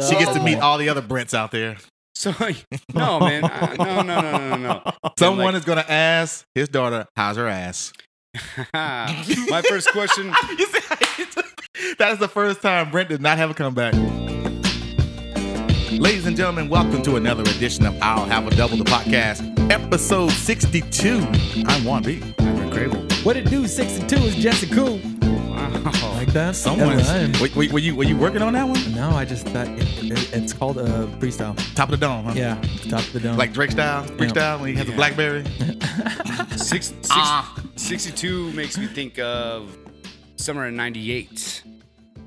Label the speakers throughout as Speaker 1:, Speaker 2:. Speaker 1: She gets to
Speaker 2: Oh.
Speaker 1: meet all the other Brents out there.
Speaker 3: So no, man, I, no, no, no, no, no.
Speaker 1: Someone
Speaker 3: like-
Speaker 1: is going to ask his daughter, how's her ass?
Speaker 3: Ah, My first question.
Speaker 1: You see how you took- that is the first time Brent did not have a comeback. Ladies and gentlemen, welcome to another edition of I'll Have a Double the Podcast, episode 62. I'm Juan B.
Speaker 2: What it do? Sixty-two is Jesse Cool.
Speaker 3: Wow.
Speaker 2: Like that?
Speaker 1: Someone.
Speaker 2: That rhymed.
Speaker 1: Wait, wait, were you were you working on that one?
Speaker 2: No, I just thought it, it- it's called a uh, freestyle.
Speaker 1: Top of the dome, huh?
Speaker 2: Yeah, top of the dome.
Speaker 1: Uh-huh. Like Drake style, Drake
Speaker 2: Yeah.
Speaker 1: style, when he has a
Speaker 3: Yeah.
Speaker 1: blackberry.
Speaker 3: Six, six,
Speaker 1: Ah.
Speaker 3: 62 makes me think of summer in 98.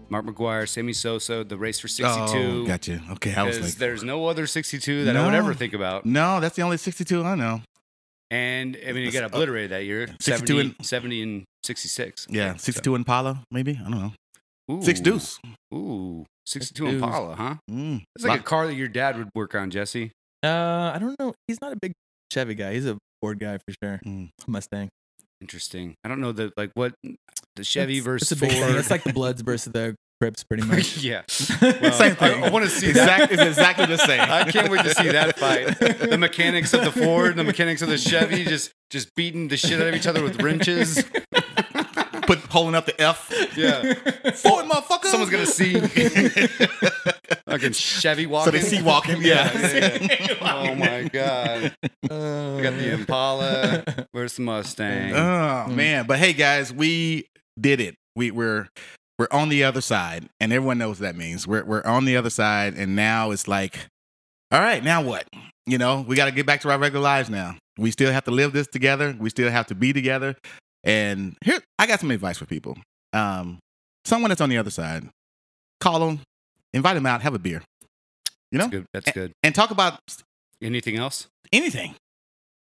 Speaker 3: Mark McGuire, Sammy Sosa, the race for 62.
Speaker 1: Oh, gotcha. Okay, I was
Speaker 3: 'Cause
Speaker 1: like,
Speaker 3: there's no other 62 that I would
Speaker 1: No.
Speaker 3: ever think about.
Speaker 1: no, that's the only 62 I know.
Speaker 3: And I mean, it got
Speaker 1: That's-
Speaker 3: obliterated that year
Speaker 1: 62
Speaker 3: 62 70,
Speaker 1: and-
Speaker 3: and 70 and 66.
Speaker 1: Yeah, 62 Impala, maybe? I don't know.
Speaker 3: Ooh.
Speaker 1: Six Deuce.
Speaker 3: Ooh, 62
Speaker 2: Six deuce.
Speaker 3: Impala, huh?
Speaker 1: Mm.
Speaker 3: It's like a car that your dad would work on, Jesse.
Speaker 2: uh, I don't know. He's not a big Chevy guy. He's a Ford guy for sure.
Speaker 1: Mm.
Speaker 2: Mustang.
Speaker 3: Interesting. I don't know the like what the Chevy
Speaker 2: It's-
Speaker 3: versus
Speaker 2: it's a big
Speaker 3: Ford.
Speaker 2: Thing. It's like the Bloods versus the Crips, pretty much.
Speaker 3: yeah.
Speaker 1: Well, Same
Speaker 3: I-
Speaker 1: thing.
Speaker 3: I, want to see that.
Speaker 1: Exact- it's exactly the same.
Speaker 3: I can't wait to see that fight. The mechanics of the Ford, the mechanics of the Chevy, just just beating the shit out of each other with wrenches.
Speaker 1: Put holding up the F.
Speaker 3: Yeah,
Speaker 1: Ford, motherfucker.
Speaker 3: someone's gonna see fucking Chevy
Speaker 1: so
Speaker 3: walking.
Speaker 1: they see walking. Yeah.
Speaker 3: Yeah, yeah. Oh my god!
Speaker 2: Uh,
Speaker 3: We got the Impala. Where's the Mustang?
Speaker 1: Oh
Speaker 2: Mm.
Speaker 1: man, but hey guys, we did it. We we're we're on the other side, and everyone knows what that means. We're we're on the other side, and now it's like, all right, now what? You know, we got to get back to our regular lives now. We still have to live this together. We still have to be together. And here, I got some advice for people. Um, someone that's on the other side, call them, invite them out, have a beer,
Speaker 3: That's good. That's good.
Speaker 1: and talk about
Speaker 3: Anything else?
Speaker 1: anything.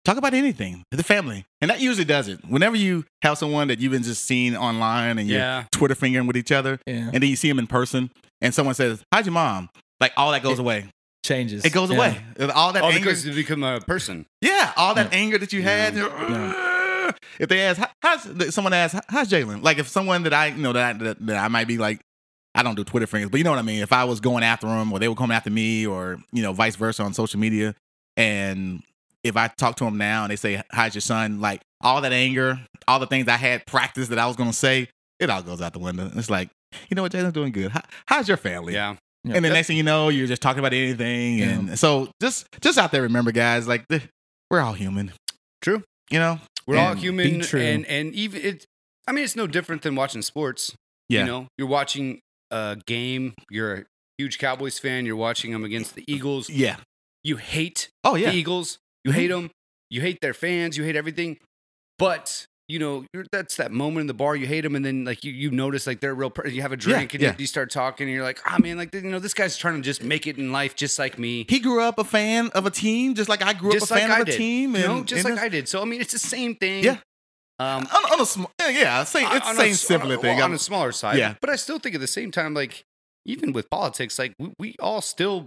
Speaker 1: Talk about anything. The family. And that usually does it. Whenever you have someone that you've been just seeing online and you're
Speaker 3: Yeah.
Speaker 1: Twitter fingering with each other,
Speaker 2: yeah,
Speaker 1: and then you see them in person and someone says, How's your mom? Like all that goes
Speaker 2: It-
Speaker 1: away.
Speaker 2: changes.
Speaker 1: It goes
Speaker 2: Yeah.
Speaker 1: away. All that
Speaker 3: Oh,
Speaker 1: anger.
Speaker 3: because you become a person.
Speaker 1: Yeah, all that anger that you had.
Speaker 3: Yeah.
Speaker 1: you're- If they ask, "How- how's someone asks, how's Jalen? Like if someone that I you know that I, that, that I might be like, I don't do Twitter fingers, but you know what I mean. If I was going after them or they were coming after me or you know vice versa on social media, and if I talk to them now and they say, how's your son? Like all that anger, all the things I had practiced that I was gonna say, it all goes out the window. It's like, you know what, Jalen's doing good. How, how's your family?
Speaker 3: Yeah.
Speaker 2: Yeah.
Speaker 1: and the next thing you know, you're just talking about anything. And so just just out there, remember, guys, like th- we're all human.
Speaker 3: True.
Speaker 1: You know.
Speaker 3: We're all
Speaker 1: And be
Speaker 3: human,
Speaker 2: true.
Speaker 3: and and even it. I mean, it's no different than watching sports.
Speaker 1: Yeah.
Speaker 3: You know, you're watching a game. You're a huge Cowboys fan. You're watching them against the Eagles.
Speaker 1: Yeah.
Speaker 3: You hate
Speaker 1: Oh yeah. Mm-hmm.
Speaker 3: the Eagles. You hate them. You hate their fans. You hate everything. But you know, you're, that's that moment in the bar. You hate them, and then like you, you notice like they're a real. Per- you have a drink, and
Speaker 1: yeah.
Speaker 3: You, you start talking, and you're like, ah man, like you know, this guy's trying to just make it in life, just like me.
Speaker 1: He grew up a fan of a team, just like I grew
Speaker 3: Just
Speaker 1: up a
Speaker 3: like
Speaker 1: fan
Speaker 3: I
Speaker 1: of a
Speaker 3: did.
Speaker 1: team.
Speaker 3: You
Speaker 1: And,
Speaker 3: know, just
Speaker 1: and
Speaker 3: like I did. So I mean, it's the same thing.
Speaker 1: Yeah.
Speaker 3: Um,
Speaker 1: on, on a small, yeah, yeah, same,
Speaker 3: I-
Speaker 1: it's
Speaker 3: on a
Speaker 1: same
Speaker 3: s-
Speaker 1: similar
Speaker 3: on a-
Speaker 1: thing.
Speaker 3: well, on a smaller side.
Speaker 1: Yeah.
Speaker 3: but I still think at the same time, like even with politics, like we, we all still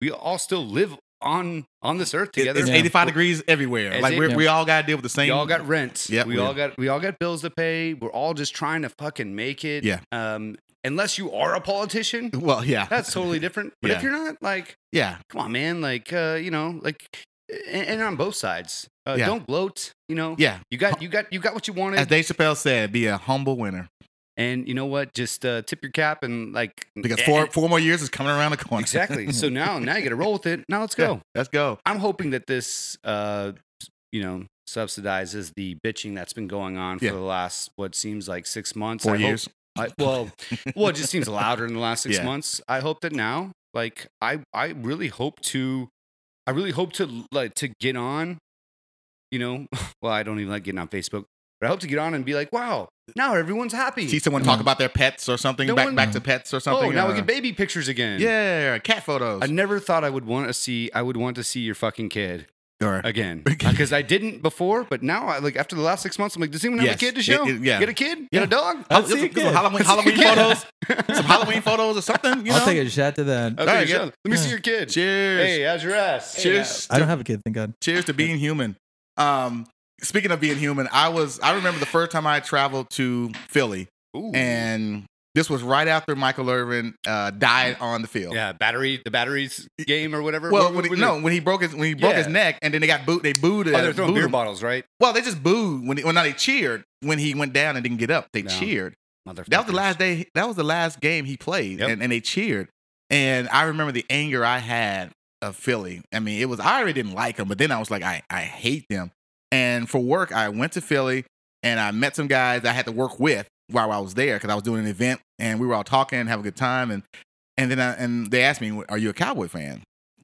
Speaker 3: we all still live on on this earth
Speaker 1: It-
Speaker 3: together.
Speaker 1: it's
Speaker 2: Yeah.
Speaker 1: 85 degrees everywhere.
Speaker 3: It's
Speaker 1: Like
Speaker 3: eight-
Speaker 1: we're, we all got to deal with the same.
Speaker 3: We all got rent.
Speaker 1: Yep,
Speaker 3: we
Speaker 1: we're-
Speaker 3: all got we all got bills to pay. We're all just trying to fucking make it.
Speaker 1: Yeah.
Speaker 3: Um, unless you are a politician,
Speaker 1: Well, yeah,
Speaker 3: that's totally different. But if
Speaker 1: Yeah.
Speaker 3: you're not, like,
Speaker 1: yeah,
Speaker 3: come on, man, like, uh, you know, like, and, and on both sides, uh,
Speaker 1: Yeah.
Speaker 3: don't bloat. You know,
Speaker 1: yeah.
Speaker 3: you got you got you got what you wanted.
Speaker 1: As Dave Chappelle said, be a humble winner
Speaker 3: and you know what? Just uh, tip your cap and like
Speaker 1: because
Speaker 3: Mm, and-
Speaker 1: four four more years is coming around the corner.
Speaker 3: Exactly. So now, now you got to roll with it. Now let's
Speaker 1: Yeah,
Speaker 3: go.
Speaker 1: Let's go.
Speaker 3: I'm hoping that this, uh, you know, subsidizes the bitching that's been going on for
Speaker 1: Yeah.
Speaker 3: the last what seems like six months.
Speaker 1: Four
Speaker 3: I hope-
Speaker 1: years.
Speaker 3: I, well, well, it just seems louder in the last six
Speaker 1: Yeah.
Speaker 3: months. I hope that now, like, I, I really hope to, I really hope to like to get on. You know, well, I don't even like getting on Facebook, but I hope to get on and be like, wow, now everyone's happy.
Speaker 1: See someone talk
Speaker 2: Mm.
Speaker 1: about their pets or something.
Speaker 3: No
Speaker 1: back
Speaker 3: one-
Speaker 1: back to pets or something.
Speaker 3: oh, now
Speaker 1: uh,
Speaker 3: we get baby pictures again.
Speaker 1: Yeah, cat photos.
Speaker 3: I never thought I would want to see. I would want to see your fucking kid
Speaker 1: Or-
Speaker 3: again because I didn't before, but now I like after the last six months, I'm like, does anyone have
Speaker 1: Yes,
Speaker 3: a kid to
Speaker 1: it-
Speaker 3: show?
Speaker 1: it- yeah.
Speaker 3: Get a kid?
Speaker 1: Yeah.
Speaker 3: Get a dog?
Speaker 1: I'll
Speaker 2: I'll
Speaker 1: see
Speaker 2: see
Speaker 1: some
Speaker 2: it again.
Speaker 1: Halloween, Halloween
Speaker 3: Yeah.
Speaker 1: photos, some Halloween photos or something. You know?
Speaker 2: I'll take a shot to that.
Speaker 3: Okay,
Speaker 1: All right,
Speaker 3: show.
Speaker 1: good.
Speaker 3: Let me see your kid.
Speaker 1: Cheers.
Speaker 3: Hey, how's your ass? Hey,
Speaker 1: cheers.
Speaker 2: I
Speaker 1: to,
Speaker 2: don't have a kid, thank God.
Speaker 1: cheers to being human. Um, speaking of being human, I was I remember the first time I traveled to Philly
Speaker 3: uh, ooh.
Speaker 1: and This was right after Michael Irvin uh, died on the field.
Speaker 3: Yeah, battery, the batteries game or whatever.
Speaker 1: Well,
Speaker 3: What-
Speaker 1: when he,
Speaker 3: what-
Speaker 1: no, when he broke his when he broke his
Speaker 3: Yeah.
Speaker 1: neck, and then they got booed. They booed.
Speaker 3: oh,
Speaker 1: uh,
Speaker 3: they're throwing
Speaker 1: booed
Speaker 3: beer
Speaker 1: him.
Speaker 3: bottles, right?
Speaker 1: Well, they just booed when he, well, no, they cheered when he went down and didn't get up. They
Speaker 3: No.
Speaker 1: cheered.
Speaker 3: Motherfuckers.
Speaker 1: That was the last day. That was the last game he played,
Speaker 3: Yep.
Speaker 1: and, and they cheered. And I remember the anger I had of Philly. I mean, it was I already didn't like them, but then I was like, I I hate them. And for work, I went to Philly and I met some guys I had to work with while I was there because I was doing an event and we were all talking and having a good time. And and then I, and they asked me, "Are you a Cowboy fan?"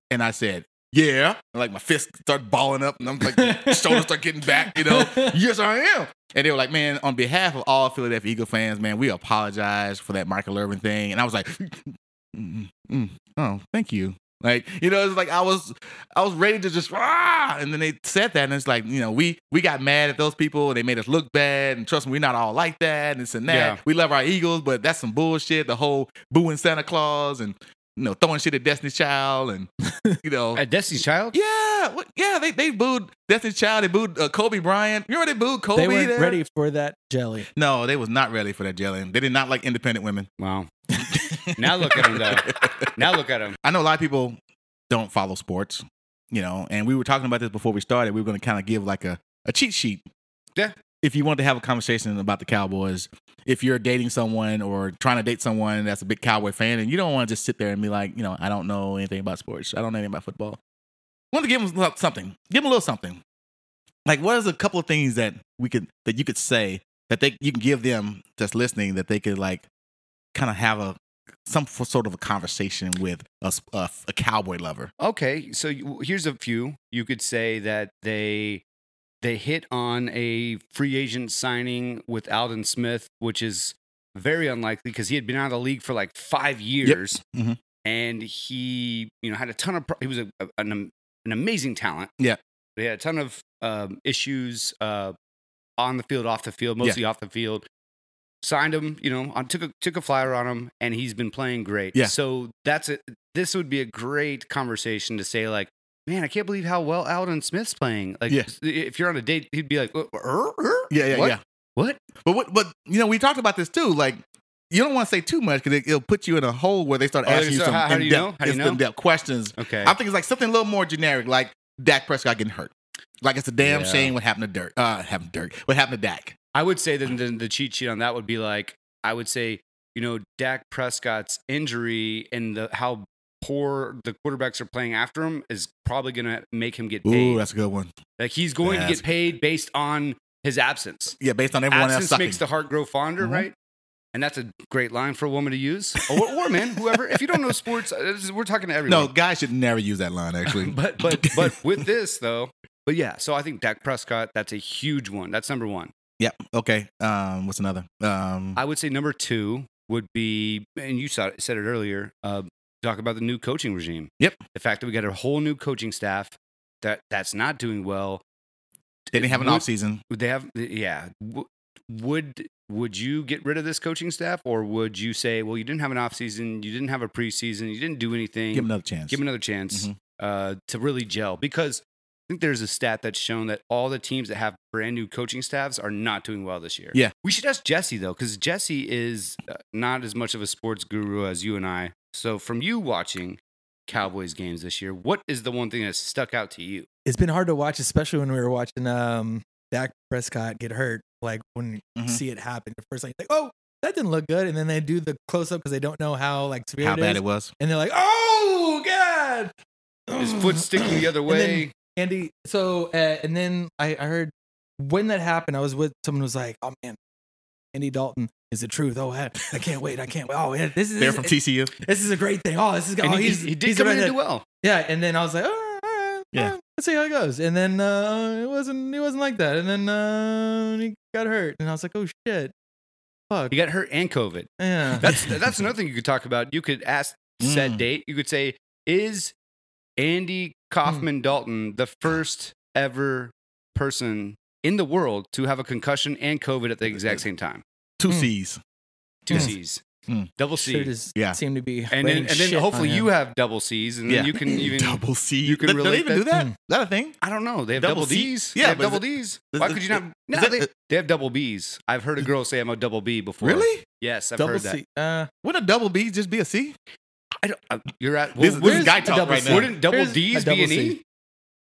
Speaker 1: And I said, "Yeah." And like my fists start balling up and I'm like shoulders start getting back, you know. yes, I am. And they were like, man, on behalf of all Philadelphia Eagle fans, man, we apologize for that Michael Irvin thing. And I was like, mm, mm, oh, thank you. Like, you know, it's like I was I was ready to just rah, and then they said that, and it's like, you know, we we got mad at those people and they made us look bad. And trust me, we're not all like that, and this and that.
Speaker 3: Yeah.
Speaker 1: We love our Eagles, but that's some bullshit. The whole booing Santa Claus and you know, throwing shit at Destiny's Child and you know
Speaker 3: At Destiny's Child?
Speaker 1: yeah, what, yeah, they they booed Destiny's Child. They booed uh, Kobe Bryant. You remember they booed Kobe?
Speaker 4: they weren't
Speaker 1: there?
Speaker 4: ready for that jelly.
Speaker 1: No, they was not ready for that jelly. They did not like independent women.
Speaker 3: Wow. now look at him, though. Now look at him.
Speaker 1: I know a lot of people don't follow sports, you know, and we were talking about this before we started. We were going to kind of give like a, a cheat sheet.
Speaker 3: Yeah.
Speaker 1: If you want to have a conversation about the Cowboys, if you're dating someone or trying to date someone that's a big Cowboy fan and you don't want to just sit there and be like, you know, I don't know anything about sports. I don't know anything about football. want to give them something. Give them a little something. Like what is a couple of things that we could that you could say that they you can give them that's listening that they could like kind of have a some f- sort of a conversation with a, s- a f- a cowboy lover.
Speaker 3: Okay, so you- here's a few. You could say that they they hit on a free agent signing with Alden Smith, which is very unlikely because he had been out of the league for like five years,
Speaker 1: Mhm.
Speaker 3: and he you know had a ton of pro- he was a, a- an am- an amazing talent.
Speaker 1: Yeah.
Speaker 3: but he had a ton of um, issues uh, on the field, off the field,
Speaker 1: Yeah.
Speaker 3: mostly off the field. Signed him, you know, on, took a took a flyer on him, and he's been playing great.
Speaker 1: Yeah.
Speaker 3: So that's a this would be a great conversation to say like man i can't believe how well alden smith's playing like
Speaker 1: Yeah.
Speaker 3: if you're on a date he'd be like "Uh, er, er?
Speaker 1: Yeah, yeah,
Speaker 3: what?
Speaker 1: yeah.
Speaker 3: what
Speaker 1: But what? But you know, we talked about this too. Like, you don't want to say too much because it, it'll put you in a hole where they start
Speaker 3: Oh,
Speaker 1: asking
Speaker 3: so
Speaker 1: you some
Speaker 3: how- how do you know?
Speaker 1: in-depth,
Speaker 3: How do you know?
Speaker 1: in-depth questions.
Speaker 3: okay
Speaker 1: I think it's like something a little more generic, like Dak Prescott getting hurt. Like it's a damn
Speaker 3: Yeah.
Speaker 1: shame what happened to Dirk. Uh, happened to Dirk. What happened to Dak?
Speaker 3: i would say that the, the cheat sheet on that would be like i would say you know dak prescott's injury and the how poor the quarterbacks are playing after him is probably gonna make him get paid
Speaker 1: Ooh, that's a good one.
Speaker 3: like he's going to
Speaker 1: that's-
Speaker 3: get paid based on his absence
Speaker 1: Yeah, based on everyone else
Speaker 3: absence
Speaker 1: sucking.
Speaker 3: makes the heart grow fonder,
Speaker 1: Mhm.
Speaker 3: right? And that's a great line for a woman to use, or, or man, whoever. If you don't know sports, uh, this is- we're talking to
Speaker 1: no,
Speaker 3: everyone.
Speaker 1: guys should never use that line. Actually,
Speaker 3: but but but with this though, but yeah. So I think Dak Prescott, that's a huge one. That's number one.
Speaker 1: yep. Okay. Um, what's another? Um,
Speaker 3: I would say number two would be, and you saw, said it earlier. Uh, talk about the new coaching regime.
Speaker 1: Yep.
Speaker 3: The fact that we got a whole new coaching staff that that's not doing well.
Speaker 1: they didn't have an
Speaker 3: would-
Speaker 1: off season.
Speaker 3: Would they have yeah W- would would you get rid of this coaching staff or would you say well you didn't have an offseason you didn't have a preseason you didn't do anything
Speaker 1: Give them another chance.
Speaker 3: give 'em another chance
Speaker 4: Mm-hmm.
Speaker 1: Mhm.
Speaker 3: uh, to really gel because i think there's a stat that's shown that all the teams that have brand new coaching staffs are not doing well this year
Speaker 1: Yeah.
Speaker 3: we should ask jesse though because jesse is uh, not as much of a sports guru as you and i so from you watching cowboys games this year what is the one thing that stuck out to you
Speaker 4: It's been hard to watch, especially when we were watching um Dak Prescott get hurt. Like when you
Speaker 1: Mhm.
Speaker 4: see it happen, the first thing like, oh, that didn't look good, and then they do the close up because they don't know how like severe
Speaker 1: How
Speaker 4: it
Speaker 1: bad
Speaker 4: is.
Speaker 1: it was.
Speaker 4: and they're like, oh god,
Speaker 3: his foot sticking the other
Speaker 4: And then
Speaker 3: way
Speaker 4: Andy. So, uh, and then I, I heard when that happened, I was with someone who was like, oh man, Andy Dalton is the truth. Oh, I, I can't wait. I can't wait. Oh, yeah, this is
Speaker 1: They're from TCU.
Speaker 4: this is a great thing. Oh, this is
Speaker 3: and
Speaker 4: oh,
Speaker 3: he,
Speaker 4: he's,
Speaker 3: he did
Speaker 4: he's
Speaker 3: come
Speaker 4: right
Speaker 3: in and
Speaker 4: ahead.
Speaker 3: do well
Speaker 4: Yeah, and then I was like, all right, all right,
Speaker 1: Yeah.
Speaker 4: all right, let's see how it goes. And then uh, it wasn't it wasn't like that. And then uh, he got hurt, and I was like, oh shit, fuck,
Speaker 3: He got hurt and COVID.
Speaker 4: yeah.
Speaker 3: That's that's another thing you could talk about. You could ask said
Speaker 1: Mm.
Speaker 3: date. You could say, "Is Andy Kaufman Dalton the first ever person in the world to have a concussion and COVID at the exact same time?"
Speaker 1: Two
Speaker 4: Mm.
Speaker 1: C's.
Speaker 3: Two
Speaker 4: Mm.
Speaker 3: C's.
Speaker 1: Mm.
Speaker 3: Double C.
Speaker 4: Sure does
Speaker 1: Yeah.
Speaker 4: seem to be
Speaker 3: and then, and then hopefully you have double C's, and
Speaker 1: Yeah.
Speaker 3: then you can even.
Speaker 1: double C.
Speaker 3: you can Hmm.
Speaker 1: Do- do they
Speaker 3: relate
Speaker 1: even
Speaker 3: that-
Speaker 1: do that?
Speaker 4: Mm.
Speaker 1: Is that a thing?
Speaker 3: I don't know. They have
Speaker 1: Double
Speaker 3: double,
Speaker 1: C?
Speaker 3: D's.
Speaker 1: Yeah,
Speaker 3: they have
Speaker 1: but is
Speaker 3: double
Speaker 1: it-
Speaker 3: D's.
Speaker 1: is
Speaker 3: Why
Speaker 1: it-
Speaker 3: could you not? No,
Speaker 1: that-
Speaker 3: they,
Speaker 1: uh,
Speaker 3: they have double B's. I've heard a girl say I'm a double B before.
Speaker 1: Really?
Speaker 3: Yes, I've
Speaker 2: Double
Speaker 3: heard that.
Speaker 2: C. Uh,
Speaker 1: Would a double B just be a C?
Speaker 3: I don't, uh, you're at.
Speaker 1: This-
Speaker 3: well,
Speaker 1: this is
Speaker 3: wouldn't-
Speaker 1: guy talk
Speaker 4: double
Speaker 1: right
Speaker 4: C.
Speaker 1: now.
Speaker 3: Wouldn't double
Speaker 4: There's
Speaker 3: D's
Speaker 4: a double
Speaker 3: be an
Speaker 4: C.
Speaker 3: E?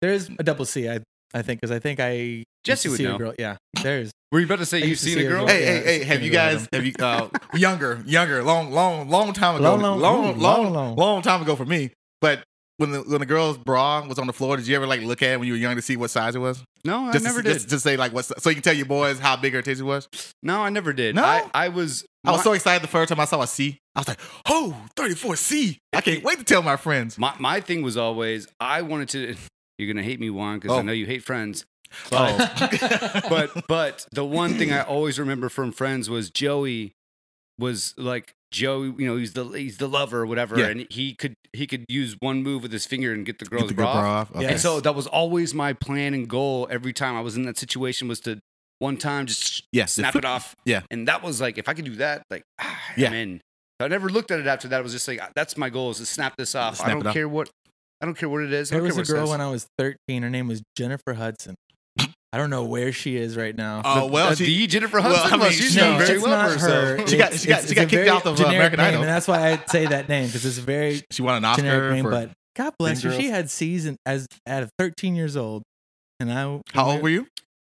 Speaker 4: There's a double C. I I think because I think I
Speaker 3: Jesse would
Speaker 4: used to see
Speaker 3: know.
Speaker 4: A girl. Yeah, there's.
Speaker 3: Were you about to say
Speaker 4: I
Speaker 3: you've
Speaker 4: used to
Speaker 3: seen
Speaker 4: see
Speaker 3: a
Speaker 4: a
Speaker 3: girl?
Speaker 4: girl.
Speaker 1: Hey,
Speaker 4: yeah,
Speaker 1: hey, hey!
Speaker 4: it's
Speaker 1: Have you
Speaker 4: gonna go
Speaker 1: guys? Have you uh, younger, younger, long, long, long time ago,
Speaker 4: Long, long- ooh,
Speaker 1: long,
Speaker 4: long, long.
Speaker 1: long time ago for me. But when the when the girl's bra was on the floor, did you ever like look at it when you were young to see what size it was?
Speaker 3: No, I
Speaker 1: Just
Speaker 3: never
Speaker 1: to,
Speaker 3: did.
Speaker 1: Just to say like what, si- so you can tell your boys how big her titty was.
Speaker 3: No, I never did.
Speaker 1: No?
Speaker 3: I, I was.
Speaker 1: I was
Speaker 3: my-
Speaker 1: so excited the first time I saw a C. I was like, oh, 34C. I can't wait to tell my friends.
Speaker 3: My, my thing was always I wanted to. You're gonna hate me, Juan, because
Speaker 1: Oh.
Speaker 3: I know you hate Friends. But, but but the one thing I always remember from Friends was Joey was like Joey. You know, he's the he's the lover or whatever,
Speaker 1: Yeah.
Speaker 3: and he could he could use one move with his finger and get the
Speaker 1: Get
Speaker 3: girl's
Speaker 1: the girl
Speaker 3: bra. off.
Speaker 1: bra off. Okay.
Speaker 3: And so that was always my plan and goal every time I was in that situation was to one time just
Speaker 1: yes,
Speaker 3: snap it off.
Speaker 1: Yeah.
Speaker 3: And that was like, if I could do that, like, ah,
Speaker 1: Yeah.
Speaker 3: I'm in. So I never looked at it after that. I was just like, that's my goal is to snap this off.
Speaker 1: Snap
Speaker 3: I
Speaker 1: it
Speaker 3: don't
Speaker 1: off.
Speaker 3: care what, I don't care what it is. I
Speaker 4: There
Speaker 3: don't
Speaker 4: was a
Speaker 3: care what
Speaker 4: girl
Speaker 3: it
Speaker 4: when I was 13. Her name was Jennifer Hudson. I don't know where she is right now.
Speaker 1: Oh well,
Speaker 3: says.
Speaker 1: she,
Speaker 3: the Jennifer
Speaker 1: well, I
Speaker 3: Hudson. Well,
Speaker 1: mean,
Speaker 3: she's
Speaker 1: no,
Speaker 3: done very
Speaker 1: it's
Speaker 3: well for
Speaker 4: not her.
Speaker 3: herself.
Speaker 1: She got-
Speaker 4: It's-
Speaker 1: she got- she
Speaker 4: it's-
Speaker 1: got
Speaker 4: it's a
Speaker 1: kicked
Speaker 4: very
Speaker 1: out of, uh,
Speaker 4: generic
Speaker 1: American
Speaker 4: name,
Speaker 1: Idol.
Speaker 4: and that's why I say that name because it's a very
Speaker 1: she won an Oscar
Speaker 4: generic name.
Speaker 1: for
Speaker 4: But God bless
Speaker 1: Mean
Speaker 4: her. She
Speaker 1: Girls.
Speaker 4: had season as at 13 years old, and I
Speaker 1: how old were you?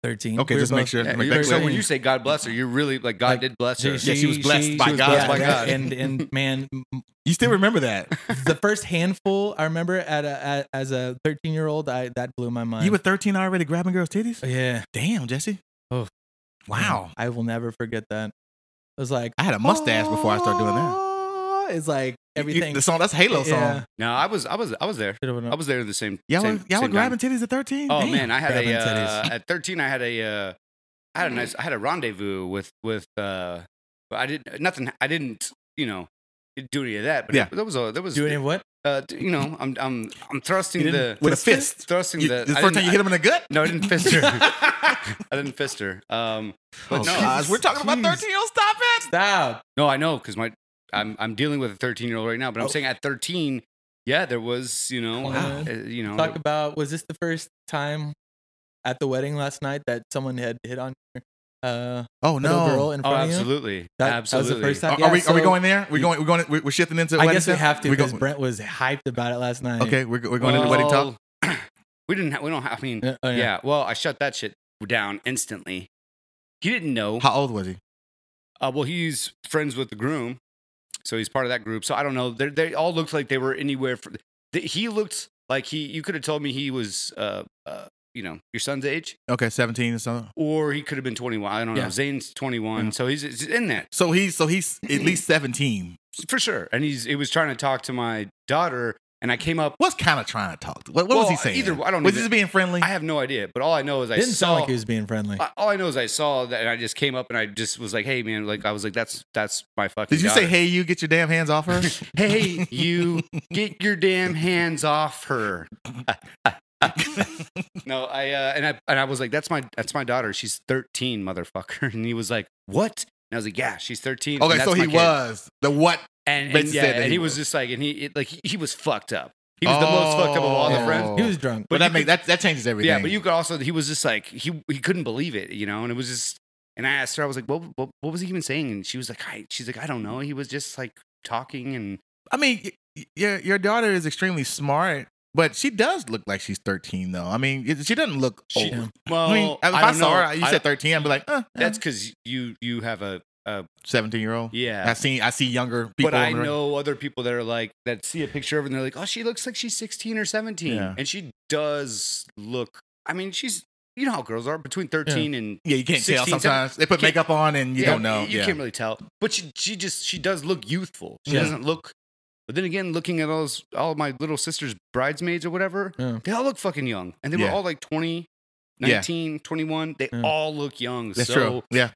Speaker 4: 13.
Speaker 1: Okay,
Speaker 4: We were
Speaker 1: just make
Speaker 4: both-
Speaker 1: sure.
Speaker 3: Yeah,
Speaker 1: make
Speaker 3: you're-
Speaker 1: that
Speaker 3: so
Speaker 1: clear.
Speaker 3: when you say God bless her, you're really like God
Speaker 4: Like,
Speaker 3: did bless her.
Speaker 1: she was blessed by
Speaker 4: was
Speaker 1: God.
Speaker 4: blessed
Speaker 3: By God.
Speaker 4: And and man,
Speaker 1: You still remember that?
Speaker 4: the first handful I remember at a at, as a 13 year old, I that blew my mind. Oh,
Speaker 1: You were 13 already grabbing girls' titties?
Speaker 4: yeah.
Speaker 1: Damn, Jesse.
Speaker 4: Oh.
Speaker 1: Wow.
Speaker 4: I will never forget that. It was like
Speaker 1: I had a mustache before I started doing that.
Speaker 4: that. It's like
Speaker 1: You- you-
Speaker 4: Oh. everything.
Speaker 1: the song, that's Halo song.
Speaker 4: Yeah.
Speaker 3: No, I was, I was, I was there. I was there the same.
Speaker 1: Y'all, were,
Speaker 3: same,
Speaker 1: y'all were
Speaker 3: same time.
Speaker 1: grabbing titties at 13?
Speaker 3: Oh
Speaker 1: Damn.
Speaker 3: man, I had a
Speaker 4: Grabbing
Speaker 3: uh,
Speaker 4: titties.
Speaker 3: at 13. I had a uh, I had a nice I had a rendezvous with with uh, but I did nothing. I didn't you know do any of that. But
Speaker 1: Yeah.
Speaker 3: that was a that was
Speaker 4: Doing what?
Speaker 3: uh, d- you know I'm I'm I'm thrusting
Speaker 4: You
Speaker 3: the
Speaker 4: didn't-
Speaker 1: With a
Speaker 4: Fist?
Speaker 1: fist.
Speaker 3: thrusting
Speaker 1: You-
Speaker 3: the
Speaker 1: the first
Speaker 3: I didn't-
Speaker 1: time you hit him in the gut?
Speaker 3: I- no, I didn't fist her. I didn't fist her. Um, but
Speaker 1: Oh,
Speaker 3: no,
Speaker 1: guys, we're talking about
Speaker 4: Jeez.
Speaker 1: 13 year olds. Stop it.
Speaker 4: Stop.
Speaker 3: no, I know because my I'm I'm dealing with a 13 year old right now. But I'm saying at 13, yeah, there was you know
Speaker 4: Oh. Wow.
Speaker 3: uh, you know
Speaker 4: Talk about was this the first time at the wedding last night that someone had hit on your uh,
Speaker 1: Oh,
Speaker 4: little girl in
Speaker 3: oh
Speaker 4: front of you?
Speaker 3: absolutely
Speaker 4: That, that was
Speaker 3: absolutely
Speaker 4: the first
Speaker 1: Are,
Speaker 4: time.
Speaker 1: are we,
Speaker 4: Yeah,
Speaker 1: are we
Speaker 4: so
Speaker 1: going there? We're going, we're going, we're, we're shifting into
Speaker 4: I
Speaker 1: wedding
Speaker 4: guess we
Speaker 1: stuff?
Speaker 4: have to
Speaker 1: We go-
Speaker 4: because Brent was hyped about it last night.
Speaker 1: Okay, we're, we're going into
Speaker 3: Oh.
Speaker 1: wedding talk.
Speaker 3: Well, we didn't. Ha- we don't. Ha- I mean,
Speaker 4: Uh, oh,
Speaker 3: yeah. Well, I shut that shit down instantly. He didn't know.
Speaker 1: How old was he?
Speaker 3: Uh, well, he's friends with the groom, so he's part of that group. So I don't know. They they all looked like they were anywhere. For, th- he looked like he. You could have told me he was, uh, uh, you know, your son's age,
Speaker 1: Okay, 17 or something.
Speaker 3: or he could have been twenty one. I don't
Speaker 1: Yeah.
Speaker 3: know. Zane's twenty one,
Speaker 1: Yeah.
Speaker 3: so he's, he's in that
Speaker 1: So he's, so he's at least 17.
Speaker 3: for sure. And he's he was trying to talk to my daughter, and I came up.
Speaker 1: What's kind of trying to talk? To? What, what was
Speaker 3: Well,
Speaker 1: he saying?
Speaker 3: either- I don't
Speaker 1: Was he just
Speaker 3: even-
Speaker 1: being friendly?
Speaker 3: I have no idea, but all I know is I
Speaker 4: Didn't
Speaker 3: saw,
Speaker 4: sound like he was being friendly.
Speaker 3: I- all I know is I saw that, and I just came up and I just was like, "Hey, man!" Like I was like, "That's that's my fucking."
Speaker 1: Did you say,
Speaker 3: daughter."
Speaker 1: "Hey, you get your damn hands off her"?
Speaker 3: Hey, you get your damn hands off her. no, I uh, and I and I was like, that's my that's my daughter. She's 13, motherfucker. And he was like, what? And I was like, yeah, she's 13. and
Speaker 1: okay,
Speaker 3: that's
Speaker 1: so
Speaker 3: my
Speaker 1: he
Speaker 3: kid."
Speaker 1: was the what?
Speaker 3: and, and
Speaker 1: basically
Speaker 3: yeah,
Speaker 1: said that
Speaker 3: and
Speaker 1: he
Speaker 3: he was
Speaker 1: was.
Speaker 3: just like, and he it, like he, he was fucked up. He was the most fucked up of all the
Speaker 1: Oh.
Speaker 3: friends.
Speaker 4: he was drunk.
Speaker 1: But,
Speaker 3: But
Speaker 1: that
Speaker 3: you
Speaker 1: makes
Speaker 3: could-
Speaker 1: that that changes everything.
Speaker 3: Yeah, but you could also he was just like he he couldn't believe it, you know, and it was just and I asked her, I was like, what what, what was he even saying? And she was like, I, she's like, I don't know. He was just like talking and
Speaker 1: I mean, y- y- your your daughter is extremely smart, but she does look like she's thirteen, though. I mean, it- she doesn't look old.
Speaker 3: She- Oh, well,
Speaker 1: I mean, if I,
Speaker 3: don't
Speaker 1: saw
Speaker 3: know.
Speaker 1: her, you
Speaker 3: I-
Speaker 1: said thirteen, I'd be like, uh,
Speaker 3: that's because you you have a
Speaker 1: seventeen year old.
Speaker 3: yeah.
Speaker 1: I see, I see younger people.
Speaker 3: But I
Speaker 1: on the-
Speaker 3: know other people that are like that see a picture of her and they're like, oh, she looks like she's sixteen or seventeen,
Speaker 1: Yeah.
Speaker 3: and she does look. I mean, she's you know how girls are between thirteen and
Speaker 1: Yeah, you can't tell
Speaker 3: 16,
Speaker 1: sometimes. They put
Speaker 3: can't-
Speaker 1: makeup on and you
Speaker 3: Yeah,
Speaker 1: don't know.
Speaker 3: You
Speaker 1: yeah.
Speaker 3: can't really tell. But she, she just she does look youthful. She
Speaker 1: Yeah.
Speaker 3: doesn't look. But then again, looking at all those, all my little sister's bridesmaids or whatever,
Speaker 4: Yeah.
Speaker 3: they all look fucking young, and they
Speaker 1: Yeah.
Speaker 3: were all like 20,
Speaker 1: Yeah.
Speaker 3: 19, 21. They
Speaker 4: Yeah.
Speaker 3: all look young.
Speaker 1: That's
Speaker 3: so
Speaker 1: true. Yeah,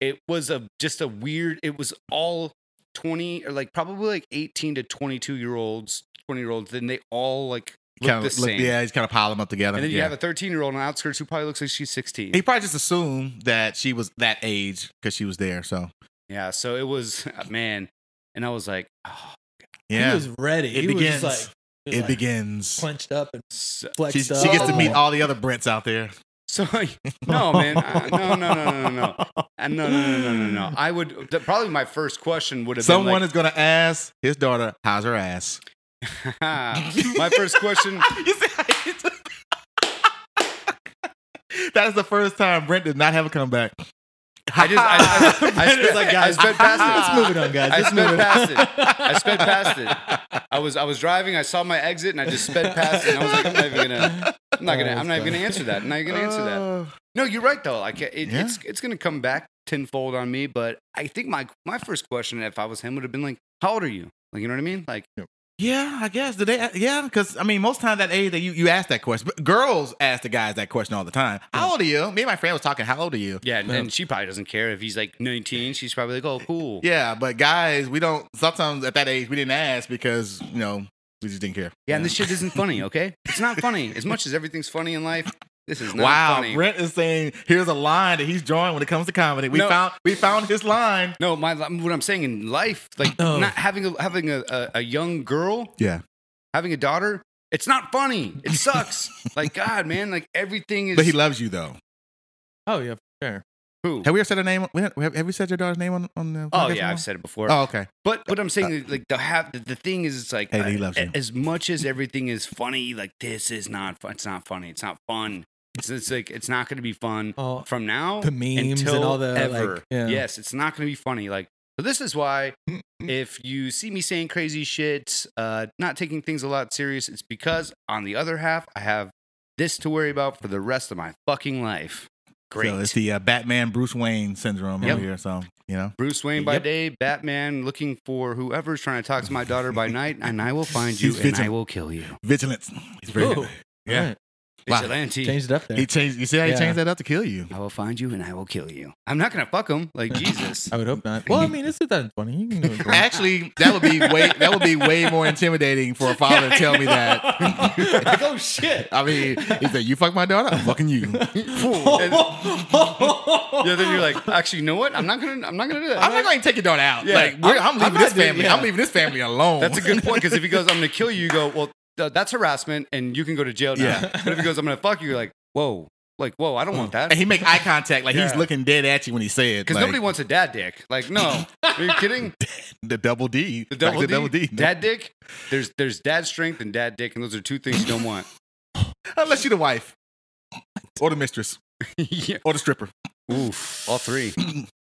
Speaker 3: it was a just a weird. It was all twenty or like probably like eighteen to twenty two year olds, twenty year olds. Then they all like look
Speaker 1: kind
Speaker 3: the
Speaker 1: of.
Speaker 3: same.
Speaker 1: yeah, he's kind of pile them up together.
Speaker 3: And then you
Speaker 1: yeah.
Speaker 3: have a thirteen year old on the outskirts who probably looks like she's sixteen.
Speaker 1: he probably just assumed that she was that age because she was there. So
Speaker 3: Yeah, so it was man. and I was like, oh,
Speaker 1: Yeah.
Speaker 4: He was ready.
Speaker 1: It
Speaker 4: he
Speaker 1: begins.
Speaker 4: was just like, he was
Speaker 1: it
Speaker 4: like
Speaker 1: begins.
Speaker 4: clenched up and
Speaker 3: so,
Speaker 1: She,
Speaker 4: flexed
Speaker 1: she
Speaker 4: up.
Speaker 1: gets to meet
Speaker 4: Oh.
Speaker 1: all the other Brits out there.
Speaker 3: so no, man, I, no, no, no, no, no, no. Uh, no, no, no, no, no, no. I would the, probably my first question would have
Speaker 1: Someone
Speaker 3: been
Speaker 1: is gonna ask his daughter, "How's her ass?"
Speaker 3: like, my first question.
Speaker 1: You see how you took- that is the first time Brent did not have a comeback.
Speaker 3: I just I, I, I, sped,
Speaker 1: Like,
Speaker 3: I sped past
Speaker 4: Let's
Speaker 3: it.
Speaker 4: move it on, guys.
Speaker 3: I
Speaker 4: Let's
Speaker 3: sped
Speaker 4: move it
Speaker 3: past it. I sped past it. I was I was driving. I saw my exit, and I just sped past it. And I was like, I'm not even gonna. I'm not gonna.
Speaker 4: Oh,
Speaker 3: I'm not even
Speaker 4: that's
Speaker 3: gonna answer that. I'm not even gonna answer that.
Speaker 1: Oh.
Speaker 3: No, you're right though. Like it,
Speaker 1: Yeah.
Speaker 3: it's it's gonna come back tenfold on me. But I think my my first question, if I was him, would have been like, "How old are you?" Like you know what I mean? Like
Speaker 1: Yeah, I guess. Did they? Yeah, because I mean, most times that age that you, you ask that question, but girls ask the guys that question all the time. How old are you? Me and my friend was talking. How old are you?
Speaker 3: yeah, and,
Speaker 4: Yeah.
Speaker 3: and she probably doesn't care if he's like 19. She's probably like, "Oh, cool."
Speaker 1: Yeah, but guys, we don't. Sometimes at that age, we didn't ask because you know we just didn't care.
Speaker 3: Yeah, and this shit isn't funny. Okay, it's not funny. As much as everything's funny in life, this is not
Speaker 1: wow,
Speaker 3: funny.
Speaker 1: Brent is saying here's a line that he's drawing when it comes to comedy. We
Speaker 3: No.
Speaker 1: found we found his line.
Speaker 3: No, my what I'm saying in life, like
Speaker 4: Oh.
Speaker 3: not having a having a, a, a young girl,
Speaker 1: Yeah,
Speaker 3: having a daughter, it's not funny. It sucks. like God, man, like everything is.
Speaker 1: but he loves you though.
Speaker 4: Oh yeah, sure.
Speaker 3: who?
Speaker 1: Have we ever said her name? we- Have, have we said your daughter's name on on the?
Speaker 3: Oh
Speaker 1: podcast
Speaker 3: yeah, I've
Speaker 1: before?
Speaker 3: said it before.
Speaker 1: Oh okay.
Speaker 3: But what I'm saying, is, like the have the, the thing is, it's like
Speaker 1: Hey, he
Speaker 3: uh,
Speaker 1: loves you.
Speaker 3: as much as everything is funny, like this is not fun. It's not funny. It's not fun. It's, it's like it's not going to be fun
Speaker 4: Oh,
Speaker 3: from now
Speaker 4: the memes and
Speaker 3: until
Speaker 4: all the like,
Speaker 3: ever.
Speaker 4: yeah.
Speaker 3: Yes, it's not going to be funny. Like so this is why if you see me saying crazy shit, uh, not taking things a lot serious, it's because on the other half, I have this to worry about for the rest of my fucking life. Great.
Speaker 1: So it's the uh, Batman Bruce Wayne syndrome
Speaker 3: Yep.
Speaker 1: over here. So you know.
Speaker 3: Bruce Wayne by
Speaker 4: Yep.
Speaker 3: day, Batman looking for whoever's trying to talk to my daughter by night, and I will find you
Speaker 1: He's
Speaker 3: and I
Speaker 1: vigilant.
Speaker 3: will kill you.
Speaker 1: Vigilance. He's very
Speaker 4: Ooh,
Speaker 1: Yeah.
Speaker 4: alright.
Speaker 1: Wow.
Speaker 3: Vigilante.
Speaker 4: Changed it up there.
Speaker 1: He changed. You see how he
Speaker 4: Yeah.
Speaker 1: changed that up to kill you.
Speaker 3: I will find you and I will kill you. I'm not gonna fuck him. Like Jesus.
Speaker 4: I would hope not. Well, I mean, it's 2020. You can do it.
Speaker 1: Actually, that would be way that would be way more intimidating for a father to tell me that.
Speaker 4: like, oh shit.
Speaker 1: I mean, he said, "You fuck my daughter, I'm fucking you."
Speaker 3: And- yeah, then you're like, actually, you know what? I'm not gonna. I'm not gonna do that.
Speaker 1: I'm not going to take your daughter out.
Speaker 3: Yeah.
Speaker 1: Like, we're, I'm
Speaker 3: I'm-
Speaker 1: leaving
Speaker 3: I'm
Speaker 1: this
Speaker 3: not doing-
Speaker 1: family.
Speaker 3: yeah.
Speaker 1: I'm leaving this family alone.
Speaker 3: That's a good point because if he goes, I'm gonna kill you, you go, well, th- that's harassment, and you can go to jail now.
Speaker 1: Yeah. Oh.
Speaker 3: But if he goes, I'm gonna fuck you, you're like, whoa, like whoa, I don't want that.
Speaker 1: And he make eye contact, like he's
Speaker 3: Yeah.
Speaker 1: looking dead at you when he said,
Speaker 3: Because
Speaker 1: like,
Speaker 3: nobody wants a dad dick. Like, no, are you kidding?
Speaker 1: the double D,
Speaker 3: The
Speaker 1: Back
Speaker 3: double,
Speaker 1: to
Speaker 3: D, dad dick. There's there's dad strength and dad dick, and those are two things you don't want.
Speaker 1: Unless you're the wife, or the mistress,
Speaker 3: yeah.
Speaker 1: or the stripper,
Speaker 3: Oof, all three.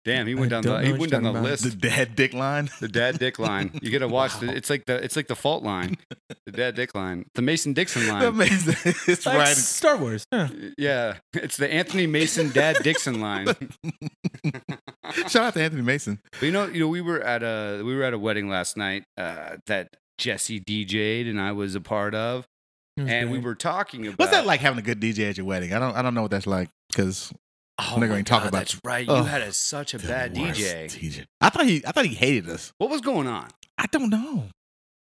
Speaker 3: Damn, he
Speaker 4: I
Speaker 3: went down
Speaker 4: don't
Speaker 3: the
Speaker 4: know
Speaker 3: he
Speaker 4: what
Speaker 3: went
Speaker 4: you're
Speaker 3: down the
Speaker 4: talking about.
Speaker 3: list.
Speaker 1: the dad dick line.
Speaker 3: The dad dick line. You gotta watch. The, it's like the it's like the fault line. The dad dick line. The Mason Dixon line.
Speaker 1: Amazing. It's
Speaker 4: Like
Speaker 1: right.
Speaker 4: Star Wars. Yeah.
Speaker 3: yeah, it's the Anthony Mason dad Dixon line. But
Speaker 1: Shout out to Anthony Mason.
Speaker 3: you know, you know, we were at a we were at a wedding last night uh, that Jesse DJ'd and I was a part of,
Speaker 4: It was
Speaker 3: and we
Speaker 4: great.
Speaker 3: were talking about
Speaker 1: What's that like having a good DJ at your wedding? I don't. I don't know what that's like because
Speaker 3: Oh
Speaker 1: We're not
Speaker 3: my
Speaker 1: gonna talk
Speaker 3: God,
Speaker 1: about
Speaker 3: That's right.
Speaker 1: Oh.
Speaker 3: You had a, such a bad DJ.
Speaker 1: I thought he. I thought he hated us.
Speaker 3: What was going on?
Speaker 1: I don't know.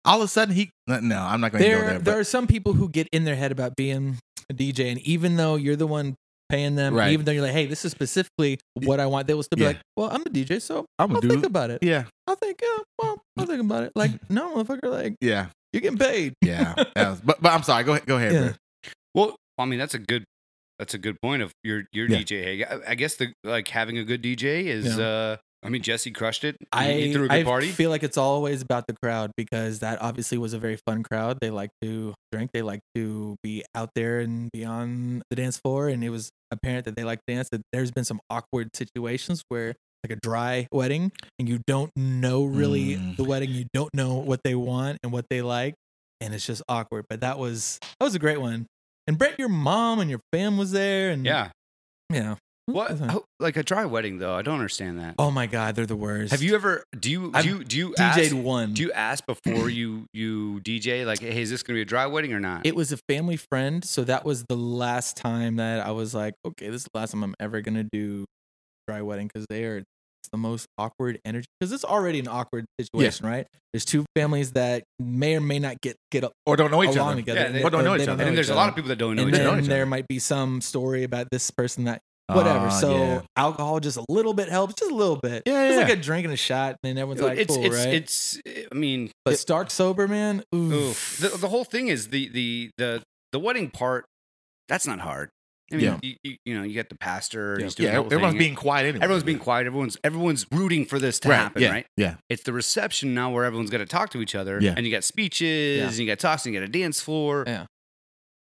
Speaker 1: All of a sudden he. No, no, I'm not going to go
Speaker 4: there,
Speaker 1: there.
Speaker 4: there
Speaker 1: But
Speaker 4: are some people who get in their head about being a DJ, and even though you're the one paying them,
Speaker 1: Right.
Speaker 4: even though you're like, "Hey, this is specifically what I want," they will still be
Speaker 1: Yeah.
Speaker 4: like, "Well, I'm a DJ, so
Speaker 1: I'm
Speaker 4: I'll
Speaker 1: a
Speaker 4: think
Speaker 1: dude.
Speaker 4: about it.
Speaker 1: Yeah.
Speaker 4: I'll think, yeah, well, I'll think about it." Like, no, motherfucker, like
Speaker 1: Yeah.
Speaker 4: you're getting paid.
Speaker 1: Yeah. That was- but but I'm sorry. Go ahead. Go ahead.
Speaker 4: Yeah.
Speaker 1: Brett.
Speaker 3: Well, I mean, that's a good that's a good point of your your
Speaker 1: Yeah.
Speaker 3: DJ. Haig. I, I guess the like having a good DJ is.
Speaker 4: Yeah.
Speaker 3: uh I mean, Jesse crushed it. He-
Speaker 4: I
Speaker 3: he threw a good
Speaker 4: I
Speaker 3: party.
Speaker 4: feel like it's always about the crowd because that obviously was a very fun crowd. They like to drink, they like to be out there and be on the dance floor, and it was apparent that they like to dance. That there's been some awkward situations where like a dry wedding and you don't know really
Speaker 1: Mm.
Speaker 4: the wedding, you don't know what they want and what they like, and it's just awkward. But that was that was a great one. And Brett, your mom and your fam was there,
Speaker 1: Mm-hmm.
Speaker 4: and
Speaker 3: yeah.
Speaker 4: yeah,
Speaker 3: What?
Speaker 4: That's fine.
Speaker 3: how- like a dry wedding though. I don't understand that.
Speaker 4: Oh my God, they're the worst.
Speaker 3: Have you ever? Do you
Speaker 4: I've
Speaker 3: do you do you
Speaker 4: DJ'd
Speaker 3: ask,
Speaker 4: one?
Speaker 3: do you ask before you you DJ like, hey, is this gonna be a dry wedding or not?
Speaker 4: It was a family friend, so that was the last time that I was like, okay, this is the last time I'm ever gonna do dry wedding because they are it's the most awkward energy because it's already an awkward situation, right? There's two families that may or may not get get a-
Speaker 1: Or don't know each
Speaker 4: along
Speaker 1: other.
Speaker 4: together.
Speaker 3: Yeah,
Speaker 4: and
Speaker 3: they-
Speaker 1: Or don't know each
Speaker 4: they
Speaker 1: other.
Speaker 3: and
Speaker 1: know
Speaker 3: there's a lot of people that don't know
Speaker 4: and
Speaker 3: each
Speaker 1: don't
Speaker 3: other.
Speaker 1: know each
Speaker 4: then there
Speaker 1: other.
Speaker 4: might be some story about this person that whatever.
Speaker 1: Ah,
Speaker 4: so
Speaker 1: yeah.
Speaker 4: alcohol just a little bit helps, just a little bit.
Speaker 1: Yeah,
Speaker 4: it's
Speaker 1: yeah,
Speaker 4: like a drink and a shot, and then everyone's like,
Speaker 3: it's
Speaker 4: cool,
Speaker 3: it's,
Speaker 4: right?
Speaker 3: it's I mean
Speaker 4: but
Speaker 3: it-
Speaker 4: stark sober, man. Ooh.
Speaker 3: ooh. the the whole thing is the the the the wedding part. That's not hard. I mean,
Speaker 1: Yeah.
Speaker 3: you, you, you know, you got the pastor.
Speaker 1: Yeah,
Speaker 3: He's doing the whole
Speaker 1: everyone's
Speaker 3: thing.
Speaker 1: being quiet anyway.
Speaker 3: everyone's being quiet. Everyone's everyone's rooting for this to
Speaker 1: right,
Speaker 3: happen,
Speaker 1: yeah,
Speaker 3: right?
Speaker 1: Yeah.
Speaker 3: It's the reception now where everyone's got to talk to each other.
Speaker 1: Yeah.
Speaker 3: and you got speeches,
Speaker 4: Yeah.
Speaker 3: and you got talks, and you got a dance floor.
Speaker 4: Yeah.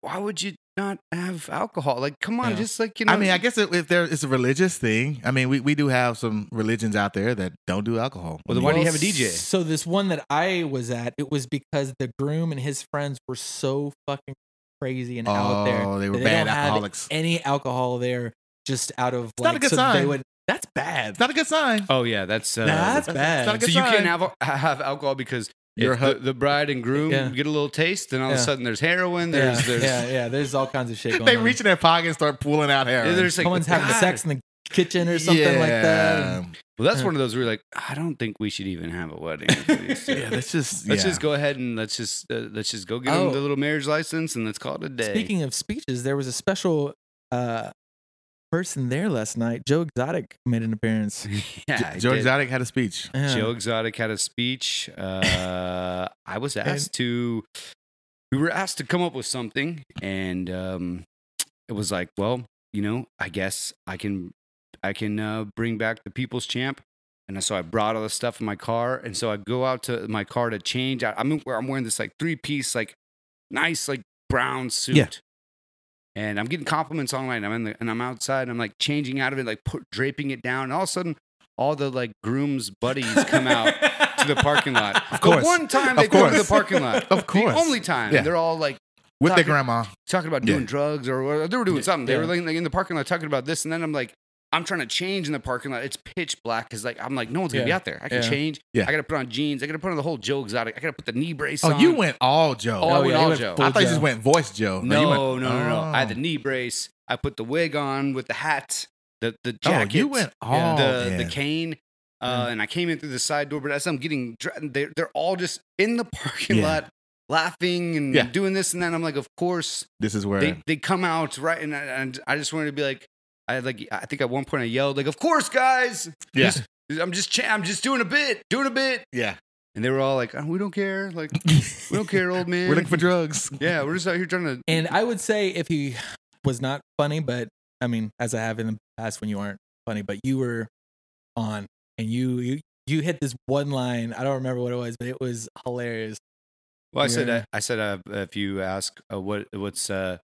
Speaker 3: Why would you not have alcohol? Like, come on,
Speaker 4: Yeah.
Speaker 3: just like you know.
Speaker 1: I mean, I guess if there it's a religious thing. I mean, we, we do have some religions out there that don't do alcohol.
Speaker 3: Well, then
Speaker 1: I
Speaker 3: why
Speaker 1: mean,
Speaker 3: do you have a DJ?
Speaker 4: So this one that I was at, it was because the groom and his friends were so fucking crazy and out there.
Speaker 1: Oh, they were
Speaker 4: They
Speaker 1: bad
Speaker 4: don't have
Speaker 1: alcoholics.
Speaker 4: Any alcohol there, just out of
Speaker 1: not a
Speaker 4: like,
Speaker 1: good
Speaker 4: so that they
Speaker 1: sign.
Speaker 4: would. That's bad.
Speaker 1: It's not a good sign.
Speaker 3: Oh yeah, that's uh,
Speaker 4: That's bad.
Speaker 1: It's not a
Speaker 3: so
Speaker 1: good
Speaker 3: you
Speaker 1: sign.
Speaker 3: can't have have alcohol because
Speaker 1: Your
Speaker 3: if the, the bride and groom
Speaker 4: Yeah.
Speaker 3: get a little taste, then all of a
Speaker 4: Yeah.
Speaker 3: sudden there's heroin.
Speaker 4: yeah,
Speaker 3: There's there's
Speaker 4: yeah, yeah. There's all kinds of shit going
Speaker 1: they
Speaker 4: on.
Speaker 1: reach in their pocket and start pulling out hair.
Speaker 3: there's like
Speaker 4: Someone's having
Speaker 3: God.
Speaker 4: sex in the kitchen or something like that.
Speaker 3: Well, that's
Speaker 4: Yeah.
Speaker 3: one of those where you're like, I don't think we should even have a wedding. Let's
Speaker 1: yeah, that's just yeah.
Speaker 3: just go ahead and let's just uh, let's just go get
Speaker 4: Oh.
Speaker 3: them the little marriage license and let's call it a day.
Speaker 4: Speaking of speeches, there was a special uh, person there last night. Joe Exotic made an appearance.
Speaker 3: yeah,
Speaker 1: Joe
Speaker 3: I did.
Speaker 1: Exotic had a speech.
Speaker 4: Yeah.
Speaker 3: Joe Exotic had a speech. Uh, I was asked to, we were asked to come up with something, and um, it was like, well, you know, I guess I can, I can uh, bring back the People's Champ, and so I brought all the stuff in my car, and so I go out to my car to change. I, I'm I'm wearing this like three piece, like nice, like brown suit.
Speaker 4: Yeah.
Speaker 3: And I'm getting compliments online. I'm in the, and I'm outside. And I'm like changing out of it, like put, draping it down. And all of a sudden, all the like groom's buddies come out to the parking lot. Of
Speaker 1: course.
Speaker 3: The one
Speaker 1: Of
Speaker 3: time they go to the
Speaker 1: course.
Speaker 3: parking lot.
Speaker 1: Of course.
Speaker 3: The only time.
Speaker 1: Yeah.
Speaker 3: They're all like
Speaker 1: With their
Speaker 3: Talking-
Speaker 1: grandma.
Speaker 3: talking about
Speaker 1: Yeah.
Speaker 3: doing drugs or or they were doing
Speaker 4: Yeah.
Speaker 3: something. They were
Speaker 4: Yeah.
Speaker 3: like in the parking lot talking about this. And then I'm like, I'm trying to change in the parking lot. It's pitch black because like I'm like, no one's gonna be
Speaker 4: Yeah.
Speaker 3: out there. I can
Speaker 4: Yeah.
Speaker 3: change.
Speaker 1: Yeah.
Speaker 3: I gotta put on jeans. I gotta put on the whole Joe Exotic. I gotta put the knee brace
Speaker 1: Oh,
Speaker 3: on.
Speaker 1: you went all Joe.
Speaker 3: Oh, I went
Speaker 4: yeah, he
Speaker 3: all
Speaker 4: went
Speaker 3: Joe.
Speaker 4: full
Speaker 1: I thought you
Speaker 4: Joe.
Speaker 1: just went voice Joe.
Speaker 3: No,
Speaker 1: you went,
Speaker 3: no, no, no. I had the
Speaker 1: Oh.
Speaker 3: knee brace. I put the wig on with the hat, the the
Speaker 1: Oh,
Speaker 3: jacket.
Speaker 1: you went all
Speaker 3: the,
Speaker 1: in. Mm.
Speaker 3: the cane. Uh, And I came in through the side door, but as I'm getting, dr- they're, they're all just in the parking
Speaker 1: Yeah.
Speaker 3: lot laughing and
Speaker 1: Yeah.
Speaker 3: doing this and that. I'm like, of course,
Speaker 1: This is where
Speaker 3: they, they come out right. And I, and I just wanted to be like, I had like, I think at one point I yelled, like, of course, guys.
Speaker 1: Yeah.
Speaker 3: Just- I'm just, cha- I'm just doing a bit, doing a bit.
Speaker 1: Yeah.
Speaker 3: And they were all like, oh, we don't care. Like, we
Speaker 1: We're
Speaker 3: don't care, old man.
Speaker 1: looking for drugs.
Speaker 3: yeah, we're just out here trying to.
Speaker 4: And I would say if he was not funny, but I mean, as I have in the past when you aren't funny, but you were on and you you, you hit this one line. I don't remember what it was, but it was hilarious.
Speaker 3: Well, I said,
Speaker 4: Yeah.
Speaker 3: I, I said, uh, if you ask uh, what what's uh,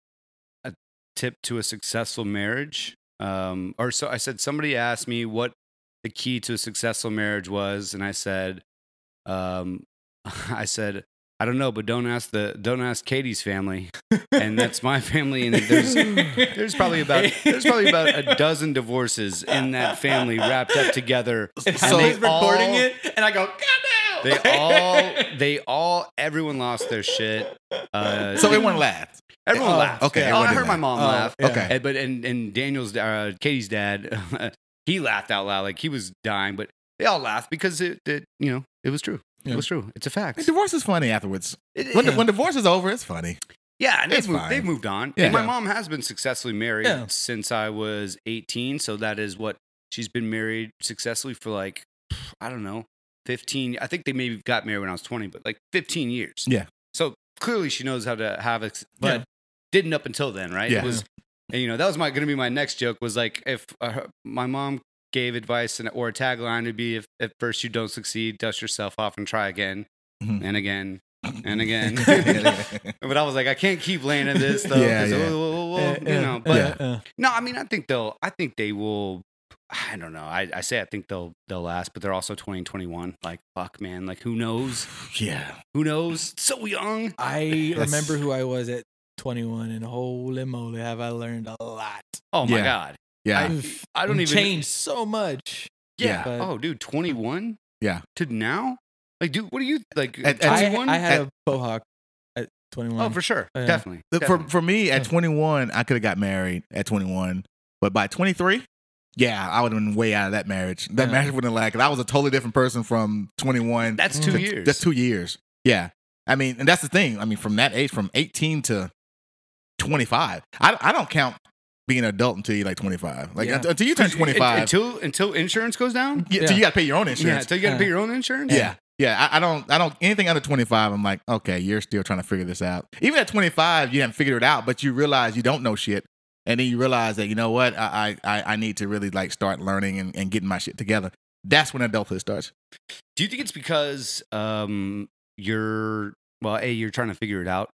Speaker 3: a tip to a successful marriage, um, or so I said, somebody asked me what the key to a successful marriage was, and I said, um, I said, I don't know, but don't ask the don't ask Katie's family, and that's my family, and there's there's probably about there's probably about a dozen divorces in that family wrapped up together.
Speaker 4: And
Speaker 1: So-
Speaker 4: I was recording
Speaker 3: all-
Speaker 4: it, and I go, God no!
Speaker 3: They all, they all, everyone lost their shit. Uh,
Speaker 1: So it went last.
Speaker 3: Everyone
Speaker 4: Oh,
Speaker 3: laughed.
Speaker 1: okay,
Speaker 3: Yeah.
Speaker 1: everyone
Speaker 3: Oh, I
Speaker 1: did
Speaker 3: heard my
Speaker 1: laugh.
Speaker 3: mom
Speaker 4: Oh,
Speaker 3: laugh.
Speaker 4: yeah.
Speaker 1: Okay.
Speaker 3: And- but and and Daniel's uh, Katie's dad, he laughed out loud like he was dying. But they all laughed because it, it you know it was true.
Speaker 1: Yeah.
Speaker 3: It was true. It's a fact.
Speaker 1: And divorce is funny afterwards.
Speaker 3: It-
Speaker 1: When,
Speaker 3: it-
Speaker 1: when divorce is over, it's funny.
Speaker 3: yeah, and
Speaker 1: it's
Speaker 3: they've moved,
Speaker 1: fine.
Speaker 3: they've moved on.
Speaker 1: Yeah.
Speaker 3: And my
Speaker 1: Yeah.
Speaker 3: mom has been successfully married
Speaker 4: Yeah.
Speaker 3: since I was 18, so that is what she's been married successfully for like I don't know, 15. I think they maybe got married when I was 20, but like 15 years.
Speaker 1: Yeah.
Speaker 3: So clearly she knows how to have it, but
Speaker 4: Yeah.
Speaker 3: didn't up until then, right?
Speaker 1: Yeah.
Speaker 3: It was, and, you know, that was my going to be my next joke was like if uh, her- my mom gave advice and or a tagline would be if at first you don't succeed, dust yourself off and try again
Speaker 1: Mhm.
Speaker 3: and again and again.
Speaker 1: Yeah.
Speaker 3: but I was like, I can't keep laying in this though.
Speaker 1: Yeah,
Speaker 3: 'cause,
Speaker 1: yeah.
Speaker 3: oh, oh, oh,
Speaker 4: Yeah,
Speaker 3: oh, you
Speaker 4: yeah,
Speaker 3: know, but
Speaker 1: yeah.
Speaker 4: uh,
Speaker 3: no, I mean, I think they'll. I think they will. I don't know. I, I say I think they'll they'll last, but they're also twenty and twenty one. Like fuck, man. Like who knows?
Speaker 1: yeah.
Speaker 3: Who knows? So young.
Speaker 4: I
Speaker 1: That's-
Speaker 4: remember who I was at 21, and holy moly, have I learned a lot.
Speaker 3: Oh my
Speaker 1: Yeah.
Speaker 3: god.
Speaker 1: Yeah.
Speaker 4: Oof.
Speaker 3: I don't even
Speaker 4: changed so much.
Speaker 3: Yeah.
Speaker 4: Yeah.
Speaker 3: Oh, dude, twenty one.
Speaker 1: Yeah.
Speaker 3: To now, like, dude, what are you like?
Speaker 1: At- at-
Speaker 4: I,
Speaker 3: Twenty one.
Speaker 4: I had a mohawk at 21.
Speaker 3: Oh, for sure,
Speaker 4: Yeah.
Speaker 3: definitely.
Speaker 1: for
Speaker 3: definitely.
Speaker 1: for me at
Speaker 3: Mm.
Speaker 4: Yeah.
Speaker 1: 21 i could have got married at 21 but by 23 yeah i would have been way out of that marriage that
Speaker 4: Yeah.
Speaker 1: marriage wouldn't last because i was a totally different person from 21
Speaker 3: Mm. that's
Speaker 4: Mm.
Speaker 3: two
Speaker 1: to-
Speaker 3: years.
Speaker 1: that's two years yeah i mean and that's the thing i mean from that age from 18 to 25 i, I don't count be an adult until you're like 25. Like
Speaker 4: Yeah.
Speaker 1: unt- until you turn 25,
Speaker 3: until until insurance goes down.
Speaker 1: yeah, till
Speaker 4: Yeah.
Speaker 1: you got to pay your own
Speaker 3: Yeah,
Speaker 1: insurance.
Speaker 3: until you got to pay
Speaker 4: Yeah.
Speaker 3: your own insurance.
Speaker 1: Yeah. Yeah. I, I don't, I don't, anything under 25, I'm like, okay, you're still trying to figure this out. Even at 25, you haven't figured it out, but you realize you don't know shit. And then you realize that, you know what, I, I, I- I need to really like start learning and, and getting my shit together. That's when adulthood starts.
Speaker 3: Do you think it's because um you're well, a you're trying to figure it out,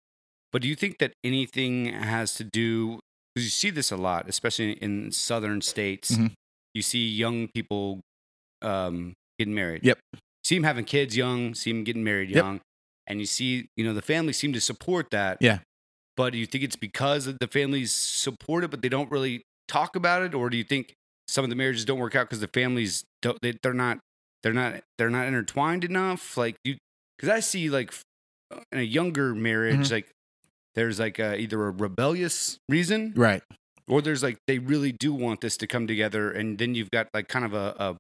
Speaker 3: but do you think that anything has to do? Because you see this a lot, especially in southern states.
Speaker 1: Mhm.
Speaker 3: You see young people um, getting married.
Speaker 1: Yep.
Speaker 3: See them having kids young. See them getting married
Speaker 1: Yep.
Speaker 3: young, and you see you know the families seem to support that.
Speaker 1: Yeah.
Speaker 3: But do you think it's because of the families support it, but they don't really talk about it, or do you think some of the marriages don't work out because the families don't? They, they're not they're not they're not intertwined enough like you because i see like f- in a younger marriage
Speaker 1: Mhm.
Speaker 3: like there's like a, either a rebellious reason
Speaker 1: Right.
Speaker 3: or there's like they really do want this to come together and then you've got like kind of a, a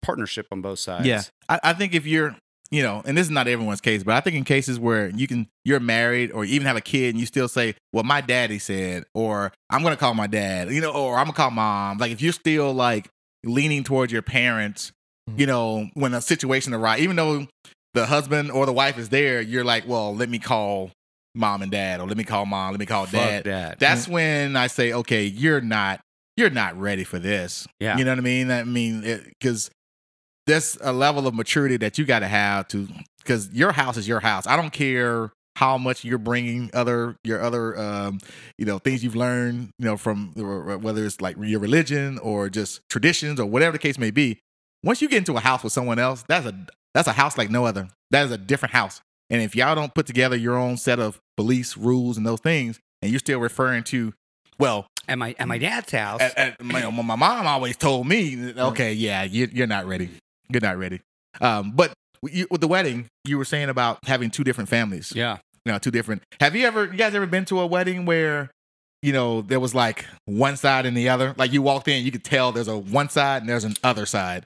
Speaker 3: partnership on both sides
Speaker 1: Yeah. I, I think if you're, you know, and this is not everyone's case, but I think in cases where you can, you're married or even have a kid and you still say, well, my daddy said, or I'm going to call my dad, you know, or I'm going to call mom. Like if you're still like leaning towards your parents,
Speaker 3: Mm-hmm.
Speaker 4: Mhm.
Speaker 1: you know, when a situation arrives, even though the husband or the wife is there, you're like, well, let me call mom and dad, or let me call mom, let me call dad.
Speaker 3: Fuck that.
Speaker 1: Oh, That's when I say, okay, you're not, you're not ready for this.
Speaker 3: yeah
Speaker 1: You know what I mean? I mean, because there's a level of maturity that you got to have to, because your house is your house. I don't care how much you're bringing other your other um you know things you've learned you know from whether it's like your religion or just traditions or whatever the case may be once you get into a house with someone else that's a that's a house like no other that is a different house and if y'all don't put together your own set of beliefs rules and those things and you're still referring to well
Speaker 3: Mm. at my at my dad's house
Speaker 1: Mm. at, at- my, my my mom always told me, okay, yeah, you, you're not ready. You're not ready. Um, but you, with the wedding, you were saying about having two different families.
Speaker 3: yeah
Speaker 1: You know, two different. Have you ever, you guys ever been to a wedding where, you know, there was like one side and the other? Like you walked in, you could tell there's a one side and there's an other side.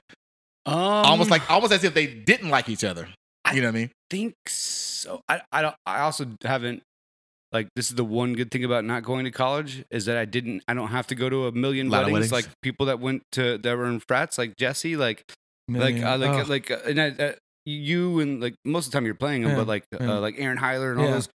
Speaker 3: um,
Speaker 1: almost like, almost as if they didn't like each other.
Speaker 3: I-
Speaker 1: you know what I mean?
Speaker 3: think so. I, I don't. I also haven't. Like this is the one good thing about not going to college is that I didn't. I don't have to go to a million
Speaker 1: Lot of
Speaker 3: weddings,
Speaker 1: weddings.
Speaker 3: like people that went to that were in frats, like Jesse, like like
Speaker 4: Million.
Speaker 3: uh, like
Speaker 4: Oh,
Speaker 3: uh, like uh, and I, uh, you and like most of the time you're playing them,
Speaker 4: Yeah,
Speaker 3: but like
Speaker 4: yeah.
Speaker 3: uh, like Aaron Heiler and all
Speaker 4: Yeah.
Speaker 3: those,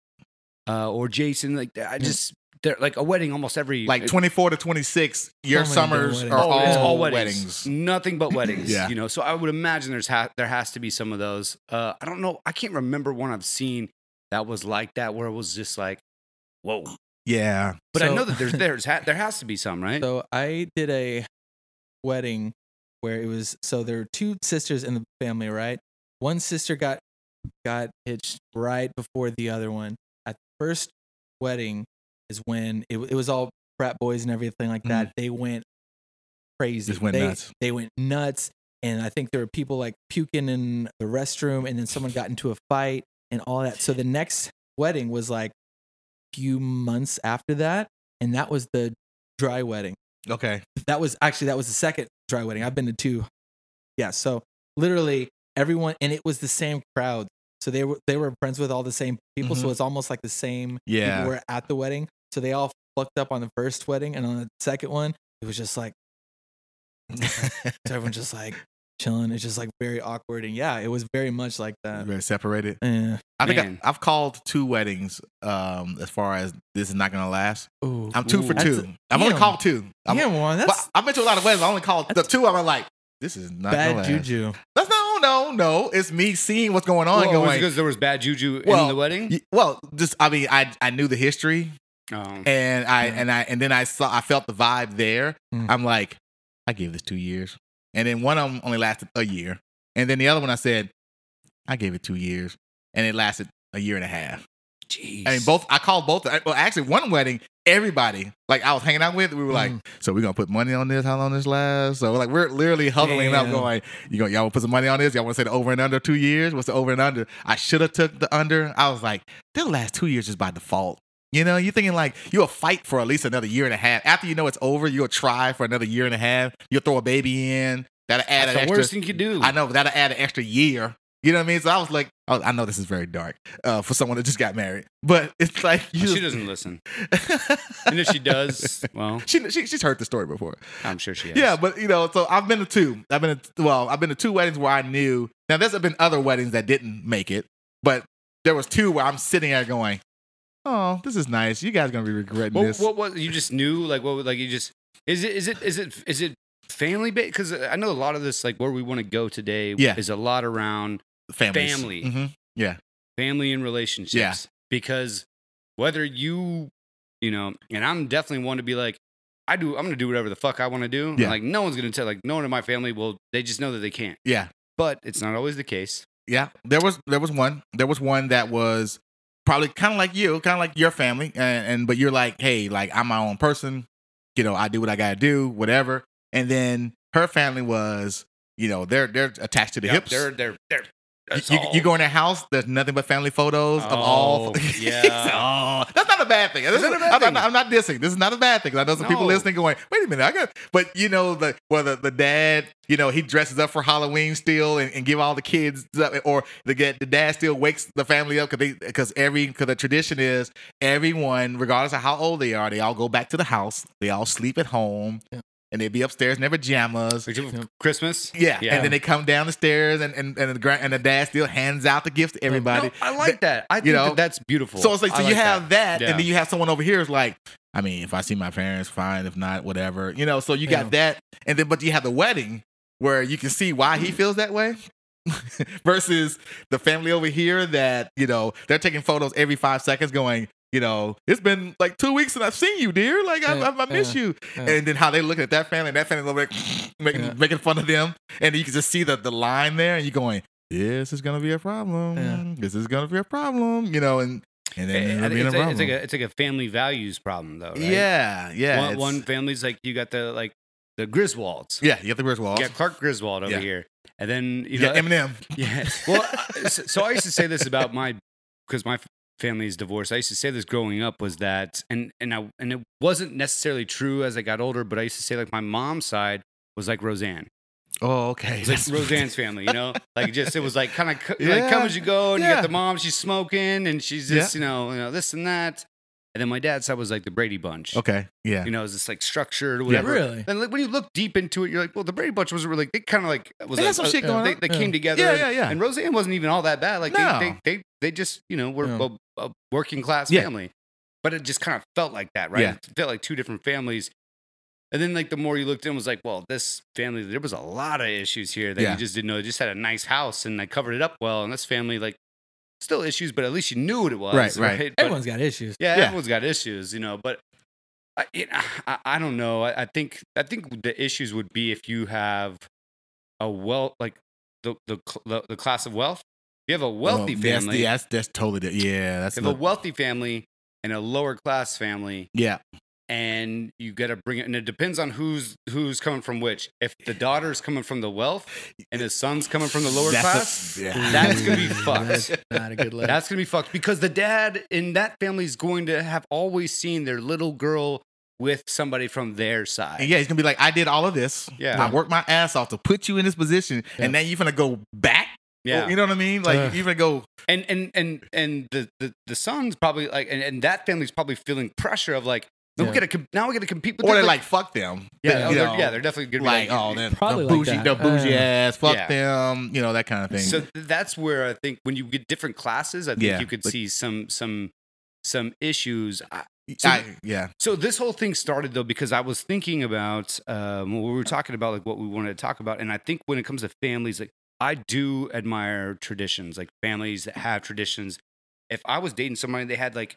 Speaker 3: uh, or Jason, like I just they're like a wedding almost every
Speaker 1: Like 24 to 26, your
Speaker 4: many different
Speaker 1: summers are
Speaker 4: weddings.
Speaker 3: Oh,
Speaker 1: all,
Speaker 3: it's all
Speaker 1: weddings.
Speaker 3: weddings. Nothing but weddings.
Speaker 1: Yeah.
Speaker 3: You know, so I would imagine there's ha- there has to be some of those. Uh, I don't know. I can't remember one I've seen that was like that, where it was just like, whoa.
Speaker 1: Yeah.
Speaker 3: But I
Speaker 4: So-
Speaker 3: know that there's there's ha- there has to be some, right?
Speaker 4: So I did a wedding where it was so there were two sisters in the family, right? One sister got got hitched right before the other one. At the first wedding is when it, it was all frat boys and everything like that. They went crazy.
Speaker 1: Mm. Just went
Speaker 4: They-
Speaker 1: nuts.
Speaker 4: They went nuts. And I think there were people like puking in the restroom and then someone got into a fight and all that. So the next wedding was like few months after that. And that was the dry wedding.
Speaker 1: Okay.
Speaker 4: That was actually that was the second dry wedding. I've been to two. Yeah, so literally everyone and it was the same crowd. So they were they were friends with all the same people. So it's almost like the same
Speaker 1: Yeah.
Speaker 4: people were at the wedding. So they all fucked up on the first wedding and on the second one, it was just like so everyone just like chilling. It's just like very awkward and yeah, it was very much like that.
Speaker 1: Very separated.
Speaker 4: Yeah.
Speaker 1: I think
Speaker 3: Man.
Speaker 1: I, I've called two weddings. Um, as far as this is not gonna last,
Speaker 4: Ooh.
Speaker 1: I'm two
Speaker 3: Ooh.
Speaker 1: for
Speaker 4: That's
Speaker 1: two. I've only
Speaker 4: damn.
Speaker 1: called two. I'm,
Speaker 4: yeah, Juan,
Speaker 1: but
Speaker 4: that's
Speaker 1: I've been to a lot of weddings. I only called the
Speaker 4: that's-
Speaker 1: two. I'm like, this is not gonna
Speaker 4: bad
Speaker 1: last.
Speaker 4: juju.
Speaker 1: That's no, no, no. It's me seeing what's going on.
Speaker 3: Well, was it
Speaker 1: going.
Speaker 3: because there was bad juju
Speaker 1: Well,
Speaker 3: in the wedding.
Speaker 1: y- Well, just I mean, I I knew the history,
Speaker 3: oh.
Speaker 1: and I
Speaker 4: Yeah.
Speaker 1: and I and then I saw I felt the vibe there.
Speaker 4: Mm.
Speaker 1: I'm like, I give this two years, and then one of them only lasted a year, and then the other one I said, I gave it two years, and it lasted a year and a half.
Speaker 3: Jeez.
Speaker 1: I mean, both. I called both. I- Well, actually, one wedding, everybody like I was hanging out with, we were like,
Speaker 4: Mm.
Speaker 1: "So we're gonna put money on this? How long this lasts?" So like we're literally huddling up,
Speaker 4: Damn.
Speaker 1: going, "You gonna y'all wanna put some money on this? Y'all want to say the over and under two years? What's the over and under?" I should have took the under. I was like, "That last two years is by default." You know, you're thinking like you'll fight for at least another year and a half. After you know it's over, you'll try for another year and a half. You'll throw a baby in. That'll add
Speaker 3: That's
Speaker 1: an
Speaker 3: the
Speaker 1: extra.
Speaker 3: worst thing you could do.
Speaker 1: I know, but that'll add an extra year. You know what I mean? So I was like, I, was- I know this is very dark uh, for someone that just got married, but it's like you
Speaker 3: She
Speaker 1: just-
Speaker 3: doesn't listen. And if she does, well,
Speaker 1: she, she she's heard the story before.
Speaker 3: I'm sure she has.
Speaker 1: Yeah, but you know, so I've been to two. I've been to well, I've been to two weddings where I knew. Now there's been other weddings that didn't make it, but there was two where I'm sitting there going, "Oh, this is nice. You guys are gonna be regretting
Speaker 3: What,
Speaker 1: this."
Speaker 3: what was you just knew like what like you just is it is it is it is it family based? Because I know a lot of this like where we want to go today
Speaker 1: Yeah.
Speaker 3: is a lot around
Speaker 1: Families.
Speaker 3: family.
Speaker 1: Mhm.
Speaker 3: family and relationships.
Speaker 1: Yeah.
Speaker 3: Because whether you you know, and I'm definitely one to be like, I do I'm gonna do whatever the fuck I want to do.
Speaker 1: Yeah.
Speaker 3: Like no one's gonna tell like no one in my family will they just know that they can't.
Speaker 1: Yeah,
Speaker 3: But it's not always the case.
Speaker 1: yeah. There was there was one there was one that was probably kind of like you, kind of like your family, and, and but you're like, hey, like I'm my own person. You know, I do what I gotta do, whatever. And then her family was, you know, they're they're attached to the
Speaker 3: Yep,
Speaker 1: hips.
Speaker 3: They're they're they're
Speaker 1: You,
Speaker 3: that's
Speaker 1: you,
Speaker 3: all.
Speaker 1: you go in a house, there's nothing but family photos of all.
Speaker 3: Oh, yeah.
Speaker 1: He said, oh, that's not a bad thing. This
Speaker 3: It's
Speaker 1: is-
Speaker 3: not a bad
Speaker 1: I'm,
Speaker 3: thing.
Speaker 1: Not, I'm not dissing. This is not a bad thing. 'Cause I know some people
Speaker 3: No.
Speaker 1: listening going, wait a minute, I got. But you know, the well, the, the dad, you know, he dresses up for Halloween still and, and give all the kids up, or the get the dad still wakes the family up because they because every because the tradition is everyone, regardless of how old they are, they all go back to the house. They all sleep at home,
Speaker 4: Yeah.
Speaker 1: and they be upstairs in their pajamas.
Speaker 3: Like, Christmas.
Speaker 1: Yeah.
Speaker 3: Yeah.
Speaker 1: and then they come down the stairs, and and and the, gra- and the dad still hands out the gift to everybody.
Speaker 3: No, I like that. I think
Speaker 1: know,
Speaker 3: that that's beautiful.
Speaker 1: so it's like, so
Speaker 3: I
Speaker 1: you have that,
Speaker 3: Yeah.
Speaker 1: and then you have someone over here is like, I mean, if I see my parents, fine. If not, whatever. You know, so you got
Speaker 4: Yeah.
Speaker 1: that, and then but you have the wedding where you can see why he feels that way. Versus the family over here that, you know, they're taking photos every five seconds going, you know, it's been like two weeks since I've seen you, dear. Like, I,
Speaker 4: Yeah,
Speaker 1: I, I miss
Speaker 4: yeah,
Speaker 1: you.
Speaker 4: yeah.
Speaker 1: And then how they look at that family and that family's over there making,
Speaker 4: Yeah.
Speaker 1: making fun of them. And you can just see the, the line there and you're going, this is going to be a problem.
Speaker 4: Yeah.
Speaker 1: This is going to be a problem, you know, and, and
Speaker 3: Eh, I- I
Speaker 1: then it'll
Speaker 3: think
Speaker 1: be Eh, a
Speaker 3: it's, a,
Speaker 1: problem.
Speaker 3: it's like a it's like a family values problem though. Right?
Speaker 1: Yeah, yeah.
Speaker 3: One,
Speaker 1: it's-
Speaker 3: one family's like you got the like the Griswolds.
Speaker 1: yeah, you have the Griswolds.
Speaker 3: You got Clark Griswold over
Speaker 1: Yeah.
Speaker 3: here, and then you
Speaker 1: You
Speaker 3: know
Speaker 1: got Eminem.
Speaker 3: Yeah. Well, I- so so I used to say this about my because my f- family is divorced. I used to say this growing up was that, and and I and it wasn't necessarily true as I got older, but I used to say like my mom's side was like Roseanne,
Speaker 1: Oh, okay.
Speaker 3: it was like Roseanne's family, you know, like just it was like kind of like
Speaker 1: Yeah.
Speaker 3: come as you go, and you
Speaker 1: Yeah.
Speaker 3: got the mom, she's smoking, and she's just you know you know this and that, and then my dad's side was like the Brady Bunch.
Speaker 1: Okay, yeah.
Speaker 3: You know, it's just like structured or
Speaker 1: Yeah.
Speaker 3: whatever.
Speaker 4: Really?
Speaker 3: And like, when you look deep into it, you're like, well, the Brady Bunch was really they kind of like was
Speaker 1: They
Speaker 3: a-
Speaker 1: got some
Speaker 3: a-
Speaker 1: shit going
Speaker 3: they,
Speaker 1: on.
Speaker 3: they
Speaker 4: Yeah.
Speaker 3: came together.
Speaker 1: Yeah,
Speaker 3: and-
Speaker 1: yeah, yeah.
Speaker 3: And Roseanne wasn't even all that bad. Like
Speaker 1: No.
Speaker 3: they, they they they just you know were
Speaker 4: Yeah.
Speaker 3: a, a working class
Speaker 1: Yeah.
Speaker 3: family, but it just kind of felt like that, right?
Speaker 1: Yeah.
Speaker 3: It felt like two different families. And then like the more you looked in, it was like, well, this family there was a lot of issues here that
Speaker 1: Yeah.
Speaker 3: you just didn't know. They just had a nice house and they covered it up well, and this family like still issues, but at least you knew what it was,
Speaker 1: Right, right.
Speaker 3: But-
Speaker 4: Everyone's got issues.
Speaker 3: yeah,
Speaker 1: Yeah.
Speaker 3: everyone's got issues, you know. But I, it, I, I don't know. I, I think I think the issues would be if you have a well, like the the cl- the, the class of wealth. If you have a wealthy
Speaker 1: Oh, that's-
Speaker 3: family.
Speaker 1: yeah, that's, that's totally. The, yeah, that's
Speaker 3: if
Speaker 1: the-
Speaker 3: a wealthy family and a lower class family,
Speaker 1: yeah,
Speaker 3: and you got to bring it, and it depends on who's who's coming from which. If the daughter's coming from the wealth and the son's coming from the lower
Speaker 1: That's a-
Speaker 3: class,
Speaker 1: yeah.
Speaker 3: that's gonna be
Speaker 4: Ooh,
Speaker 3: fucked.
Speaker 4: that's Not a good look.
Speaker 3: That's gonna be fucked because the dad in that family is going to have always seen their little girl with somebody from their side.
Speaker 1: And yeah, he's gonna be like, I did all of this.
Speaker 3: Yeah.
Speaker 1: I worked my ass off to put you in this position, and now you're gonna go back.
Speaker 3: yeah.
Speaker 1: you know what I mean. Like
Speaker 4: Ugh.
Speaker 1: you're gonna go.
Speaker 3: and and and and the the, the son's probably like, and, and that family's probably feeling pressure of like, no, we
Speaker 4: Yeah.
Speaker 3: gotta com- now we gotta compete with.
Speaker 1: or
Speaker 3: them.
Speaker 1: they like fuck them.
Speaker 3: yeah, oh,
Speaker 1: you
Speaker 3: they're,
Speaker 1: know,
Speaker 3: yeah, they're definitely gonna
Speaker 1: like,
Speaker 3: be like,
Speaker 1: oh, they're,
Speaker 4: Probably
Speaker 1: the
Speaker 4: like
Speaker 1: bougie,
Speaker 4: that.
Speaker 1: the bougie
Speaker 4: Uh,
Speaker 1: ass, fuck
Speaker 3: yeah.
Speaker 1: them, you know that kind of thing.
Speaker 3: So th- that's where I think when you get different classes, I think
Speaker 1: Yeah,
Speaker 3: you could
Speaker 1: like-
Speaker 3: see some some some issues. I- so-
Speaker 1: I, yeah,
Speaker 3: So this whole thing started though because I was thinking about um, when we were talking about like what we wanted to talk about, and I think when it comes to families, like I do admire traditions, like families that have traditions. If I was dating somebody, they had like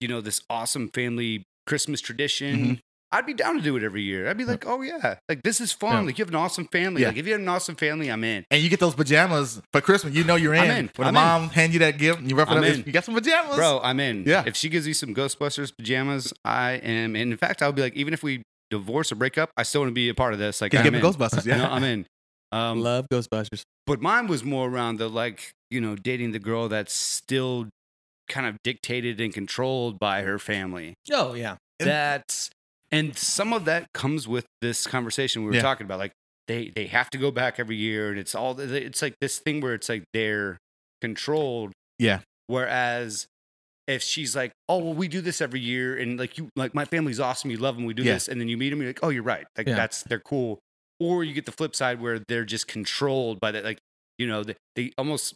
Speaker 3: you know this awesome family Christmas tradition.
Speaker 1: Mhm.
Speaker 3: I'd be down to do it every year. I'd be like, oh yeah, like this is fun.
Speaker 1: Yeah.
Speaker 3: Like you have an awesome family.
Speaker 1: Yeah.
Speaker 3: Like if you have an awesome family, I'm in.
Speaker 1: and you get those pajamas for Christmas. You know you're in.
Speaker 3: I'm in.
Speaker 1: When
Speaker 3: I'm
Speaker 1: the mom hand you that gift, and you rough it up.
Speaker 3: I'm in.
Speaker 1: You got some pajamas,
Speaker 3: Bro, I'm in.
Speaker 1: Yeah.
Speaker 3: If she gives me some Ghostbusters pajamas, I am. And in fact, I'll be like, even if we divorce or break up, I still want to be a part of this. Like,
Speaker 1: Cause you
Speaker 3: I'm
Speaker 1: give
Speaker 3: in.
Speaker 1: them Ghostbusters. Yeah,
Speaker 3: No, I'm in. Um,
Speaker 4: Love Ghostbusters.
Speaker 3: but mine was more around the like, you know, dating the girl that's still kind of dictated and controlled by her family.
Speaker 4: Oh yeah.
Speaker 1: And-
Speaker 3: That's and some of that comes with this conversation we were
Speaker 1: Yeah.
Speaker 3: talking about. Like, they they have to go back every year, and it's all it's like this thing where it's like they're controlled.
Speaker 1: Yeah.
Speaker 3: Whereas if she's like, oh well, we do this every year, and like you like my family's awesome, you love them, we do
Speaker 1: Yeah.
Speaker 3: this, and then you meet them, you're like, oh, you're right, like
Speaker 4: Yeah.
Speaker 3: that's they're cool. Or you get the flip side where they're just controlled by that, like you know they, they almost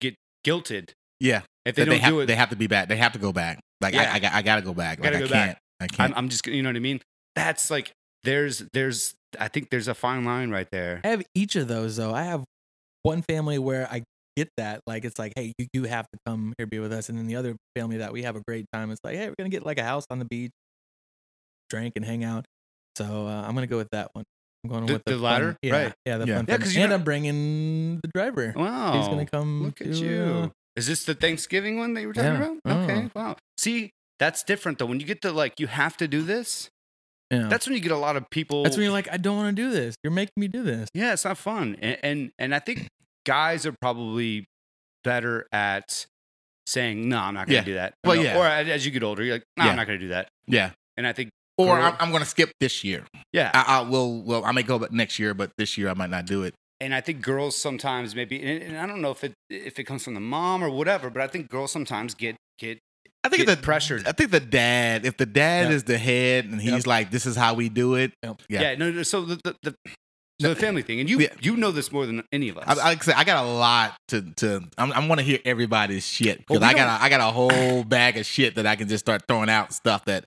Speaker 3: get guilted
Speaker 1: Yeah.
Speaker 3: if
Speaker 1: They,
Speaker 3: they
Speaker 1: they,
Speaker 3: don't
Speaker 1: have,
Speaker 3: do it.
Speaker 1: they have to be back. They have to go back. Like
Speaker 3: Yeah.
Speaker 1: I, I, got- I gotta go back. Like
Speaker 3: Gotta
Speaker 1: I
Speaker 3: go back.
Speaker 1: can't. I can't.
Speaker 3: I'm, I'm just you know what I mean. That's like there's there's I think there's a fine line right there.
Speaker 4: I have each of those though. I have one family where I get that, like it's like, hey, you do have to come here be with us, and then the other family that we have a great time. It's like, hey, we're gonna get like a house on the beach, drink and hang out. So uh, I'm gonna go with that one. I'm going
Speaker 3: The-
Speaker 4: with
Speaker 3: the
Speaker 4: fun-
Speaker 3: latter?
Speaker 4: yeah,
Speaker 3: Right.
Speaker 4: Yeah, the
Speaker 1: Yeah.
Speaker 4: fun.
Speaker 3: Yeah,
Speaker 4: family.
Speaker 3: 'cause you're
Speaker 4: and
Speaker 3: not-
Speaker 4: I'm bringing the driver.
Speaker 3: Wow,
Speaker 4: He's gonna come.
Speaker 3: Look at
Speaker 4: to, uh,
Speaker 3: you. Is this the Thanksgiving one that you were talking
Speaker 4: Yeah. Oh.
Speaker 3: about? Okay, wow. See, that's different though. When you get to like, you have to do this.
Speaker 4: yeah.
Speaker 3: That's when you get a lot of people.
Speaker 4: That's when you're like, I don't want to do this. You're making me do this.
Speaker 3: yeah, it's not fun. And and, and I think guys are probably better at saying, "No, I'm not gonna
Speaker 1: Yeah.
Speaker 3: do that."
Speaker 1: Well,
Speaker 3: No.
Speaker 1: yeah.
Speaker 3: Or as you get older, you're like, "No,
Speaker 1: Yeah.
Speaker 3: I'm not gonna do that."
Speaker 1: yeah.
Speaker 3: And I think,
Speaker 1: Or
Speaker 3: Girl.
Speaker 1: I'm, I'm gonna skip this year.
Speaker 3: yeah,
Speaker 1: I, I will. Well, I may go back next year, but this year I might not do it.
Speaker 3: and I think girls sometimes maybe, and, and I don't know if it if it comes from the mom or whatever, but I think girls sometimes get get
Speaker 1: I think
Speaker 3: Get
Speaker 1: the
Speaker 3: pressured.
Speaker 1: I think the dad. If the dad
Speaker 4: Yeah.
Speaker 1: is the head and he's
Speaker 4: Yep.
Speaker 1: like, "This is how we do it." Yeah.
Speaker 3: yeah. no, no. So the the, the, so the family thing, and you
Speaker 1: Yeah.
Speaker 3: you know this more than any of us.
Speaker 1: I, I, like I said, I got a lot to to. I'm, I'm want to hear everybody's shit because
Speaker 3: Well,
Speaker 1: I
Speaker 3: we
Speaker 1: got a, I got a whole bag of shit that I can just start throwing out stuff that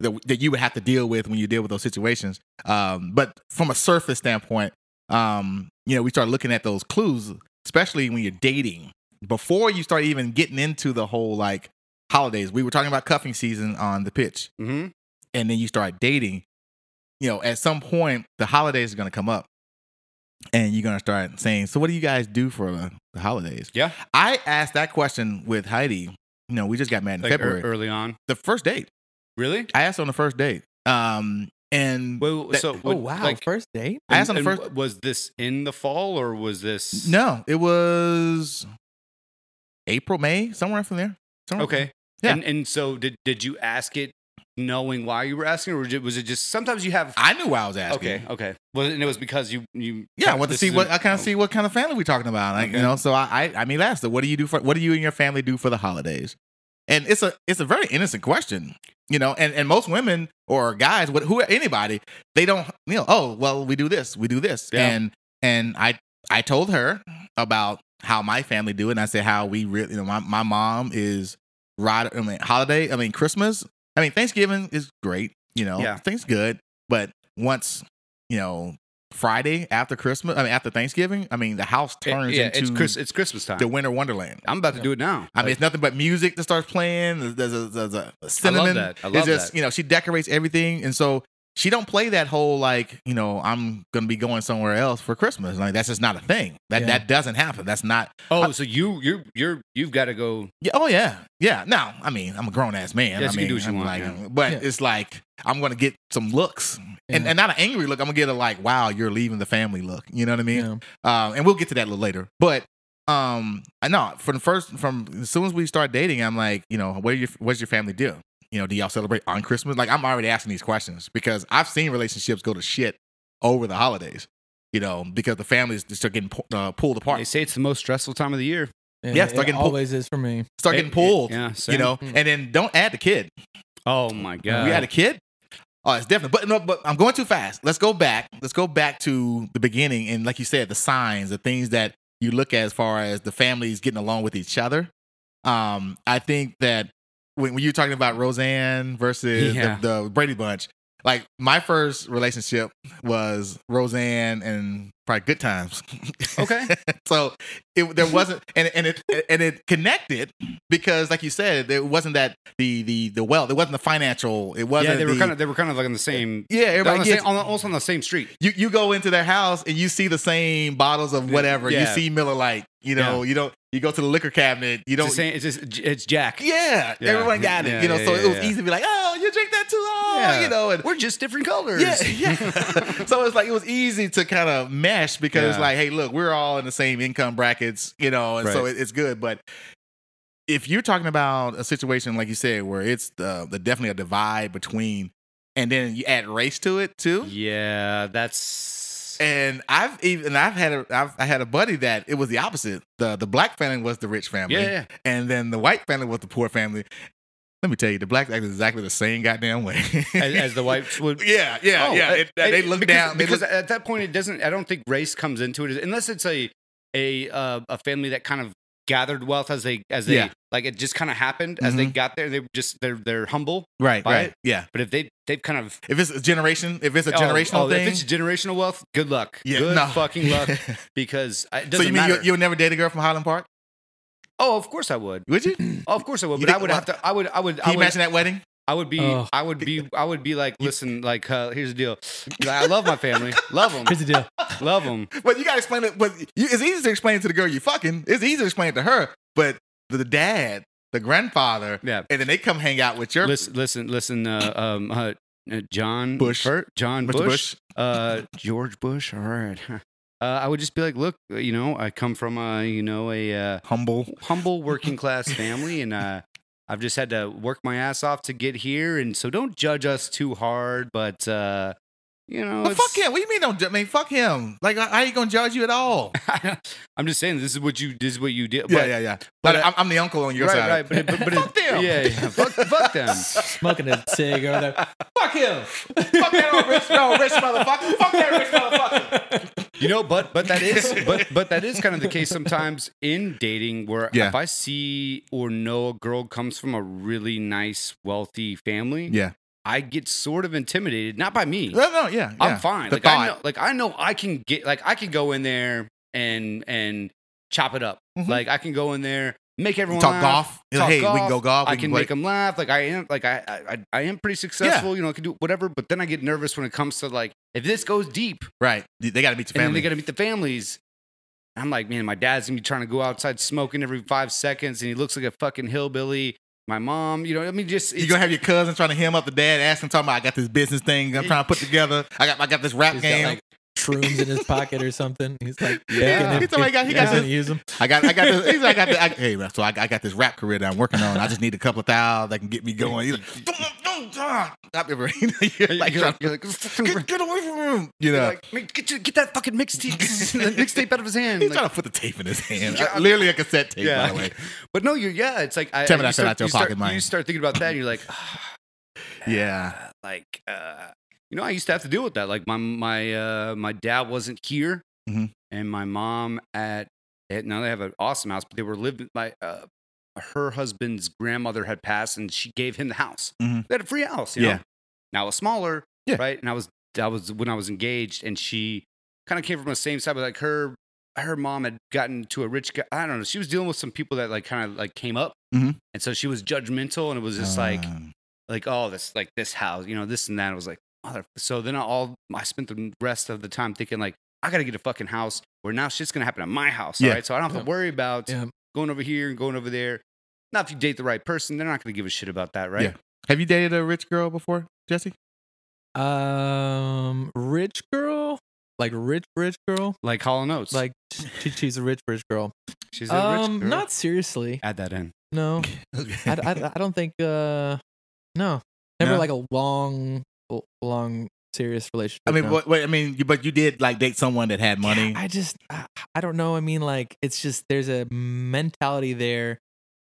Speaker 1: that, that you would have to deal with when you deal with those situations. Um, but from a surface standpoint, um, you know, we start looking at those clues, especially when you're dating. Before you start even getting into the whole like holidays, we were talking about cuffing season on the pitch,
Speaker 3: mm-hmm.
Speaker 1: and then you start dating. You know, at some point, the holidays are going to come up, and you're going to start saying, "So, what do you guys do for the, the holidays?"
Speaker 3: Yeah,
Speaker 1: I asked that question with Heidi. You know, we just got married in
Speaker 3: like er,
Speaker 1: February.
Speaker 3: ear- early on.
Speaker 1: the first date.
Speaker 3: Really?
Speaker 1: I asked on the first date. Um, and
Speaker 3: Wait, wait,
Speaker 1: That-
Speaker 3: so
Speaker 4: Oh
Speaker 3: would-
Speaker 4: wow,
Speaker 3: like,
Speaker 4: first date.
Speaker 1: I asked on
Speaker 3: and-
Speaker 1: the
Speaker 3: and
Speaker 1: first.
Speaker 3: w- Was this in the fall or was this
Speaker 1: No, it was April, May, somewhere from there. Somewhere
Speaker 3: Okay.
Speaker 1: Yeah.
Speaker 3: And and so did did you ask it knowing why you were asking, or was it- was it just sometimes you have?
Speaker 1: I knew why I was asking.
Speaker 3: Okay. Okay. Well, and it was because you you.
Speaker 1: Yeah, I want to
Speaker 3: this
Speaker 1: see
Speaker 3: is
Speaker 1: what
Speaker 3: a- oh.
Speaker 1: I kind of see what kind of family we talking about. Like, You
Speaker 3: Okay.
Speaker 1: know, so I, I I mean, last, what do you do for what do you and your family do for the holidays? And it's a it's a very innocent question, you know. And and most women or guys, what who anybody, they don't you know. Oh well, we do this, we do this,
Speaker 3: Yeah.
Speaker 1: and and I I told her about how my family do it, and I said how we really you know my my mom is right. I mean, holiday. I mean, Christmas. I mean, Thanksgiving is great. You know,
Speaker 3: Yeah.
Speaker 1: things good, but once you know Friday after Christmas, I mean after Thanksgiving, I mean the house
Speaker 3: it-
Speaker 1: turns
Speaker 3: Eh, yeah,
Speaker 1: into
Speaker 3: it's Chris. It's Christmas time.
Speaker 1: the winter wonderland.
Speaker 3: I'm about to do it now.
Speaker 1: I mean, it's nothing but music that starts playing. There's, there's, a, there's a cinnamon.
Speaker 3: that. I
Speaker 1: it's
Speaker 3: love
Speaker 1: just
Speaker 3: that.
Speaker 1: you know she decorates everything, and so she don't play that whole like you know I'm gonna be going somewhere else for Christmas. Like that's just not a thing. That
Speaker 4: Yeah.
Speaker 1: that doesn't happen. That's not.
Speaker 3: oh, so you you you're you've got to go.
Speaker 1: Yeah, oh yeah, yeah. Now I mean I'm a grown ass man.
Speaker 3: Yes,
Speaker 1: I
Speaker 3: you
Speaker 1: mean,
Speaker 3: can do what you
Speaker 1: I'm
Speaker 3: want,
Speaker 1: like-
Speaker 3: yeah.
Speaker 1: But
Speaker 4: Yeah.
Speaker 1: it's like I'm gonna get some looks, and
Speaker 4: Yeah.
Speaker 1: and not an angry look. I'm gonna get a like wow you're leaving the family look. You know what I mean?
Speaker 4: Yeah.
Speaker 1: um, and we'll get to that a little later. But um, I know from the first from as soon as we start dating, I'm like, you know, what do your what's your family do? You know, do y'all celebrate on Christmas? Like, I'm already asking these questions because I've seen relationships go to shit over the holidays. You know, because the families just start getting pu- uh, pulled apart,
Speaker 3: They say it's the most stressful time of the year.
Speaker 1: Yeah,
Speaker 4: it-
Speaker 1: stuck
Speaker 4: it
Speaker 1: in pool.
Speaker 4: always is for me.
Speaker 1: start getting pulled.
Speaker 3: Yeah.
Speaker 1: you
Speaker 3: same. Hmm.
Speaker 1: know,
Speaker 4: Mm.
Speaker 1: and then don't add the kid.
Speaker 3: Oh my god.
Speaker 1: we had a kid. Oh, it's definitely. But no, but I'm going too fast. Let's go back. Let's go back to the beginning and, like you said, the signs, the things that you look at as far as the families getting along with each other. Um, I think that when, when you're talking about Roseanne versus
Speaker 3: Yeah.
Speaker 1: the, the Brady Bunch, like my first relationship was Roseanne and probably Good Times.
Speaker 3: Okay.
Speaker 1: so it, there wasn't, and and it and it connected because, like you said, it wasn't that the the the wealth, it wasn't the financial, it wasn't.
Speaker 3: yeah, they were
Speaker 1: the-
Speaker 3: kind of they were kind of like on the same.
Speaker 1: yeah,
Speaker 3: on
Speaker 1: everybody
Speaker 3: the
Speaker 1: gets.
Speaker 3: same on, also on the same street.
Speaker 1: you, you go into their house and you see the same bottles of whatever. You
Speaker 3: Yeah.
Speaker 1: see Miller Lite. You know, you don't. You go to the liquor cabinet. You
Speaker 3: It's,
Speaker 1: don't.
Speaker 3: the same, it's just it's Jack.
Speaker 1: Yeah,
Speaker 3: Yeah.
Speaker 1: everyone got it.
Speaker 3: Yeah,
Speaker 1: you know,
Speaker 3: yeah,
Speaker 1: so
Speaker 3: yeah,
Speaker 1: it was
Speaker 3: yeah.
Speaker 1: easy to be like, oh, you drink that too. Oh,
Speaker 3: Yeah.
Speaker 1: you know, and
Speaker 3: We're just different colors.
Speaker 1: yeah, yeah. so it's like it was easy to kind of mesh because
Speaker 3: Yeah.
Speaker 1: like, hey, look, we're all in the same income brackets, you know, and so
Speaker 3: Right.
Speaker 1: it, it's good. But if you're talking about a situation like you said, where it's the, the definitely a divide between, and then you add race to it too.
Speaker 3: Yeah, that's
Speaker 2: Yes.
Speaker 1: And I've even and I've had a I've I had a buddy that it was the opposite. The the black family was the rich family.
Speaker 3: Yeah, yeah.
Speaker 1: And then the white family was the poor family. Let me tell you, the black act is exactly the same goddamn way.
Speaker 3: As, as the whites would.
Speaker 1: Yeah, yeah,
Speaker 3: Oh,
Speaker 1: yeah.
Speaker 3: uh,
Speaker 1: It- they
Speaker 3: it-
Speaker 1: look
Speaker 3: because,
Speaker 1: down. They
Speaker 3: because
Speaker 1: look,
Speaker 3: at that point it doesn't. I don't think race comes into it unless it's a a uh, a family that kind of gathered wealth as they as they
Speaker 1: Yeah.
Speaker 3: like it just kind of happened as
Speaker 1: Mm-hmm.
Speaker 3: they got there. They were just they're they're humble,
Speaker 1: right,
Speaker 3: by
Speaker 1: right.
Speaker 3: it.
Speaker 1: Yeah.
Speaker 3: but if they they've kind of
Speaker 1: If it's a generation, if it's a
Speaker 3: oh,
Speaker 1: generational
Speaker 3: oh,
Speaker 1: thing.
Speaker 3: If it's generational wealth, good luck. good
Speaker 1: no.
Speaker 3: fucking luck. Because I- it
Speaker 1: so
Speaker 3: doesn't
Speaker 1: you mean
Speaker 3: matter.
Speaker 1: you, you would never date a girl from Highland Park?
Speaker 3: oh, of course I would.
Speaker 1: Would you?
Speaker 3: Oh, of course I would.
Speaker 1: You
Speaker 3: But I
Speaker 1: think-
Speaker 3: would have to. I would. I would.
Speaker 1: Can
Speaker 3: I
Speaker 1: you
Speaker 3: would
Speaker 1: imagine that wedding?
Speaker 3: I would be,
Speaker 4: Oh.
Speaker 3: I would be, I would be like, listen, like, uh, here's the deal. I love my family, love them,
Speaker 4: Here's the deal.
Speaker 3: love them.
Speaker 1: But you gotta explain it. But you, it's easy to explain it to the girl you fucking. It's easy to explain it to her. But the dad, the grandfather,
Speaker 3: Yeah.
Speaker 1: and then they come hang out with your
Speaker 3: Listen, listen, listen. Uh, um, uh, uh, John
Speaker 1: Bush.
Speaker 3: Fert- John
Speaker 1: Mr.
Speaker 3: Bush,
Speaker 1: Bush.
Speaker 3: uh, George Bush. All right. Uh, I would just be like, look, you know, I come from a, you know, a uh,
Speaker 1: humble.
Speaker 3: humble working class family, and uh, I've just had to work my ass off to get here, and so don't judge us too hard, but uh, you know,
Speaker 1: But
Speaker 3: it's-
Speaker 1: fuck him. What do you mean? Don't ju- I mean fuck him. Like I I ain't gonna judge you at all.
Speaker 3: I'm just saying, this is what you, this is what you did.
Speaker 1: yeah,
Speaker 3: but-
Speaker 1: yeah, yeah.
Speaker 3: but,
Speaker 1: But
Speaker 3: uh,
Speaker 1: I'm, I'm the uncle on your
Speaker 3: right,
Speaker 1: side.
Speaker 3: right, but, but, but
Speaker 1: Fuck
Speaker 3: it-
Speaker 1: them.
Speaker 3: Yeah, yeah. Fuck, fuck them.
Speaker 4: Smoking a cig over there. Fuck him.
Speaker 1: fuck that old rich, no, rich motherfucker. Fuck that rich motherfucker.
Speaker 3: You know, but but that is but but that is kind of the case sometimes in dating where
Speaker 1: Yeah.
Speaker 3: if I see or know a girl comes from a really nice wealthy family,
Speaker 1: Yeah.
Speaker 3: I get sort of intimidated, not by me.
Speaker 1: No, no, yeah. yeah.
Speaker 3: I'm fine.
Speaker 1: The
Speaker 3: like
Speaker 1: thought.
Speaker 3: I know, like I know I can get like I can go in there and and chop it up.
Speaker 1: Mhm.
Speaker 3: Like I can go in there, make everyone
Speaker 1: Talk
Speaker 3: laugh.
Speaker 1: golf. You know,
Speaker 3: Talk
Speaker 1: hey, we
Speaker 3: golf.
Speaker 1: can go golf.
Speaker 3: I
Speaker 1: we
Speaker 3: can
Speaker 1: play-
Speaker 3: make them laugh. Like I am, like I, I, I- I am pretty successful. You know, I can do whatever. But then I get nervous when it comes to like if this goes deep,
Speaker 1: Right. They got to meet your
Speaker 3: and then
Speaker 1: family.
Speaker 3: they got to meet the families. I'm like, man, my dad's gonna be trying to go outside smoking every five seconds, and he looks like a fucking hillbilly. My mom, you know, I mean, just
Speaker 1: you
Speaker 3: it's-
Speaker 1: gonna have your cousin trying to hem up the dad, asking, talking about, I got this business thing I'm trying to put together. I got, I got this rap
Speaker 4: He's got
Speaker 1: game.
Speaker 4: like shrooms in his pocket or something. He's like,
Speaker 3: Yeah.
Speaker 4: picking
Speaker 1: He's talking about, he got, he
Speaker 4: if-
Speaker 1: got
Speaker 4: if
Speaker 1: this
Speaker 4: gonna use them.
Speaker 1: I got, I got this. He's like, I got the, I, hey, man, so I, I got this rap career that I'm working on. I just need a couple of thousand that can get me going. He's like, don't, don't, ah. Stop your brain. You're
Speaker 3: you're
Speaker 1: like, trying,
Speaker 3: like, you're like,
Speaker 1: get, get away from him. You know,
Speaker 3: you're like, "Man, get, your- get that fucking mixtape, that mixtape out of his hand.
Speaker 1: he's
Speaker 3: Like,
Speaker 1: trying to put the tape in his hand.
Speaker 3: Yeah.
Speaker 1: Literally a cassette tape,
Speaker 3: Yeah.
Speaker 1: by the way.
Speaker 3: but no, you're yeah, it's like I,
Speaker 1: Tell me that
Speaker 3: I- you
Speaker 1: shit out your
Speaker 3: you start,
Speaker 1: pocket, man.
Speaker 3: You start thinking about that, and you're like,
Speaker 1: Yeah.
Speaker 3: uh, like uh, you know, I used to have to deal with that. Like my my uh, my dad wasn't here,
Speaker 1: Mhm.
Speaker 3: and my mom at, at now they have an awesome house, but they were living my uh, her husband's grandmother had passed, and she gave him the house.
Speaker 1: Mhm.
Speaker 3: They had a free house, you
Speaker 1: Yeah.
Speaker 3: know? Now it was smaller,
Speaker 1: Yeah.
Speaker 3: right? And I was I was when I was engaged, and she kind of came from the same side, but like her her mom had gotten to a rich guy. I don't know. She was dealing with some people that like kind of like came up.
Speaker 1: Mhm.
Speaker 3: And so she was judgmental, and it was just like
Speaker 1: Um,
Speaker 3: like oh this like this house you know this and that i was like mother so then I all i spent the rest of the time thinking like i gotta get a fucking house where now shit's gonna happen at my house
Speaker 1: Yeah.
Speaker 3: all right so i don't have to
Speaker 4: Yeah.
Speaker 3: worry about
Speaker 4: Yeah.
Speaker 3: going over here and going over there now if you date the right person they're not gonna give a shit about that right
Speaker 1: Yeah. have you dated a rich girl before, Jesse?
Speaker 4: Um, rich girl, like rich rich girl,
Speaker 3: like hollow notes
Speaker 4: like she, she's a rich rich girl.
Speaker 3: she's a
Speaker 4: Um,
Speaker 3: rich girl.
Speaker 4: not seriously.
Speaker 3: add that in
Speaker 4: No, I, I, I don't think. Uh, no, never
Speaker 1: No?
Speaker 4: like a long, l- long serious relationship.
Speaker 1: I mean,
Speaker 4: no.
Speaker 1: what, what, I mean, you, but you did like date someone that had money.
Speaker 4: I just, I, I don't know. I mean, like, it's just there's a mentality there,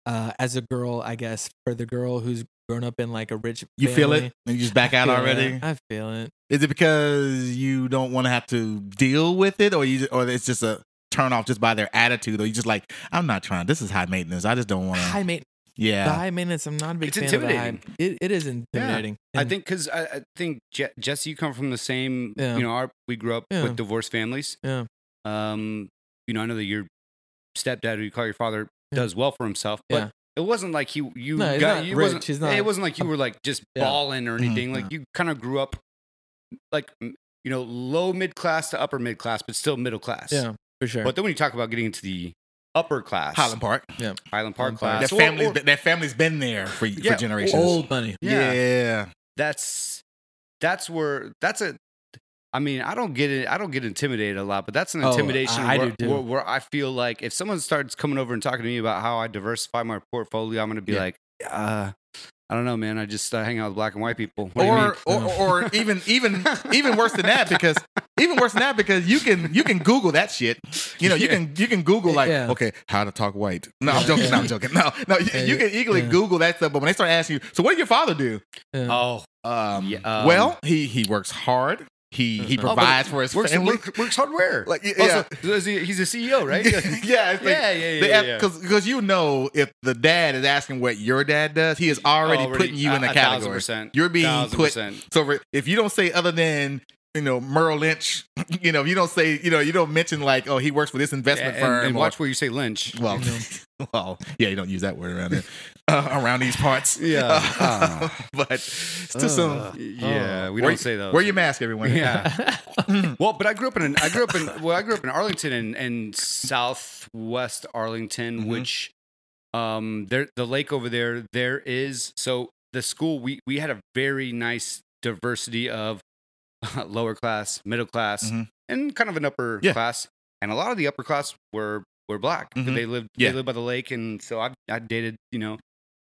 Speaker 4: uh, as a girl, I guess, for the girl who's grown up in like a rich.
Speaker 1: you feel
Speaker 4: family.
Speaker 1: it, and you just back out
Speaker 4: Feel it.
Speaker 1: already.
Speaker 4: I feel it.
Speaker 1: Is it because you don't want to have to deal with it, or you, or it's just a turn off just by their attitude, or you just like, I'm not trying. This is high maintenance. I just don't want
Speaker 4: High
Speaker 1: to.
Speaker 4: maintenance. The
Speaker 1: Yeah,
Speaker 4: high maintenance. I'm not a big
Speaker 3: It's
Speaker 4: fan of the high.
Speaker 3: intimidating.
Speaker 4: It, it is intimidating.
Speaker 3: I
Speaker 4: And-
Speaker 3: think because I, I think Je- Jesse, you come from the same.
Speaker 4: Yeah.
Speaker 3: You know, our, we grew up
Speaker 4: Yeah.
Speaker 3: with divorced families.
Speaker 4: Yeah.
Speaker 3: Um, you know, I know that your stepdad, who you call your father,
Speaker 4: Yeah.
Speaker 3: does well for himself, but
Speaker 4: Yeah.
Speaker 3: it wasn't like he you
Speaker 4: No, he's
Speaker 3: got
Speaker 4: not
Speaker 3: you
Speaker 4: rich,
Speaker 3: wasn't
Speaker 4: he's not-
Speaker 3: it wasn't like you were like just
Speaker 4: Yeah. Mm-hmm.
Speaker 3: balling or
Speaker 1: Mhm.
Speaker 3: anything. Like you kind of grew up like m- you know low mid class to upper mid class, but still middle class.
Speaker 4: yeah, for sure.
Speaker 3: But then when you talk about getting into the upper class,
Speaker 1: Highland Park.
Speaker 3: Highland Park
Speaker 4: Highland Park.
Speaker 3: class,
Speaker 1: That
Speaker 3: or-
Speaker 1: family's
Speaker 3: or-
Speaker 1: been, that family's been there for,
Speaker 3: Yeah,
Speaker 1: for generations.
Speaker 4: old money.
Speaker 1: yeah.
Speaker 3: yeah. that's that's where that's a I mean, I don't get it. I don't get intimidated a lot, but that's an
Speaker 4: Oh,
Speaker 3: intimidation
Speaker 4: I
Speaker 3: where,
Speaker 4: do too.
Speaker 3: Where, where I feel like if someone starts coming over and talking to me about how I diversify my portfolio, I'm going to be
Speaker 1: Yeah.
Speaker 3: like, uh, I don't know, man. I just I hang out with black and white people. What do you mean?
Speaker 1: Or, or or even even even worse than that because even worse than that because you can you can Google that shit. You know you
Speaker 3: Yeah.
Speaker 1: can you can Google like
Speaker 4: Yeah.
Speaker 1: okay how to talk white. No, I'm
Speaker 4: Yeah.
Speaker 1: joking. No, I'm
Speaker 4: Yeah.
Speaker 1: joking. No, no, you,
Speaker 4: Yeah,
Speaker 1: you can easily
Speaker 4: yeah.
Speaker 1: Google that stuff. But when they start asking you, so what did your father do?
Speaker 4: Yeah.
Speaker 3: Oh,
Speaker 1: Um,
Speaker 3: Yeah, um, Mm-hmm.
Speaker 1: well, he he works hard. He he
Speaker 4: Oh, but
Speaker 1: provides for his
Speaker 3: works
Speaker 1: family.
Speaker 3: work, works hardware.
Speaker 1: Like y-
Speaker 3: Also, is he- he's a CEO, right?
Speaker 1: yeah,
Speaker 3: yeah,
Speaker 1: yeah, it's like,
Speaker 3: yeah, yeah,
Speaker 1: They
Speaker 3: yeah,
Speaker 1: ask
Speaker 3: yeah.
Speaker 1: Because you know if the dad is asking what your dad does, he is already, putting you in
Speaker 3: a-
Speaker 1: a
Speaker 3: a Thousand
Speaker 1: category.
Speaker 3: percent.
Speaker 1: You're being
Speaker 3: thousand
Speaker 1: put.
Speaker 3: percent.
Speaker 1: So re- if you don't say other than you know Merrill Lynch, you know if you don't say you know you don't mention like oh he works for this investment
Speaker 3: and,
Speaker 1: firm.
Speaker 3: and
Speaker 1: or-
Speaker 3: watch where you say Lynch.
Speaker 1: well, well, yeah, you don't use that word around here, uh, around these parts.
Speaker 3: Yeah.
Speaker 1: Uh, but it's too soon.
Speaker 4: Ugh.
Speaker 3: Yeah, we
Speaker 1: Wear-
Speaker 3: don't say those.
Speaker 1: Wear your mask, everyone.
Speaker 3: Yeah.
Speaker 1: Mm.
Speaker 3: Well, but I grew up in an, I grew up in well I grew up in Arlington and, and Southwest Arlington,
Speaker 1: Mhm.
Speaker 3: which um there the lake over there there is so the school we we had a very nice diversity of lower class, middle class,
Speaker 1: Mhm.
Speaker 3: and kind of an upper
Speaker 1: Yeah.
Speaker 3: class, and a lot of the upper class were were black.
Speaker 1: Mhm.
Speaker 3: They lived
Speaker 1: Yeah.
Speaker 3: they lived by the lake, and so I I dated you know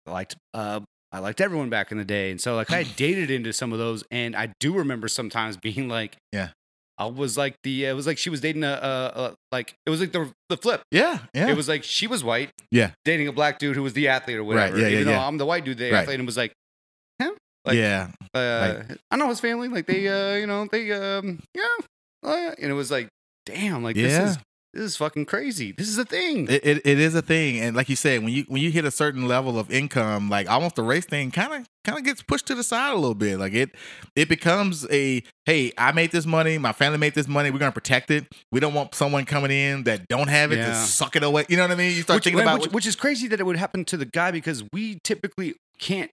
Speaker 3: I liked uh I liked everyone back in the day, and so like I dated into some of those, and I do remember sometimes being like,
Speaker 1: Yeah.
Speaker 3: I was like the it was like she was dating a, a, a like it was like the the flip.
Speaker 1: yeah, yeah.
Speaker 3: It was like she was white,
Speaker 1: Yeah.
Speaker 3: dating a black dude who was the athlete or whatever.
Speaker 1: yeah, yeah,
Speaker 3: Even though
Speaker 1: yeah.
Speaker 3: I'm the white dude, the
Speaker 1: Right.
Speaker 3: athlete, and was like, like-
Speaker 1: yeah,
Speaker 3: uh, I know his family, like they, uh, you know, they, um, yeah, uh, and it was like, damn, like
Speaker 1: Yeah.
Speaker 3: this is this is fucking crazy. This is a thing.
Speaker 1: it, it, it is a thing, and like you said, when you when you hit a certain level of income, like almost the race thing, kind of kind of gets pushed to the side a little bit. Like it it becomes a hey, I made this money, my family made this money, we're gonna protect it. We don't want someone coming in that don't have it to
Speaker 3: Yeah.
Speaker 1: suck it away. You know what I mean? You start
Speaker 3: which,
Speaker 1: thinking about
Speaker 3: which,
Speaker 1: what-
Speaker 3: which is crazy that it would happen to the guy because we typically can't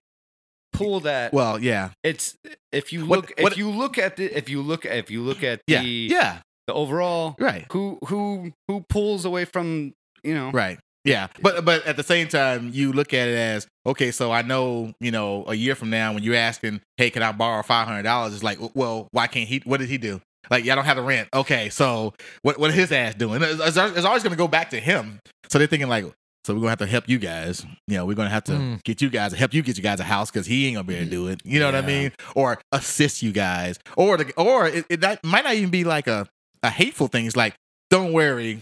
Speaker 3: pull that.
Speaker 1: well, yeah,
Speaker 3: it's if you
Speaker 1: What-
Speaker 3: look
Speaker 1: what-
Speaker 3: if you look at the if you look if you look at
Speaker 1: yeah,
Speaker 3: the
Speaker 1: yeah,
Speaker 3: the overall
Speaker 1: right,
Speaker 3: who who who pulls away from you know
Speaker 1: right. Yeah, but but at the same time, you look at it as okay. So I know you know a year from now when you're asking, hey, can I borrow five hundred dollars? It's like, well, why can't he? What did he do? Like, y'all don't have the rent. Okay, so what what is his ass doing? It's, it's al- it's always going to go back to him. So they're thinking like, so we're going to have to help you guys. You know, we're going to have to
Speaker 4: Mm.
Speaker 1: get you guys help you get you guys a house because he ain't going to be able to do it. You know what I
Speaker 3: Yeah.
Speaker 1: mean? Or assist you guys. Or the, or it, it that might not even be like a a hateful thing. It's like, don't worry,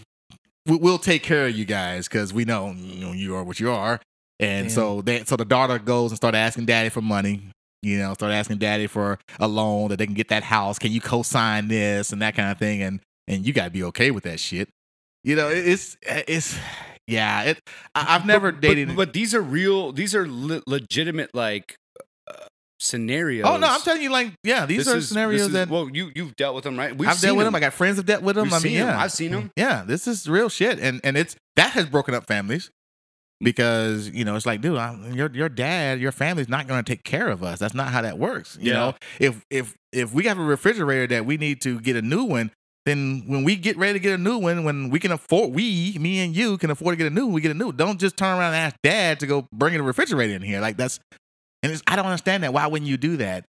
Speaker 1: we, we'll take care of you guys because we know you, know, you are what you are. And
Speaker 4: Yeah.
Speaker 1: so that so the daughter goes and start asking daddy for money. You know, start asking daddy for a loan that they can get that house. Can you co-sign this and that kind of thing? And and you gotta be okay with that shit. You know, it- it's it's yeah. It I, I've never
Speaker 3: but,
Speaker 1: dated.
Speaker 3: but, but these are real these are le- legitimate like uh, scenarios
Speaker 1: oh no, I'm telling you, like yeah, these
Speaker 3: This
Speaker 1: are
Speaker 3: is- this
Speaker 1: scenarios
Speaker 3: is-
Speaker 1: that
Speaker 3: well you you've dealt with them right
Speaker 1: I've dealt with them. I got friends have dealt with them.
Speaker 3: We've
Speaker 1: I mean,
Speaker 3: seen
Speaker 1: yeah,
Speaker 3: 'em. I've seen them
Speaker 1: yeah, this is real shit, and and it's that has broken up families because you know it's like, dude, i your your dad, your family's not going to take care of us. That's not how that works. You
Speaker 3: Yeah.
Speaker 1: know, if if if we have a refrigerator that we need to get a new one, then when we get ready to get a new one, when we can afford, we, me and you, can afford to get a new, one, we get a new. one. Don't just turn around and ask dad to go bring a refrigerator in here. Like that's, and it's, I don't understand that. Why wouldn't you do that?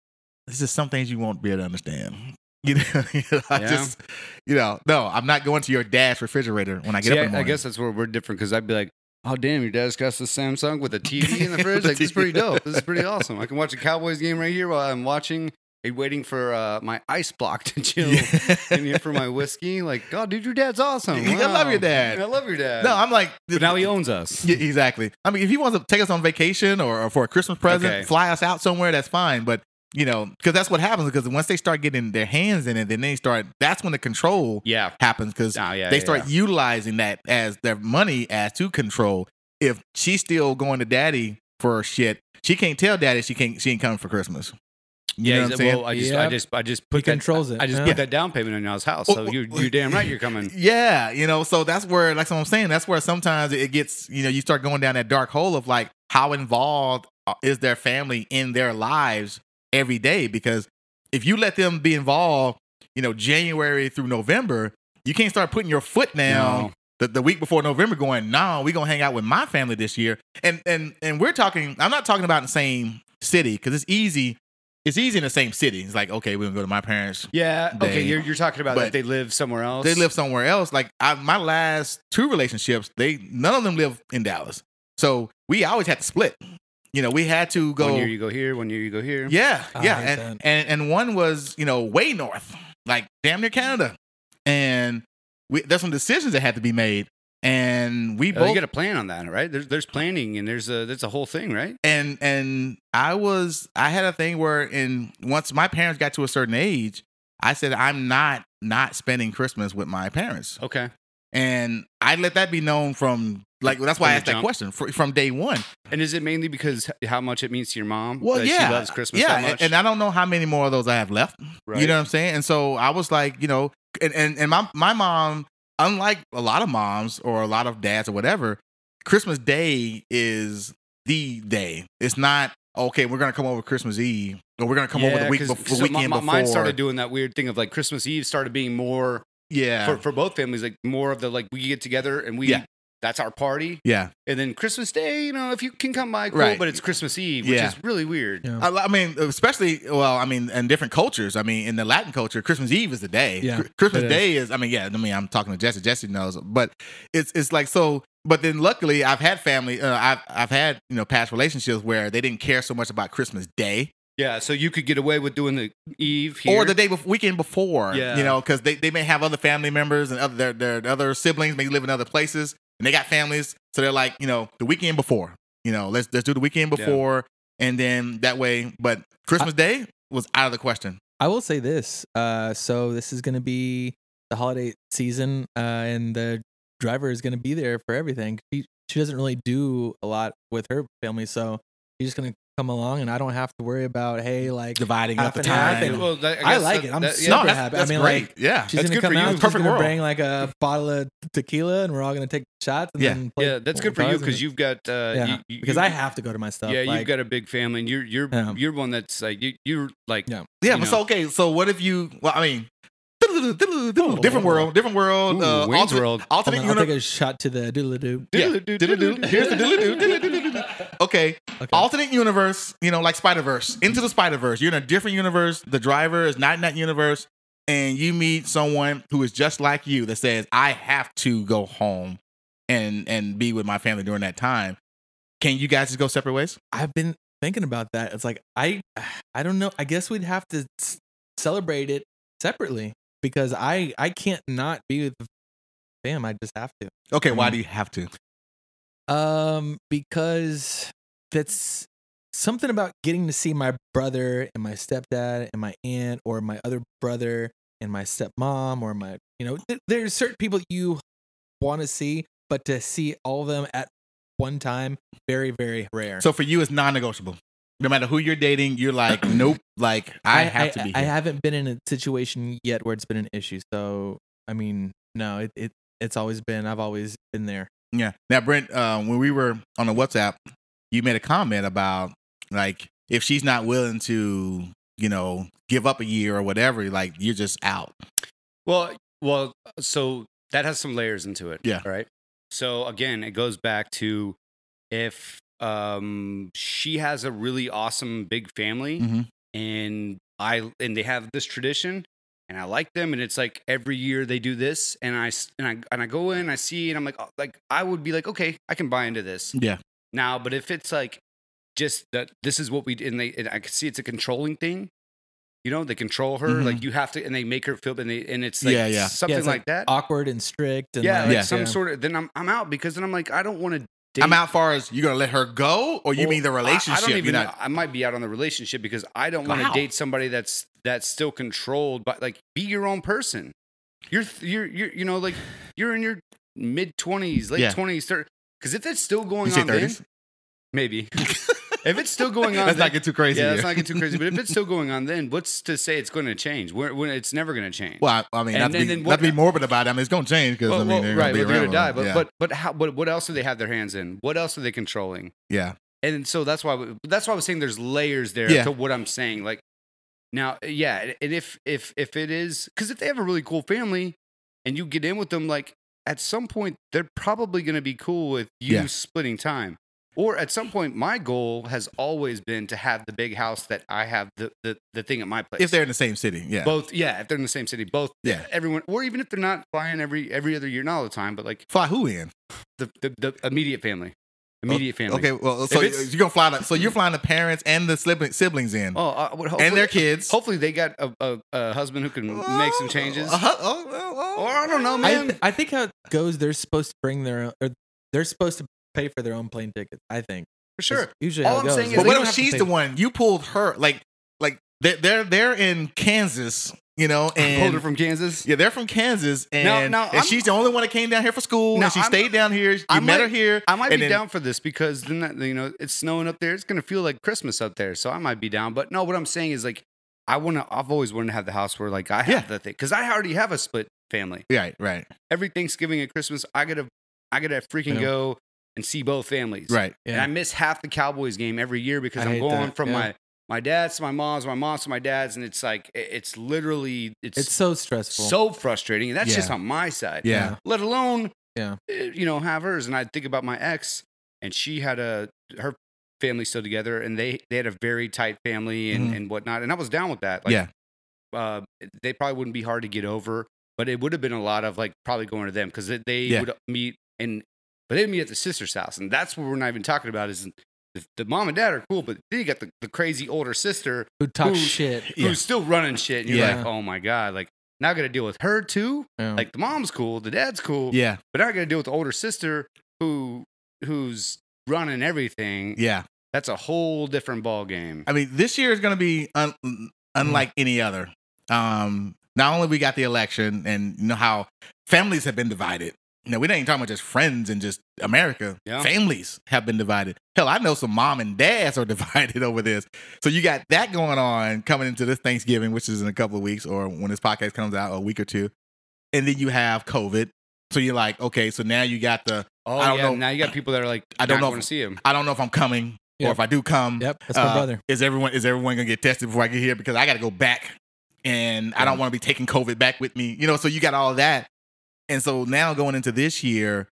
Speaker 1: This is some things you won't be able to understand. You know, I
Speaker 3: Yeah.
Speaker 1: just, you know, no, I'm not going to your dad's refrigerator when I get
Speaker 3: See,
Speaker 1: up
Speaker 3: I,
Speaker 1: in the
Speaker 3: I
Speaker 1: morning.
Speaker 3: guess that's where we're different because I'd be like oh damn your dad's got the Samsung with a TV in the fridge
Speaker 1: The
Speaker 3: like this is
Speaker 1: TV.
Speaker 3: pretty dope this is pretty awesome I can watch a Cowboys game right here while I'm watching and waiting for uh, my ice block to chill in here for my whiskey like oh dude your dad's awesome
Speaker 1: I love your
Speaker 3: Wow.
Speaker 1: dad.
Speaker 3: I love your dad
Speaker 1: no, I'm like,
Speaker 3: but now he owns us
Speaker 1: Yeah, exactly. I mean, if he wants to take us on vacation or, or for a Christmas present,
Speaker 3: Okay.
Speaker 1: fly us out somewhere, that's fine. But you know, because that's what happens. Because once they start getting their hands in it, then they start. That's when the control
Speaker 3: yeah
Speaker 1: happens. Because
Speaker 3: Oh, yeah,
Speaker 1: they
Speaker 3: yeah,
Speaker 1: start
Speaker 3: yeah.
Speaker 1: utilizing that as their money as to control. If she's still going to daddy for shit, she can't tell daddy she can't she ain't coming for Christmas. You
Speaker 3: yeah,
Speaker 1: know what I'm
Speaker 3: he's-
Speaker 1: saying?
Speaker 3: well, I just, I
Speaker 4: Yep.
Speaker 3: just, I just put
Speaker 4: He
Speaker 3: that,
Speaker 4: controls it,
Speaker 3: I just
Speaker 4: yeah.
Speaker 3: put that down payment on y'all's house.
Speaker 1: Oh,
Speaker 3: So
Speaker 1: oh,
Speaker 3: you,
Speaker 1: oh.
Speaker 3: you're damn right, you're coming.
Speaker 1: Yeah, you know, so that's where, like, so I'm saying, that's where sometimes it gets, you know, you start going down that dark hole of like, how involved uh, is their family in their lives every day? Because if you let them be involved, you know, January through November, you can't start putting your foot down
Speaker 3: No.
Speaker 1: the, the week before November going, no, we're gonna hang out with my family this year. And and and we're talking, I'm not talking about the same city, because it's easy, it's easy in the same city. It's like, okay, we're gonna go to my parents.
Speaker 3: Yeah.
Speaker 1: They-
Speaker 3: okay. You're, you're talking about
Speaker 1: but-
Speaker 3: that they live somewhere else.
Speaker 1: They live somewhere else. Like I, my last two relationships, they none of them live in Dallas. So we always had to split. you know, we had to go.
Speaker 3: One year Oh, you go here, one year you go here.
Speaker 1: Yeah,
Speaker 4: I
Speaker 1: yeah,
Speaker 4: hate
Speaker 1: and, and and one was you know way north, like damn near Canada, and we there's some decisions that had to be made, and we
Speaker 3: Uh,
Speaker 1: both
Speaker 3: you got to plan on that, right? There's there's planning and there's a that's a whole thing, right?
Speaker 1: and and I was I had a thing where in once my parents got to a certain age, I said I'm not not spending Christmas with my parents,
Speaker 3: Okay.
Speaker 1: and I let that be known from like that's why
Speaker 3: From
Speaker 1: I
Speaker 3: the
Speaker 1: asked that
Speaker 3: jump.
Speaker 1: question fr- from day one.
Speaker 3: And is it mainly because h- how much it means to your mom?
Speaker 1: Well,
Speaker 3: that
Speaker 1: yeah,
Speaker 3: she loves Christmas
Speaker 1: yeah,
Speaker 3: that
Speaker 1: and-
Speaker 3: much.
Speaker 1: and I don't know how many more of those I have left.
Speaker 3: right?
Speaker 1: You know what I'm saying? And so I was like, you know, and, and, and my, my mom, unlike a lot of moms or a lot of dads or whatever, Christmas Day is the day. It's not, okay, we're going to come over Christmas Eve or we're going to come over the
Speaker 3: Yeah,
Speaker 1: week
Speaker 3: 'cause-
Speaker 1: before,
Speaker 3: so my-
Speaker 1: weekend
Speaker 3: my-
Speaker 1: before.
Speaker 3: Mine started doing that weird thing of like Christmas Eve started being more
Speaker 1: yeah.
Speaker 3: for, for both families, like more of the like we get together and we
Speaker 1: Yeah.
Speaker 3: that's our party.
Speaker 1: yeah.
Speaker 3: And then Christmas Day, you know, if you can come by, cool,
Speaker 1: Right.
Speaker 3: but it's Christmas Eve, which
Speaker 1: Yeah.
Speaker 3: is really weird.
Speaker 4: Yeah.
Speaker 1: I, I mean, especially, well, I mean, in different cultures. I mean, in the Latin culture, Christmas Eve is the day.
Speaker 4: Yeah,
Speaker 1: Chr- Christmas
Speaker 4: it is.
Speaker 1: Day is, I mean, yeah, I mean, I'm talking to Jesse. Jesse knows, but it's it's like so. But then, luckily, I've had family. Uh, I've I've had you know past relationships where they didn't care so much about Christmas Day
Speaker 3: Yeah, so you could get away with doing the Eve here.
Speaker 1: or the day bef- weekend before.
Speaker 3: Yeah.
Speaker 1: you know, because they, they may have other family members and other their, their other siblings may live in other places and they got families, so they're like you know the weekend before. You know, let's let's do the weekend
Speaker 3: Yeah.
Speaker 1: before, and then that way. But Christmas Day was out of the question.
Speaker 4: I will say this. Uh, so this is going to be the holiday season, uh, and the driver is going to be there for everything. She she doesn't really do a lot with her family, so she's just going to come along, and I don't have to worry about hey, like
Speaker 1: dividing
Speaker 4: up the time.
Speaker 3: Yeah, well, that-
Speaker 4: I
Speaker 3: guess
Speaker 4: like
Speaker 3: that-
Speaker 4: it. I'm
Speaker 3: that-
Speaker 4: super
Speaker 1: no, that's,
Speaker 4: happy. I
Speaker 1: that's
Speaker 4: mean,
Speaker 1: great.
Speaker 4: like,
Speaker 1: yeah,
Speaker 4: she's going
Speaker 3: That's good
Speaker 4: to
Speaker 3: for
Speaker 4: come
Speaker 3: you.
Speaker 4: out. She's
Speaker 1: Perfect
Speaker 4: going to
Speaker 1: world.
Speaker 4: bring like a bottle of tequila, and we're all going to take shots. And
Speaker 1: Yeah.
Speaker 4: then play
Speaker 3: Yeah, that's good for
Speaker 4: cards
Speaker 3: you
Speaker 4: and-
Speaker 3: because you've got uh,
Speaker 4: Yeah,
Speaker 3: you- you-
Speaker 4: because
Speaker 3: you-
Speaker 4: I have to go to my stuff.
Speaker 3: yeah,
Speaker 4: like,
Speaker 3: you've got a big family, and you're you're
Speaker 4: Yeah.
Speaker 3: you're one that's like you you're like
Speaker 4: Yeah.
Speaker 1: Yeah,
Speaker 3: you
Speaker 1: but
Speaker 3: know.
Speaker 1: so okay. So what if you? Well, I mean, different world, different world,
Speaker 3: ooh,
Speaker 1: uh,
Speaker 3: Wayne's
Speaker 1: alternate,
Speaker 3: World.
Speaker 4: Hold
Speaker 1: alternate
Speaker 4: on, I'll take
Speaker 1: universe.
Speaker 4: a shot to the doodle doo.
Speaker 1: yeah.
Speaker 3: Diddle-doo,
Speaker 1: Diddle-doo. Here's the diddle-doo,
Speaker 3: diddle-doo.
Speaker 1: diddle-doo. Okay,
Speaker 4: Okay.
Speaker 1: alternate universe. You know, like Spider Verse, into the Spider Verse. You're in a different universe. The driver is not in that universe, and you meet someone who is just like you that says, "I have to go home and and be with my family during that time." Can you guys just go separate ways?
Speaker 4: I've been thinking about that. It's like I, I don't know. I guess we'd have to s- celebrate it separately because I, I can't not be with the fam. I just have to.
Speaker 1: Okay, why do you have to?
Speaker 4: Um, because that's something about getting to see my brother and my stepdad and my aunt or my other brother and my stepmom or my, you know, th- there's certain people you want to see, but to see all of them at one time, very, very rare.
Speaker 1: So for you, it's non-negotiable. No matter who you're dating, you're like, nope. Like I, have to be.
Speaker 4: I
Speaker 1: here.
Speaker 4: haven't been in a situation yet where it's been an issue. So I mean, no, it, it it's always been. I've always been there.
Speaker 1: yeah. Now, Brent, uh, when we were on the WhatsApp, you made a comment about like if she's not willing to, you know, give up a year or whatever, like you're just out.
Speaker 3: Well, well, uh, so that has some layers into it.
Speaker 1: Yeah.
Speaker 3: All right. So again, it goes back to if um she has a really awesome big family
Speaker 1: Mhm.
Speaker 3: and I and they have this tradition and I like them and it's like every year they do this and I s- and I and I go in I see and I'm like oh, like I would be like okay I can buy into this
Speaker 1: Yeah.
Speaker 3: now but if it's like just that this is what we and they and i can see it's a controlling thing you know they control her
Speaker 1: Mhm.
Speaker 3: like you have to and they make her feel and they and it's like
Speaker 1: Yeah, yeah.
Speaker 3: something
Speaker 4: Yeah, it's
Speaker 3: like, that
Speaker 4: Awkward and strict. And
Speaker 3: yeah
Speaker 4: like,
Speaker 3: like
Speaker 1: Yeah.
Speaker 3: some sort of then i'm, I'm out because then i'm like i don't want to date
Speaker 1: I'm out. Far as you're gonna let her go, or you
Speaker 3: Well,
Speaker 1: mean the
Speaker 3: I-
Speaker 1: relationship?
Speaker 3: I, don't even
Speaker 1: you're
Speaker 3: know. I might be out on the relationship because I don't want
Speaker 1: Wow.
Speaker 3: to date somebody that's that's still controlled by like be your own person. You're th- you're you're you know like you're in your mid twenties,
Speaker 1: Yeah.
Speaker 3: late twenties, thirty. Because if it's still
Speaker 1: You
Speaker 3: going
Speaker 1: say
Speaker 3: on, then,
Speaker 1: 30s?
Speaker 3: maybe if it's still going on,
Speaker 1: Let's
Speaker 3: then,
Speaker 1: not get too crazy.
Speaker 3: yeah, let's
Speaker 1: here.
Speaker 3: not get too crazy. But if it's still going on, then what's to say it's going to change? Where when it's never going to change.
Speaker 1: well, I I mean,
Speaker 3: And
Speaker 1: not,
Speaker 3: then-
Speaker 1: to be,
Speaker 3: then
Speaker 1: not
Speaker 3: what-
Speaker 1: to be morbid about it. I mean, it's gonna change because
Speaker 3: Well,
Speaker 1: I mean,
Speaker 3: well,
Speaker 1: they're gonna
Speaker 3: right,
Speaker 1: be
Speaker 3: but they're
Speaker 1: around.
Speaker 3: gonna die. But
Speaker 1: yeah.
Speaker 3: but but how? But what else do they have their hands in? What else are they controlling?
Speaker 1: yeah,
Speaker 3: and so that's why that's why I was saying there's layers there
Speaker 1: Yeah.
Speaker 3: to what I'm saying. Like now, yeah, and if if if it is because if they have a really cool family and you get in with them, like at some point they're probably going to be cool with you
Speaker 1: Yeah.
Speaker 3: splitting time. Or at some point, my goal has always been to have the big house that I have the the, the thing at my place.
Speaker 1: if they're in the same city, yeah,
Speaker 3: both, yeah, if they're in the same city, both,
Speaker 1: yeah.
Speaker 3: everyone, or even if they're not flying every every other year, not all the time, but like
Speaker 1: Fly who in?
Speaker 3: the the, the immediate family. Immediate family.
Speaker 1: Oh, Okay, well, so
Speaker 3: it's-
Speaker 1: you're gonna fly. The, so you're flying the parents and the sibling- siblings in,
Speaker 3: Oh, I would hopefully,
Speaker 1: and their kids.
Speaker 3: Hopefully, they got a, a, a husband who can make some changes.
Speaker 1: Oh, oh, oh, oh.
Speaker 3: Or I don't know, man.
Speaker 4: I, th- I think how it goes, they're supposed to bring their own, or they're supposed to pay for their own plane ticket. I think.
Speaker 3: For
Speaker 4: That's
Speaker 3: sure.
Speaker 4: Usually,
Speaker 3: All
Speaker 4: how it
Speaker 3: I'm
Speaker 4: goes.
Speaker 3: saying is
Speaker 1: But
Speaker 3: they
Speaker 1: what
Speaker 3: don't
Speaker 1: if
Speaker 3: have to
Speaker 1: she's
Speaker 3: pay-
Speaker 1: the one you pulled her? Like, like they're they're, they're in Kansas, you know, and
Speaker 3: Pulled her from Kansas.
Speaker 1: yeah, they're from Kansas, and,
Speaker 3: now
Speaker 1: and
Speaker 3: I'm-
Speaker 1: she's the only one that came down here for school,
Speaker 3: Now
Speaker 1: and she
Speaker 3: I'm-
Speaker 1: stayed down here. You
Speaker 3: I
Speaker 1: met
Speaker 3: might-
Speaker 1: her here.
Speaker 3: I might
Speaker 1: and
Speaker 3: be
Speaker 1: then-
Speaker 3: down for this because then that, you know it's snowing up there. It's gonna feel like Christmas up there, so I might be down. But no, what I'm saying is like I want to. I've always wanted to have the house where like I have
Speaker 1: Yeah.
Speaker 3: the thing because I already have a split family.
Speaker 1: Right, right,
Speaker 3: Every Thanksgiving and Christmas, I gotta I gotta freaking
Speaker 4: Yeah.
Speaker 3: go and see both families.
Speaker 1: right.
Speaker 3: And I
Speaker 4: Yeah.
Speaker 3: miss half the Cowboys game every year because
Speaker 4: I
Speaker 3: I am
Speaker 4: hate
Speaker 3: going
Speaker 4: that,
Speaker 3: from
Speaker 4: yeah.
Speaker 3: my my dad's to my mom's, my mom's to my dad's, and it's like it- it's literally it's,
Speaker 4: It's so stressful.
Speaker 3: so frustrating, and that's just
Speaker 1: Yeah.
Speaker 3: on my side
Speaker 1: Yeah,
Speaker 3: let alone
Speaker 4: Yeah.
Speaker 3: uh, you know have hers and i think about my ex and she had a her family still together and they they had a very tight family and,
Speaker 1: Mhm.
Speaker 3: and whatnot and i was down with that like
Speaker 1: Yeah.
Speaker 3: uh, they probably wouldn't be hard to get over but it would have been a lot of like probably going to them because they, they
Speaker 1: Yeah.
Speaker 3: would meet and but they meet at the sister's house and that's what we're not even talking about is the, the mom and dad are cool but then you got the, the crazy older sister
Speaker 4: Who talks
Speaker 3: Who-
Speaker 4: shit?
Speaker 1: Yeah.
Speaker 3: who's still running shit and you're
Speaker 1: Yeah. Oh.
Speaker 3: like oh my god like now i gotta deal with her too
Speaker 4: Yeah.
Speaker 3: like the mom's cool the dad's cool
Speaker 1: yeah,
Speaker 3: but now I got to deal with the older sister who who's running everything.
Speaker 1: yeah.
Speaker 3: That's a whole different ball game.
Speaker 1: I mean, this year is going to be un- unlike any other. Um, not only we got the election, and you know how families have been divided. You know, we ain't even talking about just friends and just America.
Speaker 3: Yeah.
Speaker 1: Families have been divided. Hell, I know some mom and dads are divided over this. So you got that going on coming into this Thanksgiving, which is in a couple of weeks, or when this podcast comes out, a week or two, and then you have COVID. So you're like, okay, so now you got the
Speaker 3: Oh
Speaker 1: I don't
Speaker 3: yeah,
Speaker 1: know.
Speaker 3: now you got people that are like,
Speaker 1: I don't know if-
Speaker 3: want to see him.
Speaker 1: I don't know if I'm coming or
Speaker 4: Yep.
Speaker 1: if I do come
Speaker 4: Yep, that's my
Speaker 1: uh,
Speaker 4: brother.
Speaker 1: Is everyone is everyone gonna get tested before I get here? Because I gotta go back and I don't
Speaker 3: Yeah.
Speaker 1: wanna be taking COVID back with me. You know, so you got all that. And so now going into this year,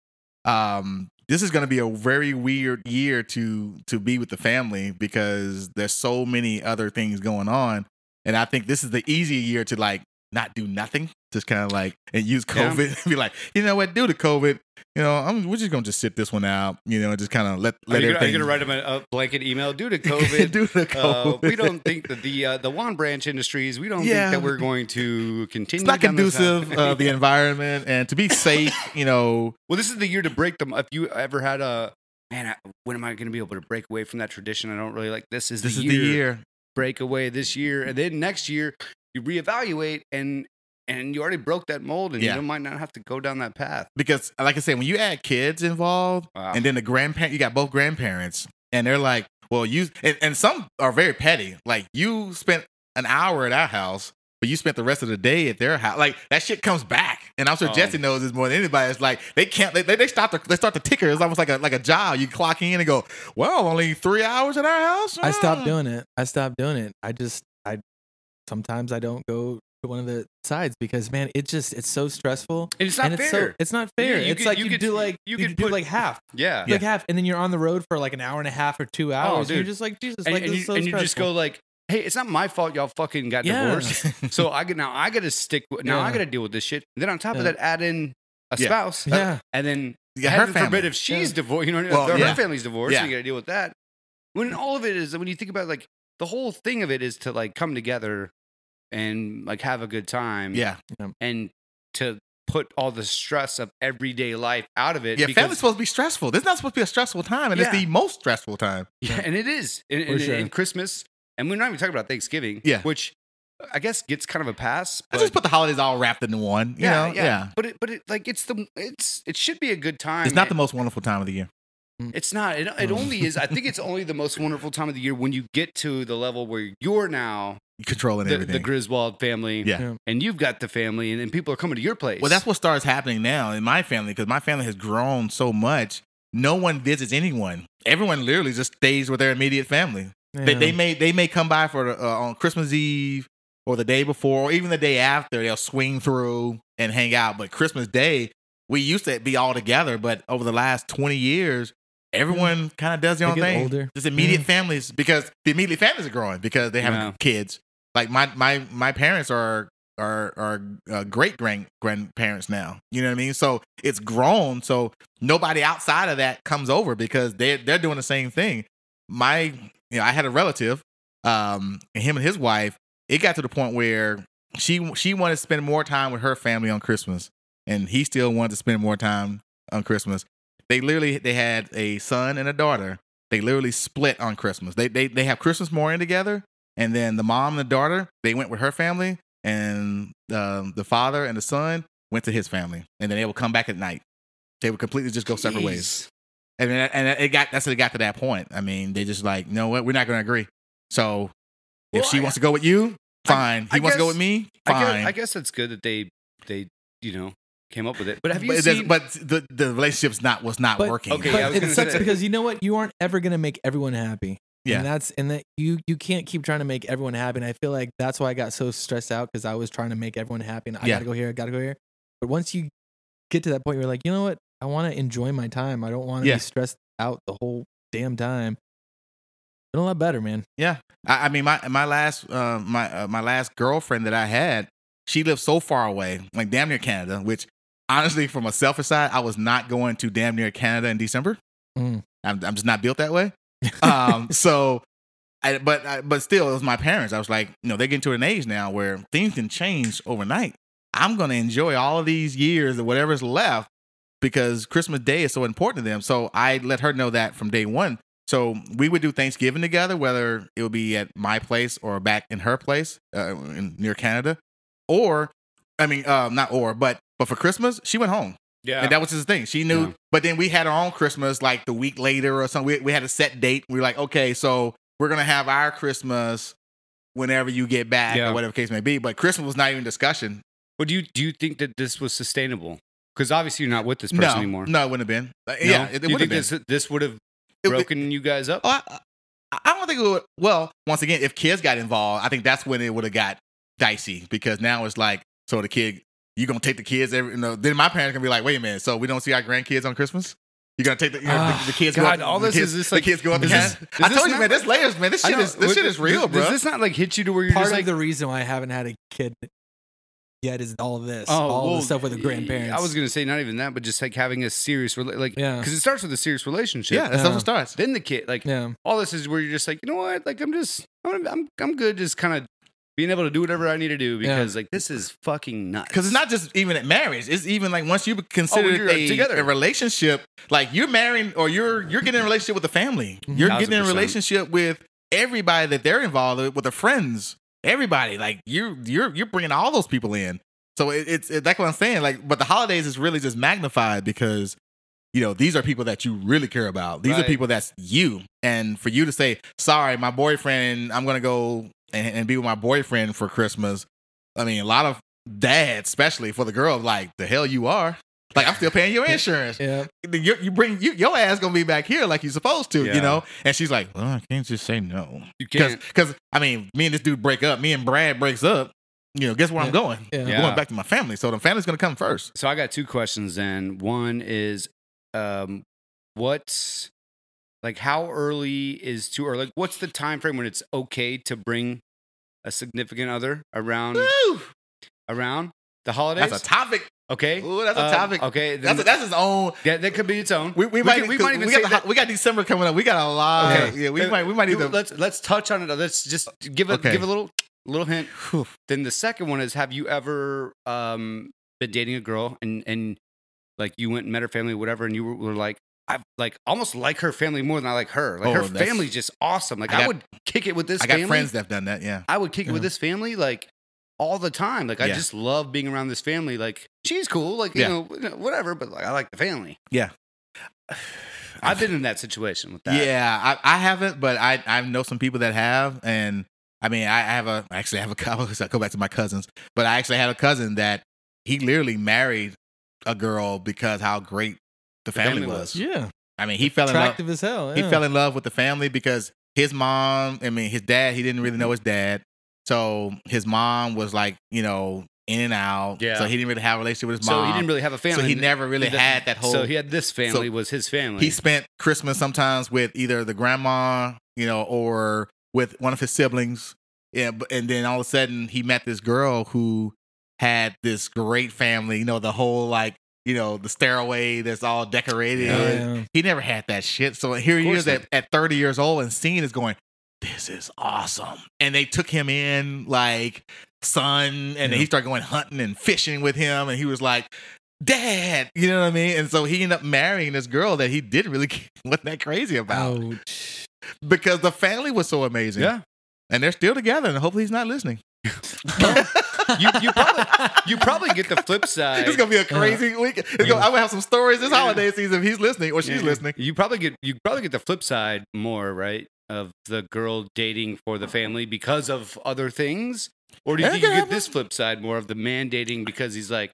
Speaker 1: um, this is gonna be a very weird year to to be with the family because there's so many other things going on. And I think this is the easier year to like not do nothing, just kind of like and use
Speaker 3: Yeah.
Speaker 1: COVID and be like, you know what, due to COVID, you know, I'm, we're just gonna just sit this one out, you know, and just kind of let
Speaker 3: Are
Speaker 1: let
Speaker 3: you, gonna, are
Speaker 1: everything.
Speaker 3: you gonna write him a, a blanket email due to COVID?
Speaker 1: due to
Speaker 3: Uh,
Speaker 1: COVID.
Speaker 3: we don't think that the uh, the wand branch industries. We don't
Speaker 1: Yeah.
Speaker 3: think that we're going to continue.
Speaker 1: it's not
Speaker 3: down this path.
Speaker 1: conducive uh, the environment and to be safe you know
Speaker 3: well, this is the year to break them. If you ever had a man, I, when am I going to be able to break away from that tradition? I don't really like this. Is
Speaker 1: this
Speaker 3: the
Speaker 1: is
Speaker 3: year.
Speaker 1: the year
Speaker 3: break away this year and then next year you reevaluate and and you already broke that mold and
Speaker 1: Yeah.
Speaker 3: you might not have to go down that path
Speaker 1: because like i said when you add kids involved
Speaker 3: wow.
Speaker 1: and then the grandparent you got both grandparents and they're like well you and, and some are very petty like you spent an hour at our house but you spent the rest of the day at their house like that shit comes back and i'm sure
Speaker 3: Oh.
Speaker 1: jesse knows this more than anybody it's like they can't they, they, they stop the, they start the ticker it's almost like a like a job you clock in and go well only three hours at our house
Speaker 4: I stopped
Speaker 1: Mm.
Speaker 4: doing it. I stopped doing it. I just I sometimes I don't go to one of the sides because man, it just it's so stressful.
Speaker 3: And it's not
Speaker 4: and it's
Speaker 3: fair
Speaker 4: so it's not fair.
Speaker 3: Yeah, you
Speaker 4: it's
Speaker 3: could-
Speaker 4: like
Speaker 3: you
Speaker 4: you,
Speaker 3: could-
Speaker 4: do like
Speaker 3: you
Speaker 4: you,
Speaker 3: could
Speaker 4: do
Speaker 3: put-
Speaker 4: like half.
Speaker 3: yeah, Oh,
Speaker 4: Like half and then you're on the road for like an hour and a half or 2 hours. and
Speaker 3: dude.
Speaker 4: you're just like Jesus,
Speaker 3: and,
Speaker 4: like
Speaker 3: and
Speaker 4: this
Speaker 3: you,
Speaker 4: is so
Speaker 3: and you just go
Speaker 4: stressful.
Speaker 3: like hey it's not my fault y'all fucking got
Speaker 4: Yeah.
Speaker 3: divorced so i get now i gotta stick with now i
Speaker 4: Yeah.
Speaker 3: gotta deal with this shit and then on top of
Speaker 4: Yeah.
Speaker 3: that add in a
Speaker 1: Yeah.
Speaker 3: spouse
Speaker 4: yeah.
Speaker 3: and then
Speaker 1: You got her
Speaker 3: heaven
Speaker 1: family.
Speaker 3: forbid if she's
Speaker 4: Yeah.
Speaker 3: divorced you know
Speaker 1: Well,
Speaker 3: her
Speaker 1: yeah.
Speaker 3: family's divorced
Speaker 1: Yeah.
Speaker 3: so you gotta deal with that when all of it is when you think about like the whole thing of it is to like come together and like have a good time
Speaker 1: yeah
Speaker 3: and to put all the stress of everyday life out of it.
Speaker 1: Yeah,
Speaker 3: because-
Speaker 1: family's supposed to be stressful. This is not supposed to be a stressful time, and it's
Speaker 3: Yeah.
Speaker 1: the most stressful time.
Speaker 3: Yeah, and it is. And,
Speaker 4: For
Speaker 3: and-
Speaker 4: sure.
Speaker 3: and Christmas, and we're not even talking about Thanksgiving.
Speaker 1: Yeah.
Speaker 3: which I guess gets kind of a pass.
Speaker 1: I
Speaker 3: But,
Speaker 1: just put the holidays all wrapped into one. You know, yeah.
Speaker 3: But it, but it, like it's the it's it should be a good time.
Speaker 1: It's not the most wonderful time of the year.
Speaker 3: It's not. It, it
Speaker 4: Mm.
Speaker 3: only is. I think it's only the most wonderful time of the year when you get to the level where you're now
Speaker 1: You're Controlling
Speaker 3: the, the
Speaker 1: everything.
Speaker 3: Griswold family.
Speaker 1: Yeah.
Speaker 4: Yeah.
Speaker 3: And you've got the family, and, and people are coming to your place.
Speaker 1: well, that's what starts happening now in my family because my family has grown so much. No one visits anyone. Everyone literally just stays with their immediate family. They, they may they may come by for the, uh, on Christmas Eve or the day before or even the day after. They'll swing through and hang out. But Christmas Day, we used to be all together. But over the last twenty years, everyone kind of does their
Speaker 4: They
Speaker 1: own
Speaker 4: get
Speaker 1: thing.
Speaker 4: older.
Speaker 1: Just immediate
Speaker 4: Yeah.
Speaker 1: families because the immediate families are growing because they have
Speaker 3: Yeah.
Speaker 1: kids. Like my my my parents are are are uh, great grand grandparents now. You know what I mean? So it's grown. So nobody outside of that comes over because they they're doing the same thing. My you know I had a relative, um, and him and his wife. It got to the point where she she wanted to spend more time with her family on Christmas, and he still wanted to spend more time on Christmas. They literally they had a son and a daughter. They literally split on Christmas. They they they have Christmas morning together, and then the mom and the daughter they went with her family, and um, the father and the son went to his family, and then they would come back at night. They would completely just go separate ways. And then, and it got that's it got to that point. I mean, they just like, you know what, we're not going to agree. So if
Speaker 3: Well,
Speaker 1: she
Speaker 3: I-
Speaker 1: wants to go with you,
Speaker 3: I-
Speaker 1: fine. he
Speaker 3: I
Speaker 1: wants to go
Speaker 3: guess-
Speaker 1: with me,
Speaker 3: I
Speaker 1: fine.
Speaker 3: guess, I guess it's good that they they you know came up with it. But have you
Speaker 1: but, it doesn't-
Speaker 3: seen?
Speaker 1: but the the relationship's not was not
Speaker 4: But-
Speaker 1: working.
Speaker 3: Okay,
Speaker 4: but
Speaker 3: yeah, I was
Speaker 4: it
Speaker 3: gonna
Speaker 4: sucks
Speaker 3: say.
Speaker 4: because you know what? You aren't ever gonna make everyone happy.
Speaker 1: Yeah.
Speaker 4: And that's and that you you can't keep trying to make everyone happy. And I feel like that's why I got so stressed out because I was trying to make everyone happy and I
Speaker 1: Yeah.
Speaker 4: gotta go here, I gotta go here. But once you get to that point, you're like, you know what? I wanna enjoy my time. I don't wanna
Speaker 1: Yeah.
Speaker 4: be stressed out the whole damn time. Been a lot better, man.
Speaker 1: I, I mean, my my last uh, my uh, my last girlfriend that I had, she lived so far away, like damn near Canada. Which honestly, from a selfish side, I was not going to damn near Canada in December.
Speaker 4: Mm.
Speaker 1: I'm I'm just not built that way. Um, so, I, but I, but still, it was my parents. I was like, you know, they're getting to an age now where things can change overnight. I'm gonna enjoy all of these years or whatever's left because Christmas Day is so important to them. So I let her know that from day one. So we would do Thanksgiving together, whether it would be at my place or back in her place uh, in, near Canada, or I mean, uh, not or, but but for Christmas she went home,
Speaker 3: yeah,
Speaker 1: and that was just the thing. She knew.
Speaker 3: Yeah.
Speaker 1: But then we had our own Christmas like the week later or something. We we had a set date. We were like, okay, so we're gonna have our Christmas whenever you get back
Speaker 3: Yeah.
Speaker 1: or whatever case may be. But Christmas was not even discussion.
Speaker 3: Well, do you do you think that this was sustainable? Because obviously you're not with this person
Speaker 1: no,
Speaker 3: anymore.
Speaker 1: no, it wouldn't have been. Uh,
Speaker 3: No?
Speaker 1: Yeah, it,
Speaker 3: you
Speaker 1: would have
Speaker 3: think
Speaker 1: been.
Speaker 3: this this would have
Speaker 1: It- it-
Speaker 3: broken you guys up?
Speaker 1: Oh, I, I- I don't think it would. Well, once again, if kids got involved, I think that's when it would have got dicey because now it's like, so the kid, you gonna take the kids every? You know, then my parents gonna be like, wait a minute, so we don't see our grandkids on Christmas. You gonna take the, you know,
Speaker 4: Ah,
Speaker 1: the, the kids?
Speaker 3: God,
Speaker 1: go up,
Speaker 3: all
Speaker 1: the
Speaker 3: this
Speaker 1: kids,
Speaker 3: is just
Speaker 1: the
Speaker 3: like-
Speaker 1: kids go up.
Speaker 3: is
Speaker 1: the
Speaker 3: this-
Speaker 1: cat.
Speaker 3: is
Speaker 1: I
Speaker 3: this
Speaker 1: told you,
Speaker 3: not
Speaker 1: man,
Speaker 3: like-
Speaker 1: this layers, man. This
Speaker 3: I
Speaker 1: shit
Speaker 3: know,
Speaker 1: is this
Speaker 3: what-
Speaker 1: shit is real,
Speaker 3: does,
Speaker 1: bro.
Speaker 3: Does this not like hit you to where you're
Speaker 4: Part
Speaker 3: just
Speaker 4: of
Speaker 3: like,
Speaker 4: the reason why I haven't had a kid yet is all this.
Speaker 3: oh,
Speaker 4: all
Speaker 3: well,
Speaker 4: the stuff with the grandparents.
Speaker 3: I was gonna say not even that, but just like having a serious rela- like,
Speaker 4: Yeah.
Speaker 3: because it starts with a serious relationship.
Speaker 1: yeah, that's how
Speaker 4: Yeah.
Speaker 1: it starts.
Speaker 3: Then the kid, like
Speaker 4: Yeah.
Speaker 3: all this is where you're just like, you know what? Like I'm just I'm I'm, I'm good, just kind of being able to do whatever I need to do
Speaker 4: Yeah.
Speaker 3: because like this is fucking nuts.
Speaker 1: Because it's not just even at marriage. It's even like once you consider
Speaker 3: Oh, you're
Speaker 1: a,
Speaker 3: together.
Speaker 1: a relationship, like you're marrying or you're you're getting in a relationship with the family.
Speaker 3: Mm-hmm.
Speaker 1: You're getting in a
Speaker 3: 1000%.
Speaker 1: relationship with everybody that they're involved with, with their friends, everybody. Like you you're you're bringing all those people in. So it, it's it, that's what I'm saying. Like, but the holidays is really just magnified because you know these are people that you really care about. These
Speaker 3: Right.
Speaker 1: are people that's you, and for you to say, "Sorry, my boyfriend, I'm gonna go and, and be with my boyfriend for Christmas." I mean, a lot of dads, especially for the girls, like the hell you are. Like I'm still paying your insurance.
Speaker 4: Yeah.
Speaker 1: you, you bring you, your ass gonna be back here like you supposed to,
Speaker 3: Yeah.
Speaker 1: you know. And she's like, "Well, I can't just say no."
Speaker 3: you can't.
Speaker 1: Because, I mean, me and this dude break up. Me and Brad breaks up. You know, guess where I'm
Speaker 4: Yeah.
Speaker 1: going?
Speaker 4: Yeah.
Speaker 1: I'm going back to my family. So the family's gonna come first.
Speaker 3: So I got two questions then. One is um what's like how early is too early? Like what's the time frame when it's okay to bring a significant other around
Speaker 1: Woo!
Speaker 3: around the holidays?
Speaker 1: That's a topic.
Speaker 3: okay.
Speaker 1: Ooh, that's a
Speaker 3: Um,
Speaker 1: topic.
Speaker 3: Okay. then
Speaker 1: That's a, that's his own.
Speaker 3: yeah, that could be its own.
Speaker 1: We, we, might,
Speaker 3: could-
Speaker 1: we might even we
Speaker 3: say
Speaker 1: got, the,
Speaker 3: that-
Speaker 1: we got December coming up. We got a lot.
Speaker 3: Okay.
Speaker 1: Yeah, we
Speaker 3: Uh,
Speaker 1: might we might
Speaker 3: you-
Speaker 1: either.
Speaker 3: let's let's touch on it. Let's just give a
Speaker 1: Okay.
Speaker 3: give a little little hint. Then the second one is have you ever um been dating a girl and and like you went and met her family whatever and you were, were like I like almost like her family more than I like her. Like
Speaker 1: Oh,
Speaker 3: her
Speaker 1: that's-
Speaker 3: family's just awesome. Like
Speaker 1: I
Speaker 3: I,
Speaker 1: got-
Speaker 3: would kick it with this
Speaker 1: I got
Speaker 3: family.
Speaker 1: friends that've done that. Yeah.
Speaker 3: I would kick it with
Speaker 4: Yeah.
Speaker 3: this family like all the time. Like I
Speaker 1: Yeah.
Speaker 3: just love being around this family. Like she's cool. Like
Speaker 1: Yeah.
Speaker 3: you know whatever. But like I like the family.
Speaker 1: Yeah.
Speaker 3: I've been in that situation with that.
Speaker 1: Yeah, I, I haven't, but I I know some people that have, and I mean I, I have a I actually have a couple. So I go back to my cousins, but I actually had a cousin that he literally married a girl because how great the family,
Speaker 3: family
Speaker 1: was.
Speaker 4: Yeah.
Speaker 1: I mean, he fell in love.
Speaker 4: Attractive as hell.
Speaker 1: He
Speaker 4: yeah.
Speaker 1: fell in love with the family because his mom. I mean, his dad. He didn't really
Speaker 3: Mm-hmm.
Speaker 1: know his dad, so his mom was like you know in and out.
Speaker 3: Yeah.
Speaker 1: So he didn't really have a relationship with his
Speaker 3: So
Speaker 1: mom.
Speaker 3: he didn't really have a family.
Speaker 1: So he never really
Speaker 3: He doesn't-
Speaker 1: had that whole.
Speaker 3: So he had this family was his family.
Speaker 1: He spent Christmas sometimes with either the grandma, you know, or with one of his siblings. Yeah, but, and then all of a sudden he met this girl who had this great family. You know, the whole like you know the stairway that's all decorated.
Speaker 4: Yeah.
Speaker 1: He never had that shit. So here he
Speaker 3: course
Speaker 1: is at, at 30 years old and seeing is going, this is awesome. And they took him in like son, and then he started going hunting and fishing with him, and he was like. Dad, you know what I mean, and so he ended up marrying this girl that he did really wasn't that crazy about
Speaker 4: Ouch.
Speaker 1: because the family was so amazing.
Speaker 3: Yeah.
Speaker 1: and they're still together, and hopefully he's not listening.
Speaker 3: You, you, probably, you probably get the flip side.
Speaker 1: It's gonna be a crazy week. It's gonna, I'm gonna have some stories this
Speaker 3: Yeah.
Speaker 1: holiday season if he's listening or Oh, she's
Speaker 3: Yeah.
Speaker 1: listening.
Speaker 3: You probably get you probably get the flip side more, right? Of the girl dating for the family because of other things, or do you
Speaker 1: That
Speaker 3: think you
Speaker 1: could
Speaker 3: get this flip side more of the man dating because he's like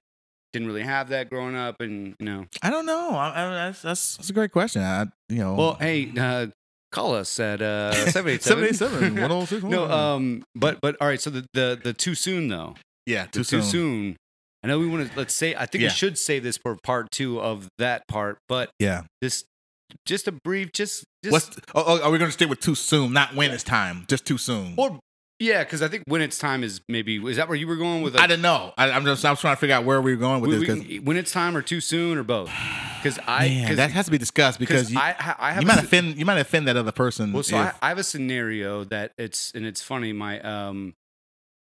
Speaker 3: didn't really have that growing up, and you know?
Speaker 1: I don't know. I, I, that's, that's that's a great question. I you know.
Speaker 3: Well, hey, uh, call us at uh, seven eight seven
Speaker 1: 77, 106.
Speaker 3: No, um, but but all right. So the the, the too soon though.
Speaker 1: yeah,
Speaker 3: The
Speaker 1: too soon.
Speaker 3: I know we want to let's say. I think
Speaker 1: Yeah.
Speaker 3: we should save this for part two of that part, but
Speaker 1: Yeah.
Speaker 3: this just a brief, just just
Speaker 1: What's oh, oh, are we gonna stick with too soon? Not when it's time, just too soon.
Speaker 3: Or yeah, because I think when it's time is maybe is that where you were going with?
Speaker 1: I
Speaker 3: Like,
Speaker 1: didn't know. I, I'm just I'm trying to figure out where we were going with
Speaker 3: we-
Speaker 1: this
Speaker 3: we
Speaker 1: because
Speaker 3: can- when it's time or too soon or both? Because I
Speaker 1: man,
Speaker 3: cause,
Speaker 1: that has to be discussed
Speaker 3: 'cause
Speaker 1: because you,
Speaker 3: I I have
Speaker 1: you
Speaker 3: a
Speaker 1: might
Speaker 3: s-
Speaker 1: offend you might offend that other person.
Speaker 3: well, so I,
Speaker 1: if-
Speaker 3: I have a scenario that it's and it's funny. My um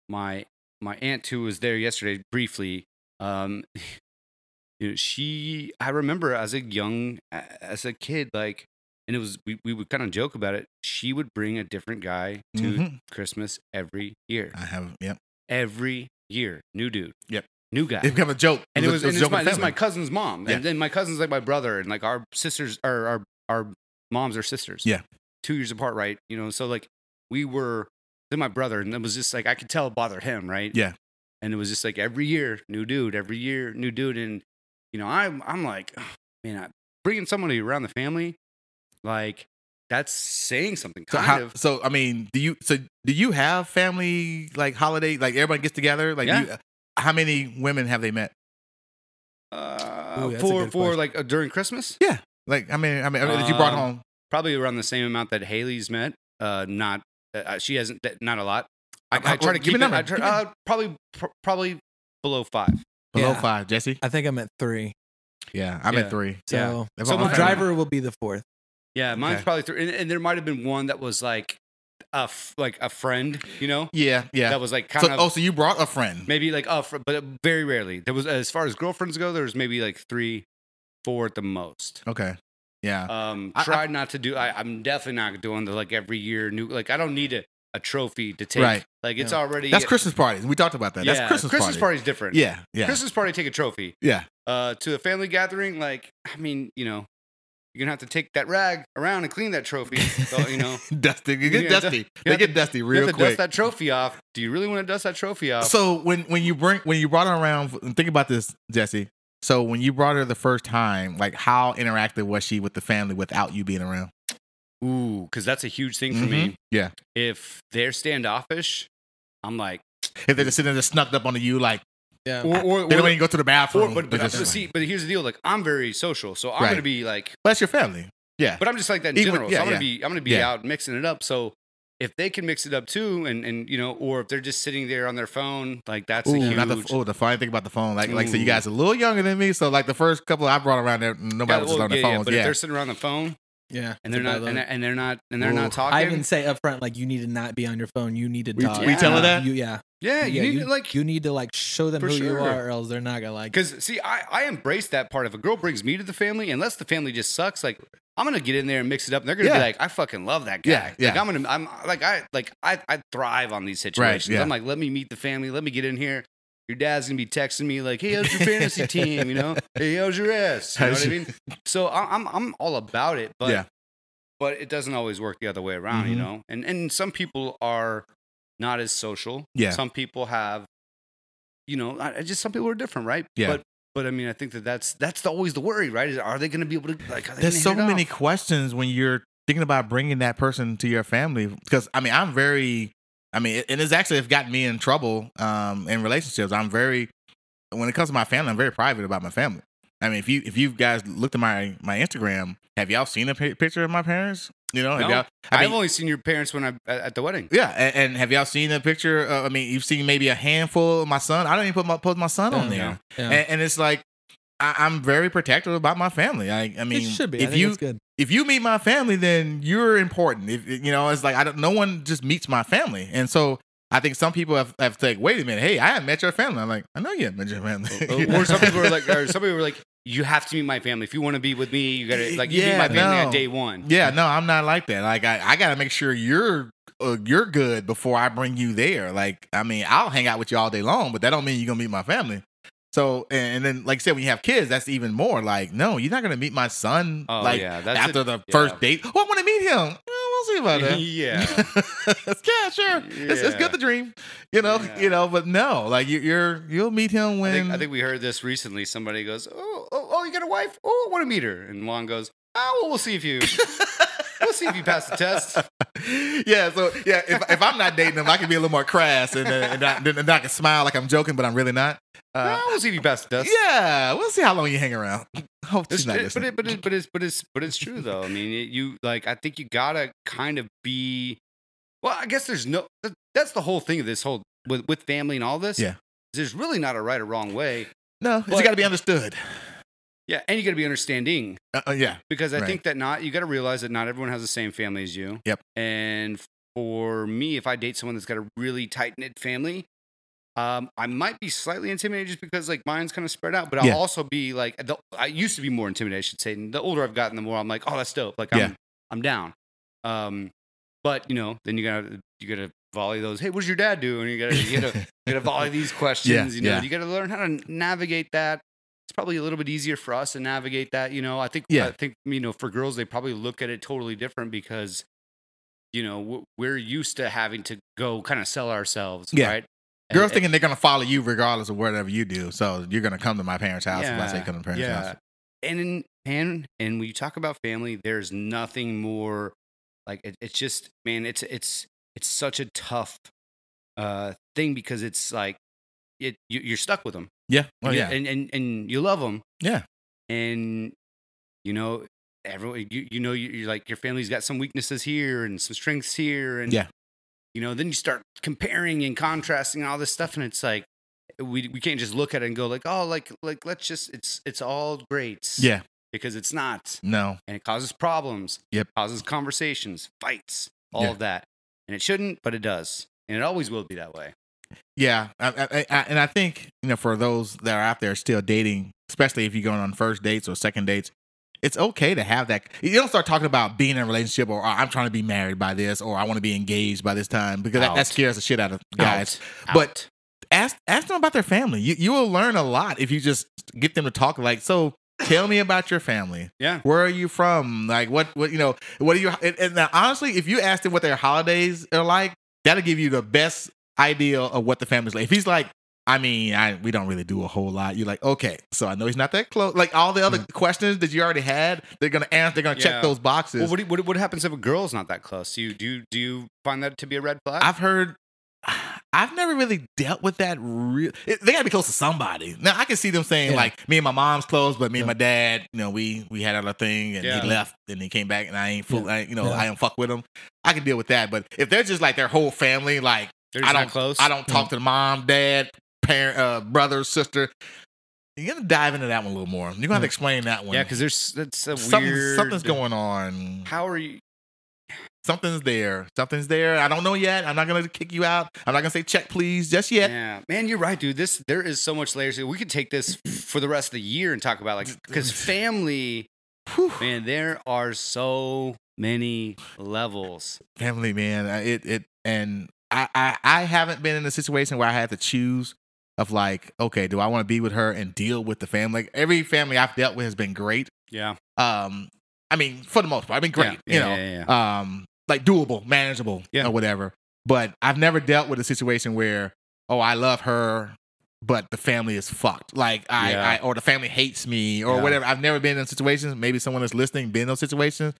Speaker 3: my my aunt who was there yesterday briefly. Um, you know, she I remember as a young a- as a kid like. And it was we, we would kind of joke about it. She would bring a different guy to
Speaker 1: Mhm.
Speaker 3: Christmas every year.
Speaker 1: I have yep.
Speaker 3: every year. New dude.
Speaker 1: Yep.
Speaker 3: New guy.
Speaker 1: It became a joke.
Speaker 3: and it was,
Speaker 1: a-
Speaker 3: and
Speaker 1: a
Speaker 3: this,
Speaker 1: joke
Speaker 3: is my,
Speaker 1: in
Speaker 3: this is
Speaker 1: family.
Speaker 3: my cousin's mom.
Speaker 1: Yeah.
Speaker 3: And then my cousin's like my brother, and like our sisters or our our moms are sisters.
Speaker 1: Yeah.
Speaker 3: Two years apart, right? You know, so like we were then my brother, and it was just like I could tell it bothered him, right?
Speaker 1: Yeah.
Speaker 3: And it was just like every year, new dude, every year, new dude. And you know, I'm I'm like, "Oh, man, I, bringing somebody around the family, like that's saying something
Speaker 1: So,
Speaker 3: kind
Speaker 1: how,
Speaker 3: of.
Speaker 1: so I mean, do you so do you have family like holiday like everybody gets together like
Speaker 3: Yeah.
Speaker 1: you, how many women have they met?
Speaker 3: Uh,
Speaker 4: Ooh, that's a
Speaker 3: for for
Speaker 4: good question.
Speaker 3: like uh, during Christmas,
Speaker 1: Like I mean, I mean that you brought
Speaker 3: Um,
Speaker 1: home.
Speaker 3: probably around the same amount that Haley's met. Uh, not uh, she hasn't that- not a lot. I,
Speaker 1: Uh,
Speaker 3: I try
Speaker 1: well,
Speaker 3: to
Speaker 1: give me
Speaker 3: keep
Speaker 1: a
Speaker 3: it.
Speaker 1: number.
Speaker 3: I try,
Speaker 1: Give me-
Speaker 3: uh, probably pr- probably below five.
Speaker 1: Below
Speaker 4: yeah.
Speaker 1: five, Jesse.
Speaker 4: I think I'm at three.
Speaker 1: Yeah, I'm
Speaker 3: uh, Yeah.
Speaker 1: at three.
Speaker 3: Yeah.
Speaker 4: So
Speaker 1: That's
Speaker 3: So
Speaker 1: all
Speaker 3: my
Speaker 1: I'm trying to-
Speaker 4: driver will be the fourth.
Speaker 3: Yeah, mine's
Speaker 1: Okay.
Speaker 3: probably three. And, and there might have been one that was like a f- like a friend, you know,
Speaker 1: Yeah, yeah.
Speaker 3: that was like kind
Speaker 1: so
Speaker 3: of
Speaker 1: oh, so you brought a friend.
Speaker 3: maybe like a fr- but uh, very rarely. There was as far as girlfriends go, there was maybe like three, four at the most.
Speaker 1: Okay. Yeah.
Speaker 3: Um,
Speaker 1: I- I-
Speaker 3: tried not to do. I, I'm definitely not doing the like every year new. Like I don't need a, a trophy to take.
Speaker 1: Right.
Speaker 3: Like it's
Speaker 4: Yeah.
Speaker 3: already
Speaker 1: That's Christmas parties. We talked about that.
Speaker 3: Yeah,
Speaker 1: That's Christmas,
Speaker 3: Christmas
Speaker 1: party.
Speaker 3: party's different.
Speaker 1: Yeah, yeah.
Speaker 3: Christmas party, take a trophy.
Speaker 1: Yeah.
Speaker 3: Uh, to a family gathering, like I mean, you know, you're gonna have to take that rag around and clean that trophy. So, you know,
Speaker 1: dusty. You
Speaker 3: Yeah,
Speaker 1: get
Speaker 3: du-
Speaker 1: dusty.
Speaker 3: have
Speaker 1: They
Speaker 3: to-
Speaker 1: get dusty
Speaker 3: you have
Speaker 1: real
Speaker 3: to
Speaker 1: quick.
Speaker 3: dust that trophy off. Do you really want to dust that trophy off?
Speaker 1: So when when you bring when you brought her around, and think about this, Jesse. So when you brought her the first time, like how interactive was she with the family without you being around?
Speaker 3: Ooh, because that's a huge thing for me.
Speaker 1: Yeah.
Speaker 3: If they're standoffish, I'm like,
Speaker 1: If they're just sitting there snugged up onto you, like
Speaker 4: Yeah.
Speaker 3: or or, or,
Speaker 1: they don't even go to the
Speaker 3: or-
Speaker 1: bathroom.
Speaker 3: but,
Speaker 1: They're
Speaker 3: but,
Speaker 1: just-
Speaker 3: see, but here's the deal. Like I'm very social, so I'm
Speaker 1: Right.
Speaker 3: gonna be like
Speaker 1: Well, that's your family.
Speaker 3: But I'm just like that in
Speaker 1: Even-
Speaker 3: general.
Speaker 1: yeah,
Speaker 3: so I'm gonna
Speaker 1: yeah.
Speaker 3: be I'm gonna be
Speaker 1: Yeah.
Speaker 3: out mixing it up. So if they can mix it up too, and and you know, or if they're just sitting there on their phone, like that's a
Speaker 1: Ooh,
Speaker 3: huge.
Speaker 1: not the, oh, the fine thing about the phone, like like so
Speaker 3: Ooh.
Speaker 1: you guys are a little younger than me, so like the first couple I brought around there, nobody
Speaker 3: Yeah,
Speaker 1: was
Speaker 3: well,
Speaker 1: just on their
Speaker 3: yeah, yeah,
Speaker 1: phones.
Speaker 3: but
Speaker 1: Yeah,
Speaker 3: if they're sitting around the phone
Speaker 4: Yeah.
Speaker 3: and they're
Speaker 4: It's a
Speaker 3: not
Speaker 4: bad
Speaker 3: and,
Speaker 4: look.
Speaker 3: they're- and they're not and they're not talking,
Speaker 4: I even say up front, like you need to not be on your phone. You need to.
Speaker 1: We-
Speaker 4: Dog.
Speaker 3: we tell her
Speaker 1: that?
Speaker 4: You, yeah.
Speaker 3: yeah, you
Speaker 4: Yeah,
Speaker 3: need to like
Speaker 4: You need to like show them
Speaker 3: For
Speaker 4: who you
Speaker 3: sure.
Speaker 4: are, or else they're not gonna like. it.
Speaker 3: because see, I I embrace that part. If a girl brings me to the family, unless the family just sucks, like. I'm gonna get in there and mix it up, and they're gonna be
Speaker 1: Yeah.
Speaker 3: like, "I fucking love that guy."
Speaker 1: Yeah,
Speaker 3: Like
Speaker 1: yeah.
Speaker 3: I'm gonna, I'm like, I like, I, I thrive on these situations.
Speaker 1: yeah.
Speaker 3: I'm like, let me meet the family, let me get in here. Your dad's gonna be texting me like, "Hey, how's your fantasy team?" You know, "Hey, how's your ass?" You know
Speaker 1: How's
Speaker 3: what I
Speaker 1: your-
Speaker 3: mean? So I- I'm, I'm all about it, but
Speaker 1: Yeah.
Speaker 3: but it doesn't always work the other way around, you
Speaker 1: Mhm.
Speaker 3: know. And and some people are not as social.
Speaker 1: Yeah.
Speaker 3: Some people have, you know, I, I just some people are different, right?
Speaker 1: Yeah.
Speaker 3: But but I mean, I think that that's that's the, always the worry, right? Is are they going to be able to like? Are they
Speaker 1: There's so
Speaker 3: gonna hit it
Speaker 1: many
Speaker 3: off?
Speaker 1: questions when you're thinking about bringing that person to your family because I mean I'm very I mean and it's actually gotten me in trouble um in relationships. I'm very when it comes to my family, I'm very private about my family. I mean if you if you guys looked at my my Instagram, have y'all seen a pi- picture of my parents? You know, have
Speaker 3: No.
Speaker 1: y'all, I
Speaker 3: I have
Speaker 1: mean,
Speaker 3: only seen your parents when I at at the wedding.
Speaker 1: yeah. And, and have y'all seen a picture? Of, I mean, you've seen maybe a handful of my son. I don't even put my put my son on
Speaker 4: Yeah.
Speaker 1: there,
Speaker 4: Yeah.
Speaker 3: eh,
Speaker 1: and, and it's like I, I'm very protective about my family. I, I mean,
Speaker 4: it should be. I
Speaker 1: if
Speaker 4: think
Speaker 1: you
Speaker 4: it's good.
Speaker 1: if you meet my family, then you're important. If you know, it's like I don't. No one just meets my family, and so I think some people have have to like, wait a minute, hey, I haven't met your family. I'm like, I know you haven't met your family.
Speaker 3: Uh, or some people were like, or some people were like, you have to meet my family if you want to be with me. You gotta like you meet
Speaker 1: Yeah,
Speaker 3: my family on
Speaker 1: no.
Speaker 3: day one.
Speaker 1: yeah, no, I'm not like that. Like I, I gotta make sure you're uh, you're good before I bring you there. Like I mean, I'll hang out with you all day long, but that don't mean you're gonna meet my family. So and, and then like I said, when you have kids, that's even more. Like no, you're not gonna meet my son.
Speaker 3: Oh
Speaker 1: like
Speaker 3: yeah, that's
Speaker 1: after
Speaker 3: a-
Speaker 1: the
Speaker 3: yeah.
Speaker 1: first date, oh, I want to meet him. Well, we'll see about that.
Speaker 3: yeah.
Speaker 1: yeah, sure. It's, it's
Speaker 3: Yeah.
Speaker 1: good to dream, you know,
Speaker 3: Yeah.
Speaker 1: you know, but no, like you, you're you'll meet him
Speaker 3: I
Speaker 1: when
Speaker 3: think, I think we heard this recently. Somebody goes, "Oh, oh, oh, you got a wife? Oh, I want to meet her." And Juan goes, "Ah, well, we'll see if you, we'll see if you pass the test."
Speaker 1: yeah, so yeah, if, if I'm not dating him, I can be a little more crass and uh, and, I, and I can smile like I'm joking, but I'm really not. Uh,
Speaker 3: ah, we'll see if you pass the test.
Speaker 1: yeah, we'll see how long you hang around. Hope
Speaker 3: It's,
Speaker 1: she's not
Speaker 3: it, but,
Speaker 1: listening.
Speaker 3: it, but, it, but it's but it's but it's true though. I mean, it, you like I think you gotta kind of be. Well, I guess there's no. that- That's the whole thing of this whole with with family and all this.
Speaker 1: Yeah.
Speaker 3: there's really not a right or wrong way.
Speaker 1: no, it's
Speaker 3: but-
Speaker 1: got to be understood.
Speaker 3: Yeah, and you gotta be understanding
Speaker 1: Uh, uh, yeah,
Speaker 3: because I
Speaker 1: Right.
Speaker 3: think that not you gotta realize that not everyone has the same family as you.
Speaker 1: Yep.
Speaker 3: And for me, if I date someone that's got a really tight knit family. Um, I might be slightly intimidated just because like mine's kind of spread out, but I'll
Speaker 1: Yeah.
Speaker 3: also be like, the, I used to be more intimidated. I should say, and the older I've gotten, the more I'm like, oh, that's dope. Like, I'm,
Speaker 1: Yeah.
Speaker 3: I'm down. Um, but you know, then you gotta, you gotta volley those. Hey, what does your dad do? And you gotta, you gotta, you gotta volley these questions.
Speaker 1: Yeah,
Speaker 3: you know,
Speaker 1: yeah.
Speaker 3: you gotta learn how to navigate that. It's probably a little bit easier for us to navigate that. You know, I think,
Speaker 1: Yeah.
Speaker 3: I think, you know, for girls, they probably look at it totally different because, you know, w- we're used to having to go kind of sell ourselves,
Speaker 1: Yeah.
Speaker 3: right? And-
Speaker 1: girls thinking they're gonna follow you regardless of whatever you do. So you're gonna come to my parents' house if I say come to parents'
Speaker 3: yeah.
Speaker 1: house.
Speaker 3: And in, and and when you talk about family, there's nothing more like it, it's just man, it's it's it's such a tough uh thing because it's like it you, you're stuck with them.
Speaker 1: Yeah, oh yeah,
Speaker 3: and and and you love them.
Speaker 1: Yeah.
Speaker 3: and you know everyone you you know you- you're like your family's got some weaknesses here and some strengths here and
Speaker 1: Yeah.
Speaker 3: you know then you start comparing and contrasting and all this stuff and it's like we we can't just look at it and go like oh like like let's just it's it's all great
Speaker 1: yeah.
Speaker 3: because it's not
Speaker 1: No,
Speaker 3: and it causes problems
Speaker 1: Yep.
Speaker 3: causes conversations fights all
Speaker 1: Yeah.
Speaker 3: of that and it shouldn't but it does and it always will be that way
Speaker 1: Yeah, I, I, I, and I think you know for those that are out there still dating, especially if you're going on first dates or second dates, it's okay to have that. You don't start talking about being in a relationship or "Oh, I'm trying to be married by this or I want to be engaged by this time because that,
Speaker 3: Out.
Speaker 1: that scares the shit out of guys.
Speaker 3: Out.
Speaker 1: but
Speaker 3: Out.
Speaker 1: Ask ask them about their family. You you will learn a lot if you just get them to talk. Like so. Tell me about your family.
Speaker 3: Yeah.
Speaker 1: Where are you from? Like, what, what, you know, what are you, and, and now, honestly, if you ask them what their holidays are like, that'll give you the best idea of what the family's like. If he's like, I mean, I, we don't really do a whole lot. You're like, okay, so I know he's not that close. Like all the other questions that you already had, they're gonna answer. They're gonna
Speaker 3: Mm. Yeah.
Speaker 1: check those boxes.
Speaker 3: Well, what, do you, what what happens if a girl's not that close? Do you do you, do you find that to be a red flag?
Speaker 1: I've heard. I've never really dealt with that. Real, it, they gotta be close to somebody. Now I can see them saying
Speaker 4: Yeah.
Speaker 1: like, "Me and my mom's close, but me and
Speaker 4: Yeah.
Speaker 1: my dad, you know, we we had our thing, and
Speaker 3: Yeah.
Speaker 1: he left, and he came back, and I ain't fool, I ain't- you know,
Speaker 4: Yeah.
Speaker 1: I don't fuck with him. I can deal with that. But if they're just like their whole family, like
Speaker 3: They're
Speaker 1: I
Speaker 3: just not
Speaker 1: don't-
Speaker 3: close.
Speaker 1: I don't talk to the mom, dad, parent, uh, brother, sister, you're gonna dive into that one a little more. You're gonna have to
Speaker 4: Yeah.
Speaker 1: explain that one.
Speaker 3: Yeah, because there's that's a
Speaker 1: Something,
Speaker 3: weird.
Speaker 1: something's going on
Speaker 3: How are you?
Speaker 1: something's there. Something's there. I don't know yet. I'm not gonna kick you out. I'm not gonna say check please just
Speaker 3: Yeah.
Speaker 1: yet.
Speaker 3: man, you're right, dude. This there is so much layers. here. We could take this for the rest of the year and talk about like because family,
Speaker 1: Whew.
Speaker 3: man, there are so many levels.
Speaker 1: Family, man. I- It it and I, I I haven't been in a situation where I had to choose of like, okay, do I want to be with her and deal with the family? Like, every family I've dealt with has been great.
Speaker 3: Yeah,
Speaker 1: Um, I mean, for the most part, I've been great.
Speaker 3: Yeah,
Speaker 1: you
Speaker 3: yeah,
Speaker 1: know,
Speaker 3: yeah, yeah.
Speaker 1: um, like doable, manageable,
Speaker 3: Yeah.
Speaker 1: or whatever. But I've never dealt with a situation where, oh, I love her, but the family is fucked. Like I,
Speaker 3: Yeah.
Speaker 1: I or the family hates me or
Speaker 3: Yeah.
Speaker 1: whatever. I've never been in situations. Maybe someone that's listening been in those situations.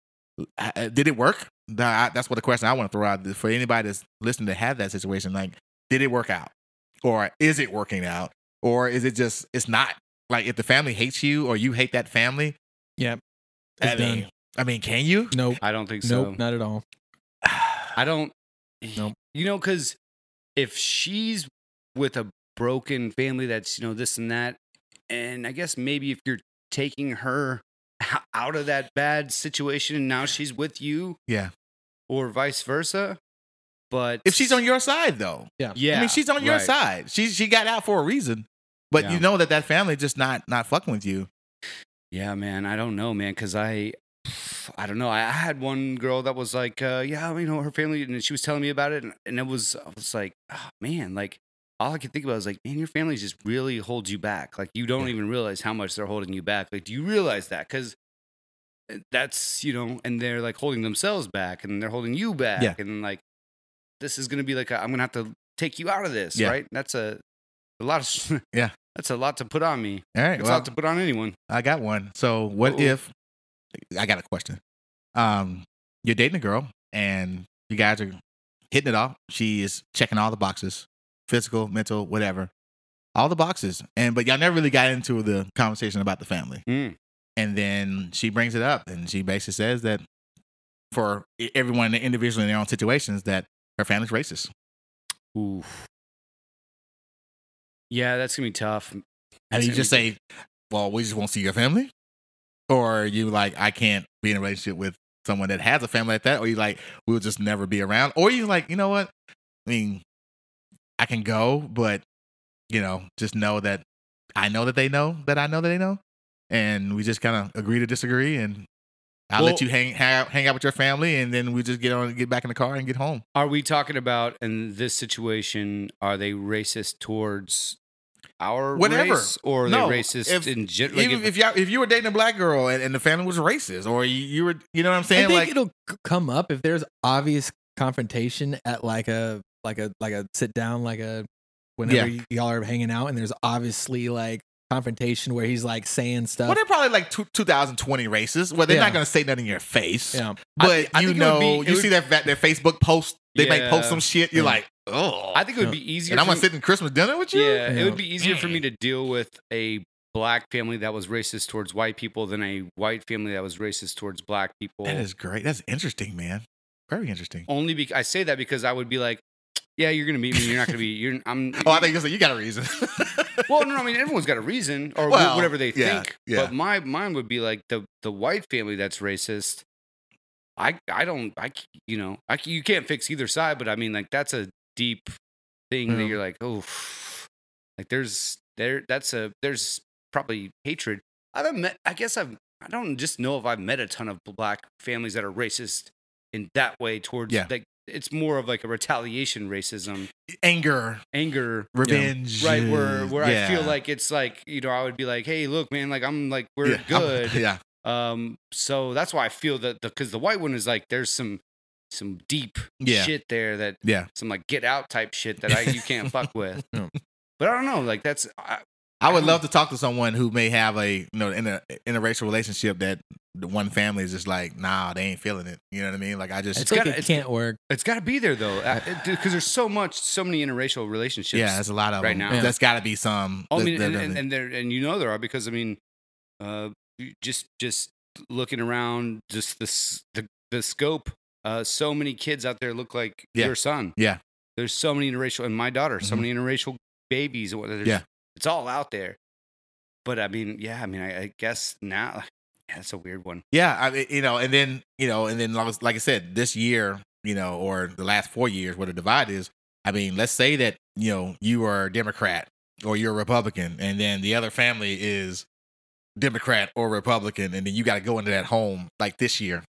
Speaker 1: Uh, uh, Did it work? That- I- That's what the question I want to throw out for anybody that's listening to have that situation. Like, did it work out, or is it working out, or is it just it's not? Like, if the family hates you or you hate that family,
Speaker 4: Yep.
Speaker 1: I
Speaker 4: It's done.
Speaker 1: mean, I mean, can you?
Speaker 4: Nope.
Speaker 3: I don't think so.
Speaker 4: Nope. Not at all.
Speaker 3: I don't.
Speaker 4: Nope.
Speaker 3: You know, because if she's with a broken family that's, you know, this and that, and I guess maybe if you're taking her h- out of that bad situation and now she's with you
Speaker 1: Yeah.
Speaker 3: or vice versa, but
Speaker 1: If she's on your side, though,
Speaker 3: yeah,
Speaker 1: I mean, she's on your
Speaker 3: right.
Speaker 1: side. She she got out for a reason, but
Speaker 3: Yeah.
Speaker 1: you know that that family just not not fucking with you.
Speaker 3: Yeah, man. I don't know, man, because I, I don't know. I, I had one girl that was like, uh, yeah, you know, her family, and she was telling me about it, and, and it was, I was like, oh, man, like all I could think about was like, man, your family just really holds you back. Like you don't even realize how much they're holding you back. Like, do you realize that? Because that's you know, and they're like holding themselves back, and they're holding you back,
Speaker 1: Yeah.
Speaker 3: and like this is gonna be like, i am I'm gonna have to take you out of this,
Speaker 1: Yeah.
Speaker 3: right? That's a, a lot of,
Speaker 1: Yeah.
Speaker 3: that's a lot to put on me.
Speaker 1: All right,
Speaker 3: It's a
Speaker 1: well,
Speaker 3: lot to put on anyone.
Speaker 1: I got one. So what
Speaker 3: Uh-oh.
Speaker 1: if I got a question? Um, you're dating a girl and you guys are hitting it off. She is checking all the boxes, physical, mental, whatever, all the boxes. And but y'all never really got into the conversation about the family.
Speaker 3: Mm.
Speaker 1: And then she brings it up and she basically says that for e- everyone individually in their own situations that her family's racist.
Speaker 3: Oof. Yeah, that's gonna be tough.
Speaker 1: And
Speaker 3: That's
Speaker 1: you
Speaker 3: gonna
Speaker 1: just
Speaker 3: be-
Speaker 1: say, "Well, we just won't see your family," or you like, "I can't be in a relationship with someone that has a family like that," or you like, "We'll just never be around," or you like, "You know what? I mean, I can go, but you know, just know that I know that they know that I know that they know, and we just kind of agree to disagree, and I'll
Speaker 3: Well-
Speaker 1: let you hang hang out, hang out with your family, and then we just get on, get back in the car, and get home."
Speaker 3: Are we talking about in this situation? Are they racist towards our
Speaker 1: Whatever.
Speaker 3: race, or are
Speaker 1: No,
Speaker 3: they racist
Speaker 1: if-
Speaker 3: in general?
Speaker 1: Even if y'all, if you were dating a black girl and, and the family was racist, or you, you were, you know what I'm
Speaker 4: I
Speaker 1: saying?
Speaker 4: think
Speaker 1: like,
Speaker 4: it'll c- come up if there's obvious confrontation at like a like a like a sit down like a whenever y- y'all are hanging out and there's obviously like confrontation where he's like saying stuff.
Speaker 1: Well, they're probably like two, 2020 racists where they're
Speaker 4: Yeah.
Speaker 1: not going to say nothing in your face.
Speaker 4: yeah.
Speaker 1: But
Speaker 3: I
Speaker 1: you
Speaker 3: think it would
Speaker 1: know,
Speaker 3: be- it
Speaker 1: you
Speaker 3: would-
Speaker 1: see their, fa- their Facebook post, they might
Speaker 3: Yeah.
Speaker 1: post some shit. You're
Speaker 4: Yeah.
Speaker 1: like, oh.
Speaker 3: I think it would be easier.
Speaker 1: and I'm
Speaker 3: for
Speaker 1: going to
Speaker 3: me-
Speaker 1: sit in Christmas dinner with you?
Speaker 3: yeah, it
Speaker 4: Yeah.
Speaker 3: would be easier for me to deal with a black family that was racist towards white people than a white family that was racist towards black people.
Speaker 1: That is great. That's interesting, man. Very interesting.
Speaker 3: Only because I say that because I would be like, yeah, you're gonna meet me. You're not gonna be. You're. I'm.
Speaker 1: Oh, I think you said you got a reason.
Speaker 3: Well, no, I mean everyone's got a reason or wh-
Speaker 1: Well,
Speaker 3: whatever they
Speaker 1: yeah,
Speaker 3: think.
Speaker 1: yeah.
Speaker 3: But my mine would be like the the white family that's racist. I I don't I c- you know I c- you can't fix either side, but I mean like that's a deep thing that
Speaker 1: Yeah.
Speaker 3: you're like oh like there's there that's a there's probably hatred. I don't met, I guess I've I don't just know if I've met a ton of black families that are racist in that way towards
Speaker 1: Yeah.
Speaker 3: like it's more of like a retaliation racism
Speaker 1: Anger,
Speaker 3: anger
Speaker 1: revenge.
Speaker 3: right where where i feel
Speaker 1: yeah.
Speaker 3: like it's like you know i would be like hey look man like i'm like we're
Speaker 1: Yeah, I'm-
Speaker 3: good
Speaker 1: yeah.
Speaker 3: um so that's why i feel that the because the white one is like there's some some deep
Speaker 1: Yeah.
Speaker 3: shit there that
Speaker 1: Yeah.
Speaker 3: some like get out type shit that i you can't fuck with
Speaker 4: No.
Speaker 3: but i don't know like that's I,
Speaker 1: I would
Speaker 3: I
Speaker 1: love to talk to someone who may have a you know in a interracial relationship that the one family is just like, nah, they ain't feeling it. You know what I mean? Like I just
Speaker 4: It's,
Speaker 3: gotta-
Speaker 4: like it
Speaker 3: it's-
Speaker 4: can't work.
Speaker 3: it's got to be there though because there's so much so many interracial relationships
Speaker 1: Yeah, there's a lot of
Speaker 3: right
Speaker 1: them.
Speaker 3: now.
Speaker 1: That's got to be some.
Speaker 3: Oh, I
Speaker 1: that-
Speaker 3: mean,
Speaker 1: that-
Speaker 3: and,
Speaker 1: that-
Speaker 3: and, and there, and you know there are because I mean, uh, you- just just looking around, just this the the scope. Uh, so many kids out there look like
Speaker 1: Yeah.
Speaker 3: your son.
Speaker 1: Yeah.
Speaker 3: there's so many interracial, and my daughter, so
Speaker 1: Mhm.
Speaker 3: many interracial babies. and what- there's-
Speaker 1: Yeah.
Speaker 3: it's all out there. But I mean, yeah, I mean, I, I guess now yeah, that's a weird one.
Speaker 1: yeah, I mean, you know, and then you know, and then like I was- like I said, this year, you know, or the last four years, where the divide is. I mean, let's say that you know you are a Democrat or you're a Republican, and then the other family is Democrat or Republican, and then you got to go into that home like this year.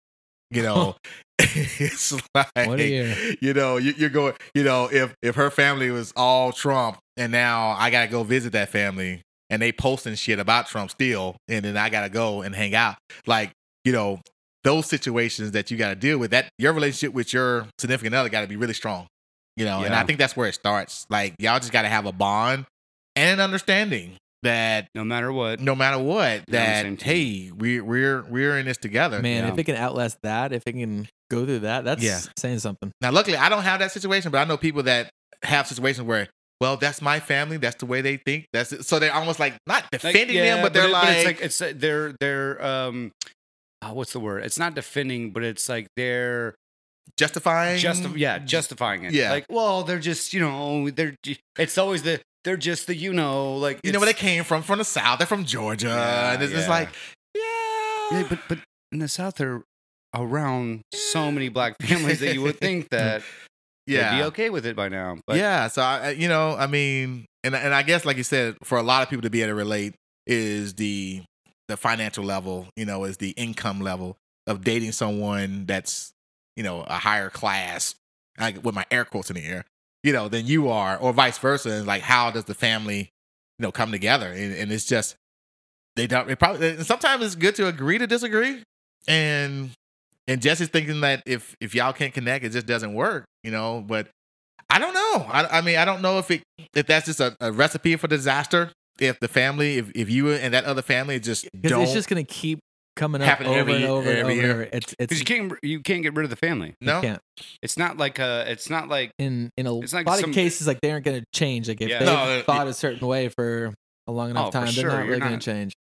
Speaker 1: You know, it's like
Speaker 4: What a year.
Speaker 1: you know you, you're going. You know, if if her family was all Trump, and now I got to go visit that family, and they posting shit about Trump still, and then I gotta go and hang out. Like, you know, those situations that you gotta deal with, that your relationship with your significant other gotta be really strong. You know, and
Speaker 3: Yeah.
Speaker 1: I think that's where it starts. Like y'all just gotta have a bond and an understanding that
Speaker 3: No matter what,
Speaker 1: no matter what,
Speaker 3: the same
Speaker 1: that
Speaker 3: team.
Speaker 1: hey, we're we're we're in this together.
Speaker 4: Man,
Speaker 3: Uh, Yeah.
Speaker 4: if it can outlast that, if it can go through that, that's
Speaker 1: Yeah.
Speaker 4: saying something.
Speaker 1: Now, luckily, I don't have that situation, but I know people that have situations where, well, that's my family, that's the way they think, that's it. so they're almost like not
Speaker 3: Like,
Speaker 1: defending
Speaker 3: yeah,
Speaker 1: them, but they're
Speaker 3: it-
Speaker 1: like,
Speaker 3: it's like it's uh, they're they're um oh, what's the word? It's not defending, but it's like they're
Speaker 1: Justifying.
Speaker 3: just yeah justifying it.
Speaker 1: Yeah.
Speaker 3: like well, they're just you know they're j- it's always the they're just the you know like
Speaker 1: You know where they
Speaker 3: it's-
Speaker 1: came from? From the South. They're from Georgia.
Speaker 3: Yeah,
Speaker 1: and it's just
Speaker 3: yeah.
Speaker 1: like, yeah.
Speaker 3: Yeah, but but in the south they're around so many black families that you would think that
Speaker 1: yeah.
Speaker 3: they'd be okay with it by now. But
Speaker 1: yeah. So I, I- you know, I mean, and and I guess like you said, for a lot of people to be able to relate is the the financial level, you know, is the income level of dating someone that's you know a higher class, like with my air quotes in the air, you know, than you are, or vice versa. And like, how does the family, you know, come together? And, and it's just they don't. It probably and sometimes it's good to agree to disagree, and and Jesse's thinking that if if y'all can't connect, it just doesn't work, you know. But I don't know. I, I mean, I don't know if it if that's just a, a recipe for disaster. If the family, if, if you and that other family just
Speaker 4: Because
Speaker 1: don't,
Speaker 4: it's just gonna keep coming up
Speaker 1: Happen
Speaker 4: over
Speaker 1: every
Speaker 4: and
Speaker 1: year-
Speaker 4: over and
Speaker 1: every
Speaker 4: over.
Speaker 1: year.
Speaker 4: and over. It's it's
Speaker 3: because you can't you can't get rid of the family.
Speaker 1: no,
Speaker 4: can't.
Speaker 3: It's not like uh it's not like
Speaker 4: in in a
Speaker 3: It's like
Speaker 4: lot
Speaker 3: some-
Speaker 4: of cases like they aren't gonna change. Like if
Speaker 3: Yeah.
Speaker 4: they
Speaker 1: No, uh,
Speaker 4: have thought a certain way for a long
Speaker 3: Oh,
Speaker 4: enough
Speaker 3: for
Speaker 4: time, they're
Speaker 3: sure,
Speaker 4: not
Speaker 3: you're
Speaker 4: really gonna
Speaker 3: not-
Speaker 4: change.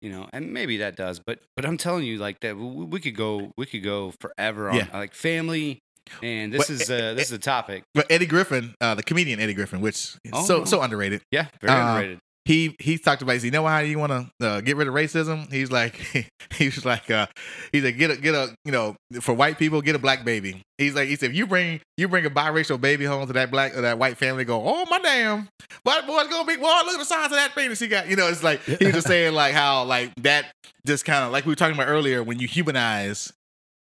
Speaker 3: you know, and maybe that does, but but I'm telling you, like that, we, we could go, we could go forever on
Speaker 1: Yeah.
Speaker 3: like family, and this
Speaker 1: Well,
Speaker 3: is uh, this is a topic,
Speaker 1: But Eddie Griffin, uh, the comedian Eddie Griffin, which is
Speaker 3: Oh.
Speaker 1: so so underrated.
Speaker 3: yeah, very
Speaker 1: Uh,
Speaker 3: underrated.
Speaker 1: He he talked about. He said, you know how you want to uh, get rid of racism? He's like he's like uh, he's like get a get a you know for white people get a black baby. He's like he said if you bring you bring a biracial baby home to that black or that white family go oh my damn white boy's gonna be well look at the size of that penis he got you know it's like he was just saying like how like that just kind of like we were talking about earlier when you humanize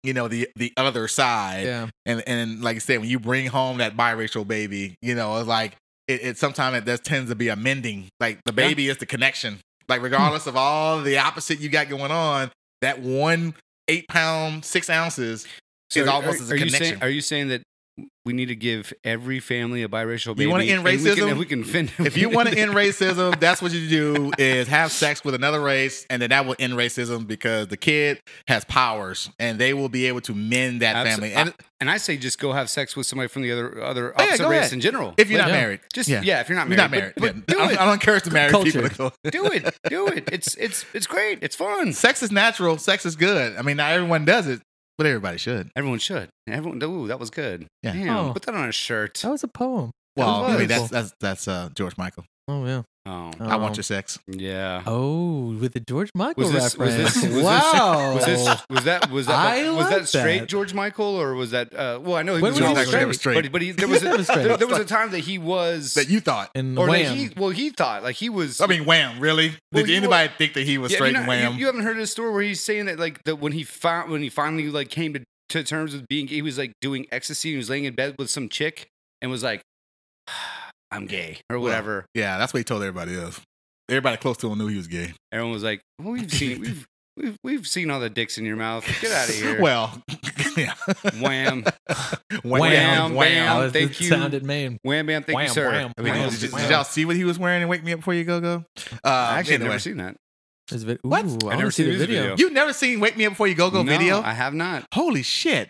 Speaker 1: you know the the other side
Speaker 4: Yeah.
Speaker 1: and and like I said, when you bring home that biracial baby, you know, it's like it, it sometimes it does tends to be a mending. Like the
Speaker 3: Yeah. Hmm.
Speaker 1: baby is the connection. Like regardless of all the opposite you got going on, that one eight pound six ounces is almost as a
Speaker 3: are You saying,
Speaker 1: connection.
Speaker 3: are you saying that we need to give every family a biracial baby?
Speaker 1: You wanna end
Speaker 3: and we can-
Speaker 1: racism?
Speaker 3: and We can, fin-
Speaker 1: if you want to end racism, that's what you do is have sex with another race, and then that will end racism because the kid has powers and they will be able to mend that
Speaker 3: Abso-
Speaker 1: family. And
Speaker 3: and I say just go have sex with somebody from the other other
Speaker 1: Oh, yeah,
Speaker 3: opposite
Speaker 1: go
Speaker 3: race
Speaker 1: ahead.
Speaker 3: in general.
Speaker 1: if you're
Speaker 3: Like,
Speaker 1: not
Speaker 4: Yeah.
Speaker 1: married,
Speaker 3: just
Speaker 1: yeah.
Speaker 3: yeah. if you're not
Speaker 1: you're
Speaker 3: married,
Speaker 1: not married.
Speaker 3: but- but
Speaker 1: Yeah. I, don't, I don't encourage the married people to
Speaker 4: Cultured.
Speaker 1: go.
Speaker 3: do it, do it, it's it's it's great, it's fun.
Speaker 1: sex is natural. Sex is good. I mean, not everyone does it, but everybody should.
Speaker 3: Everyone should. Everyone, ooh, that was good.
Speaker 1: Yeah.
Speaker 3: Damn,
Speaker 4: Oh.
Speaker 3: put that on a shirt.
Speaker 4: That was a poem.
Speaker 1: Well, I mean, that's
Speaker 4: Beautiful.
Speaker 1: that's that's uh, George Michael.
Speaker 4: Oh yeah.
Speaker 3: Oh,
Speaker 1: I want
Speaker 4: Um,
Speaker 1: your sex.
Speaker 3: yeah.
Speaker 4: Oh, with the George Michael
Speaker 3: Was this- was
Speaker 4: reference.
Speaker 3: this- was this-
Speaker 4: wow.
Speaker 3: Was this was that was that
Speaker 4: Oh. I
Speaker 3: was
Speaker 4: like
Speaker 3: that straight
Speaker 4: that.
Speaker 3: George Michael or was that uh, well I know he
Speaker 4: When
Speaker 3: was
Speaker 4: was he
Speaker 3: always
Speaker 4: Michael
Speaker 3: straight,
Speaker 1: never straight?
Speaker 3: but, but he, there was a,
Speaker 4: He was straight.
Speaker 3: there, there was a time that he was
Speaker 1: That you thought.
Speaker 4: and
Speaker 3: or that
Speaker 4: wham.
Speaker 3: he well he thought like he was
Speaker 1: I mean, wham. Really?
Speaker 3: Well,
Speaker 1: Did
Speaker 3: you
Speaker 1: anybody think that he was
Speaker 3: yeah,
Speaker 1: straight
Speaker 3: you, know,
Speaker 1: and wham?
Speaker 3: You, you haven't heard his story where he's saying that like that when he found when he finally like came to, to terms with being he was like doing ecstasy and he was laying in bed with some chick and was like I'm gay or
Speaker 1: Well,
Speaker 3: whatever
Speaker 1: yeah, that's what he told everybody else. Everybody close to him knew he was gay.
Speaker 3: everyone was like well, we've seen we've, we've we've seen all the dicks in your mouth get out of here
Speaker 1: Well, yeah.
Speaker 3: wham
Speaker 1: Wham,
Speaker 3: Wham,
Speaker 4: That
Speaker 1: wham.
Speaker 4: was
Speaker 3: thank
Speaker 4: the
Speaker 3: you.
Speaker 4: sound it made.
Speaker 3: wham bam thank you
Speaker 4: Wham,
Speaker 3: sir
Speaker 4: wham,
Speaker 1: I mean,
Speaker 4: wham.
Speaker 1: did, did y'all see what he was wearing in Wake Me Up Before You Go Go? Uh,
Speaker 3: I actually have
Speaker 1: anyway.
Speaker 3: never seen that.
Speaker 4: This vid-
Speaker 1: What?
Speaker 4: Ooh, I,
Speaker 3: I've
Speaker 4: want
Speaker 3: never
Speaker 4: to see
Speaker 3: seen
Speaker 4: the
Speaker 3: this
Speaker 4: video.
Speaker 3: video.
Speaker 1: You've never seen Wake Me Up Before You Go Go
Speaker 3: No,
Speaker 1: video?
Speaker 3: I have not.
Speaker 1: Holy shit.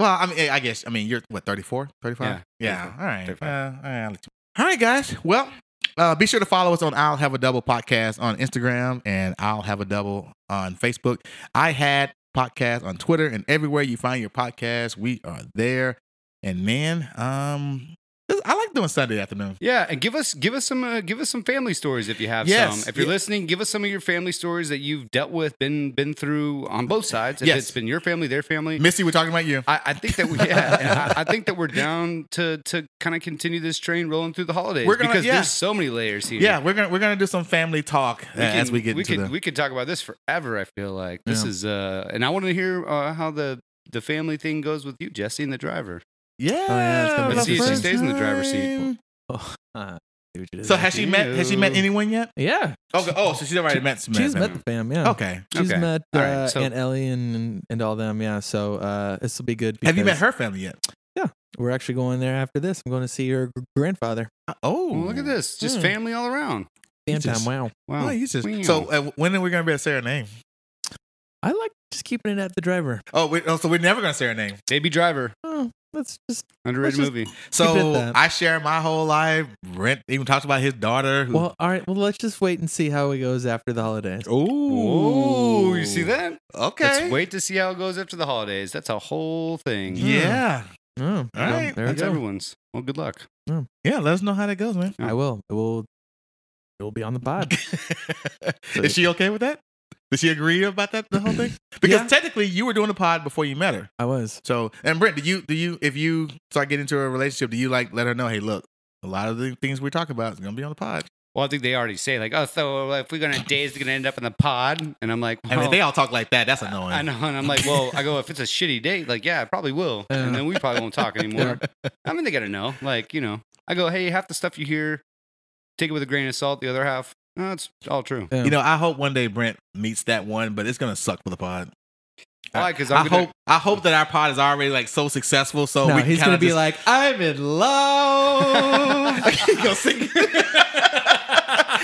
Speaker 1: Well, I mean, eh, I guess, I mean, you're what, 34, 35?
Speaker 3: Yeah,
Speaker 1: Yeah.
Speaker 3: 34,
Speaker 1: All right.
Speaker 3: 35.
Speaker 1: Uh, all right, I'll let you- all right, guys. Well, uh, be sure to follow us on I'll Have a Double podcast on Instagram and I'll Have a Double on Facebook. I had podcast on Twitter and everywhere you find your podcast, we are there. And man, um, this- I like doing Sunday afternoon.
Speaker 3: Yeah, and give us give us some uh, give us some family stories if you have
Speaker 1: Yes,
Speaker 3: some. If you're
Speaker 1: yeah.
Speaker 3: listening, give us some of your family stories that you've dealt with, been been through on both sides. If
Speaker 1: Yes.
Speaker 3: it's been your family, their family.
Speaker 1: Missy, we're talking about you.
Speaker 3: I, I think that we, yeah, and I, I think that we're down to to kind of continue this train rolling through the holidays
Speaker 1: We're gonna-
Speaker 3: because
Speaker 1: yeah.
Speaker 3: there's so many layers here.
Speaker 1: Yeah, we're gonna we're gonna do some family talk uh, as we get
Speaker 3: we
Speaker 1: into
Speaker 3: could
Speaker 1: the
Speaker 3: we could talk about this forever. I feel like this
Speaker 1: Yeah.
Speaker 3: is uh, and I want to hear uh, how the the family thing goes with you, Jesse, and the driver.
Speaker 1: yeah.
Speaker 3: Oh,
Speaker 4: it's gonna be
Speaker 1: the
Speaker 4: Let's see if she
Speaker 1: first
Speaker 3: stays in the driver's seat.
Speaker 1: time.
Speaker 4: Uh, see what you did
Speaker 1: So
Speaker 4: there.
Speaker 1: has she met? Has she met
Speaker 3: Ew.
Speaker 1: anyone yet?
Speaker 4: yeah,
Speaker 1: Okay. Oh, so she's already met.
Speaker 4: she's met the fam. Yeah,
Speaker 1: Okay.
Speaker 4: she's
Speaker 3: Okay.
Speaker 4: met uh,
Speaker 3: All right, so-
Speaker 4: Aunt Ellie and, and and all them. Yeah, so uh, this will be good.
Speaker 1: Have you met
Speaker 4: because
Speaker 1: her family yet?
Speaker 4: We're actually going there after this. I'm going to see your gr- grandfather.
Speaker 1: Oh,
Speaker 3: Well, look at this, just
Speaker 4: Hmm.
Speaker 3: family all around.
Speaker 4: Fan
Speaker 1: Jesus.
Speaker 4: time. Wow,
Speaker 3: Wow,
Speaker 1: Oh, you just
Speaker 3: Wow.
Speaker 1: so. Uh, when are we gonna be able to say her name?
Speaker 4: I like just keeping it at the driver.
Speaker 1: Oh, we, oh so we're never gonna say her name.
Speaker 3: baby driver.
Speaker 4: Oh, let's just
Speaker 3: Underrated
Speaker 4: Let's just-
Speaker 3: movie.
Speaker 4: Keep it at
Speaker 1: So
Speaker 4: that.
Speaker 1: I share my whole life. Brent even talks about his daughter. Who,
Speaker 4: well, all right. Well, let's just wait and see how it goes after the holidays.
Speaker 3: Oh, you see that?
Speaker 1: Okay.
Speaker 3: Let's wait to see how it goes after the holidays. That's a whole thing.
Speaker 1: Yeah.
Speaker 4: Oh,
Speaker 1: All right,
Speaker 4: there we
Speaker 3: That's
Speaker 4: go.
Speaker 3: everyone's. Well, good luck.
Speaker 1: Yeah. Let us know how that goes, man.
Speaker 4: I will. It will. It will be on the pod.
Speaker 1: Is she okay with that? Did she agree about that the whole thing? Because
Speaker 4: Yeah.
Speaker 1: technically, you were doing the pod before you met her.
Speaker 4: I was.
Speaker 1: So, and Brent, do you do you if you start getting into a relationship, do you like let her know, hey, look, a lot of the things we're talking about is gonna be on the pod.
Speaker 3: Well, I think they already say like, oh, so if we're gonna date, it's gonna end up in the pod. And I'm like,
Speaker 1: I mean,
Speaker 3: well,
Speaker 1: if they all talk like that. That's annoying.
Speaker 3: Oh. I know. And I'm like, well, I go if it's a shitty date, like, yeah, I probably will. And
Speaker 4: Yeah.
Speaker 3: then we probably won't talk anymore. I mean, they gotta know. Like, you know, I go, hey, half the stuff you hear, take it with a grain of salt. The other half, no, it's all true.
Speaker 1: You know, I hope one day Brent meets that one, but it's gonna suck for the pod.
Speaker 3: Why? Because
Speaker 1: I
Speaker 3: I'm gonna,
Speaker 1: hope I hope that our pod is already like so successful, so
Speaker 4: no,
Speaker 1: we
Speaker 4: he's
Speaker 1: kind
Speaker 4: gonna
Speaker 1: of
Speaker 4: be
Speaker 1: just,
Speaker 4: like, I'm in love.
Speaker 1: he gonna sing.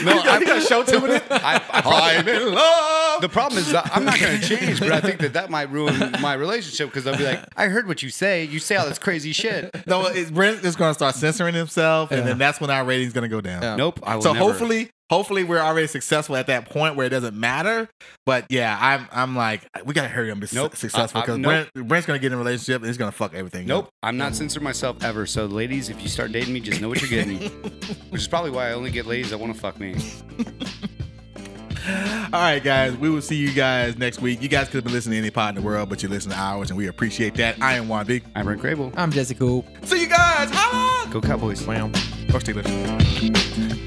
Speaker 1: no,
Speaker 3: I-
Speaker 1: I got show tuning it.
Speaker 3: I, I probably,
Speaker 1: I'm in love.
Speaker 3: The problem is that I'm not going to change, but I think that that might ruin my relationship because I'll be like, I heard what you say. You say all this crazy shit.
Speaker 1: no, it's Brent is gonna start censoring himself, and
Speaker 4: Yeah.
Speaker 1: then that's when our rating's gonna go down.
Speaker 4: Yeah.
Speaker 3: Nope. I will
Speaker 1: So
Speaker 3: never.
Speaker 1: hopefully, hopefully we're already successful at that point where it doesn't matter. But yeah, I'm I'm like we gotta hurry up and be
Speaker 3: Nope.
Speaker 1: su- successful
Speaker 3: I- I-
Speaker 1: because
Speaker 3: nope.
Speaker 1: Brent, Brent's gonna get in a relationship and it's gonna fuck everything.
Speaker 3: Nope,
Speaker 1: up.
Speaker 3: I'm not censoring myself ever. So, ladies, if you start dating me, just know what you're getting. Which is probably why I only get ladies that want to fuck me.
Speaker 1: All right, guys, we will see you guys next week. You guys could have been listening to any pod in the world, but you listen to ours, and we appreciate that. I am Juan B.
Speaker 3: I'm Brent Grable.
Speaker 4: I'm Jesse Cool.
Speaker 1: See you guys. Holla!
Speaker 3: Go Cowboys.
Speaker 1: Or Steelers.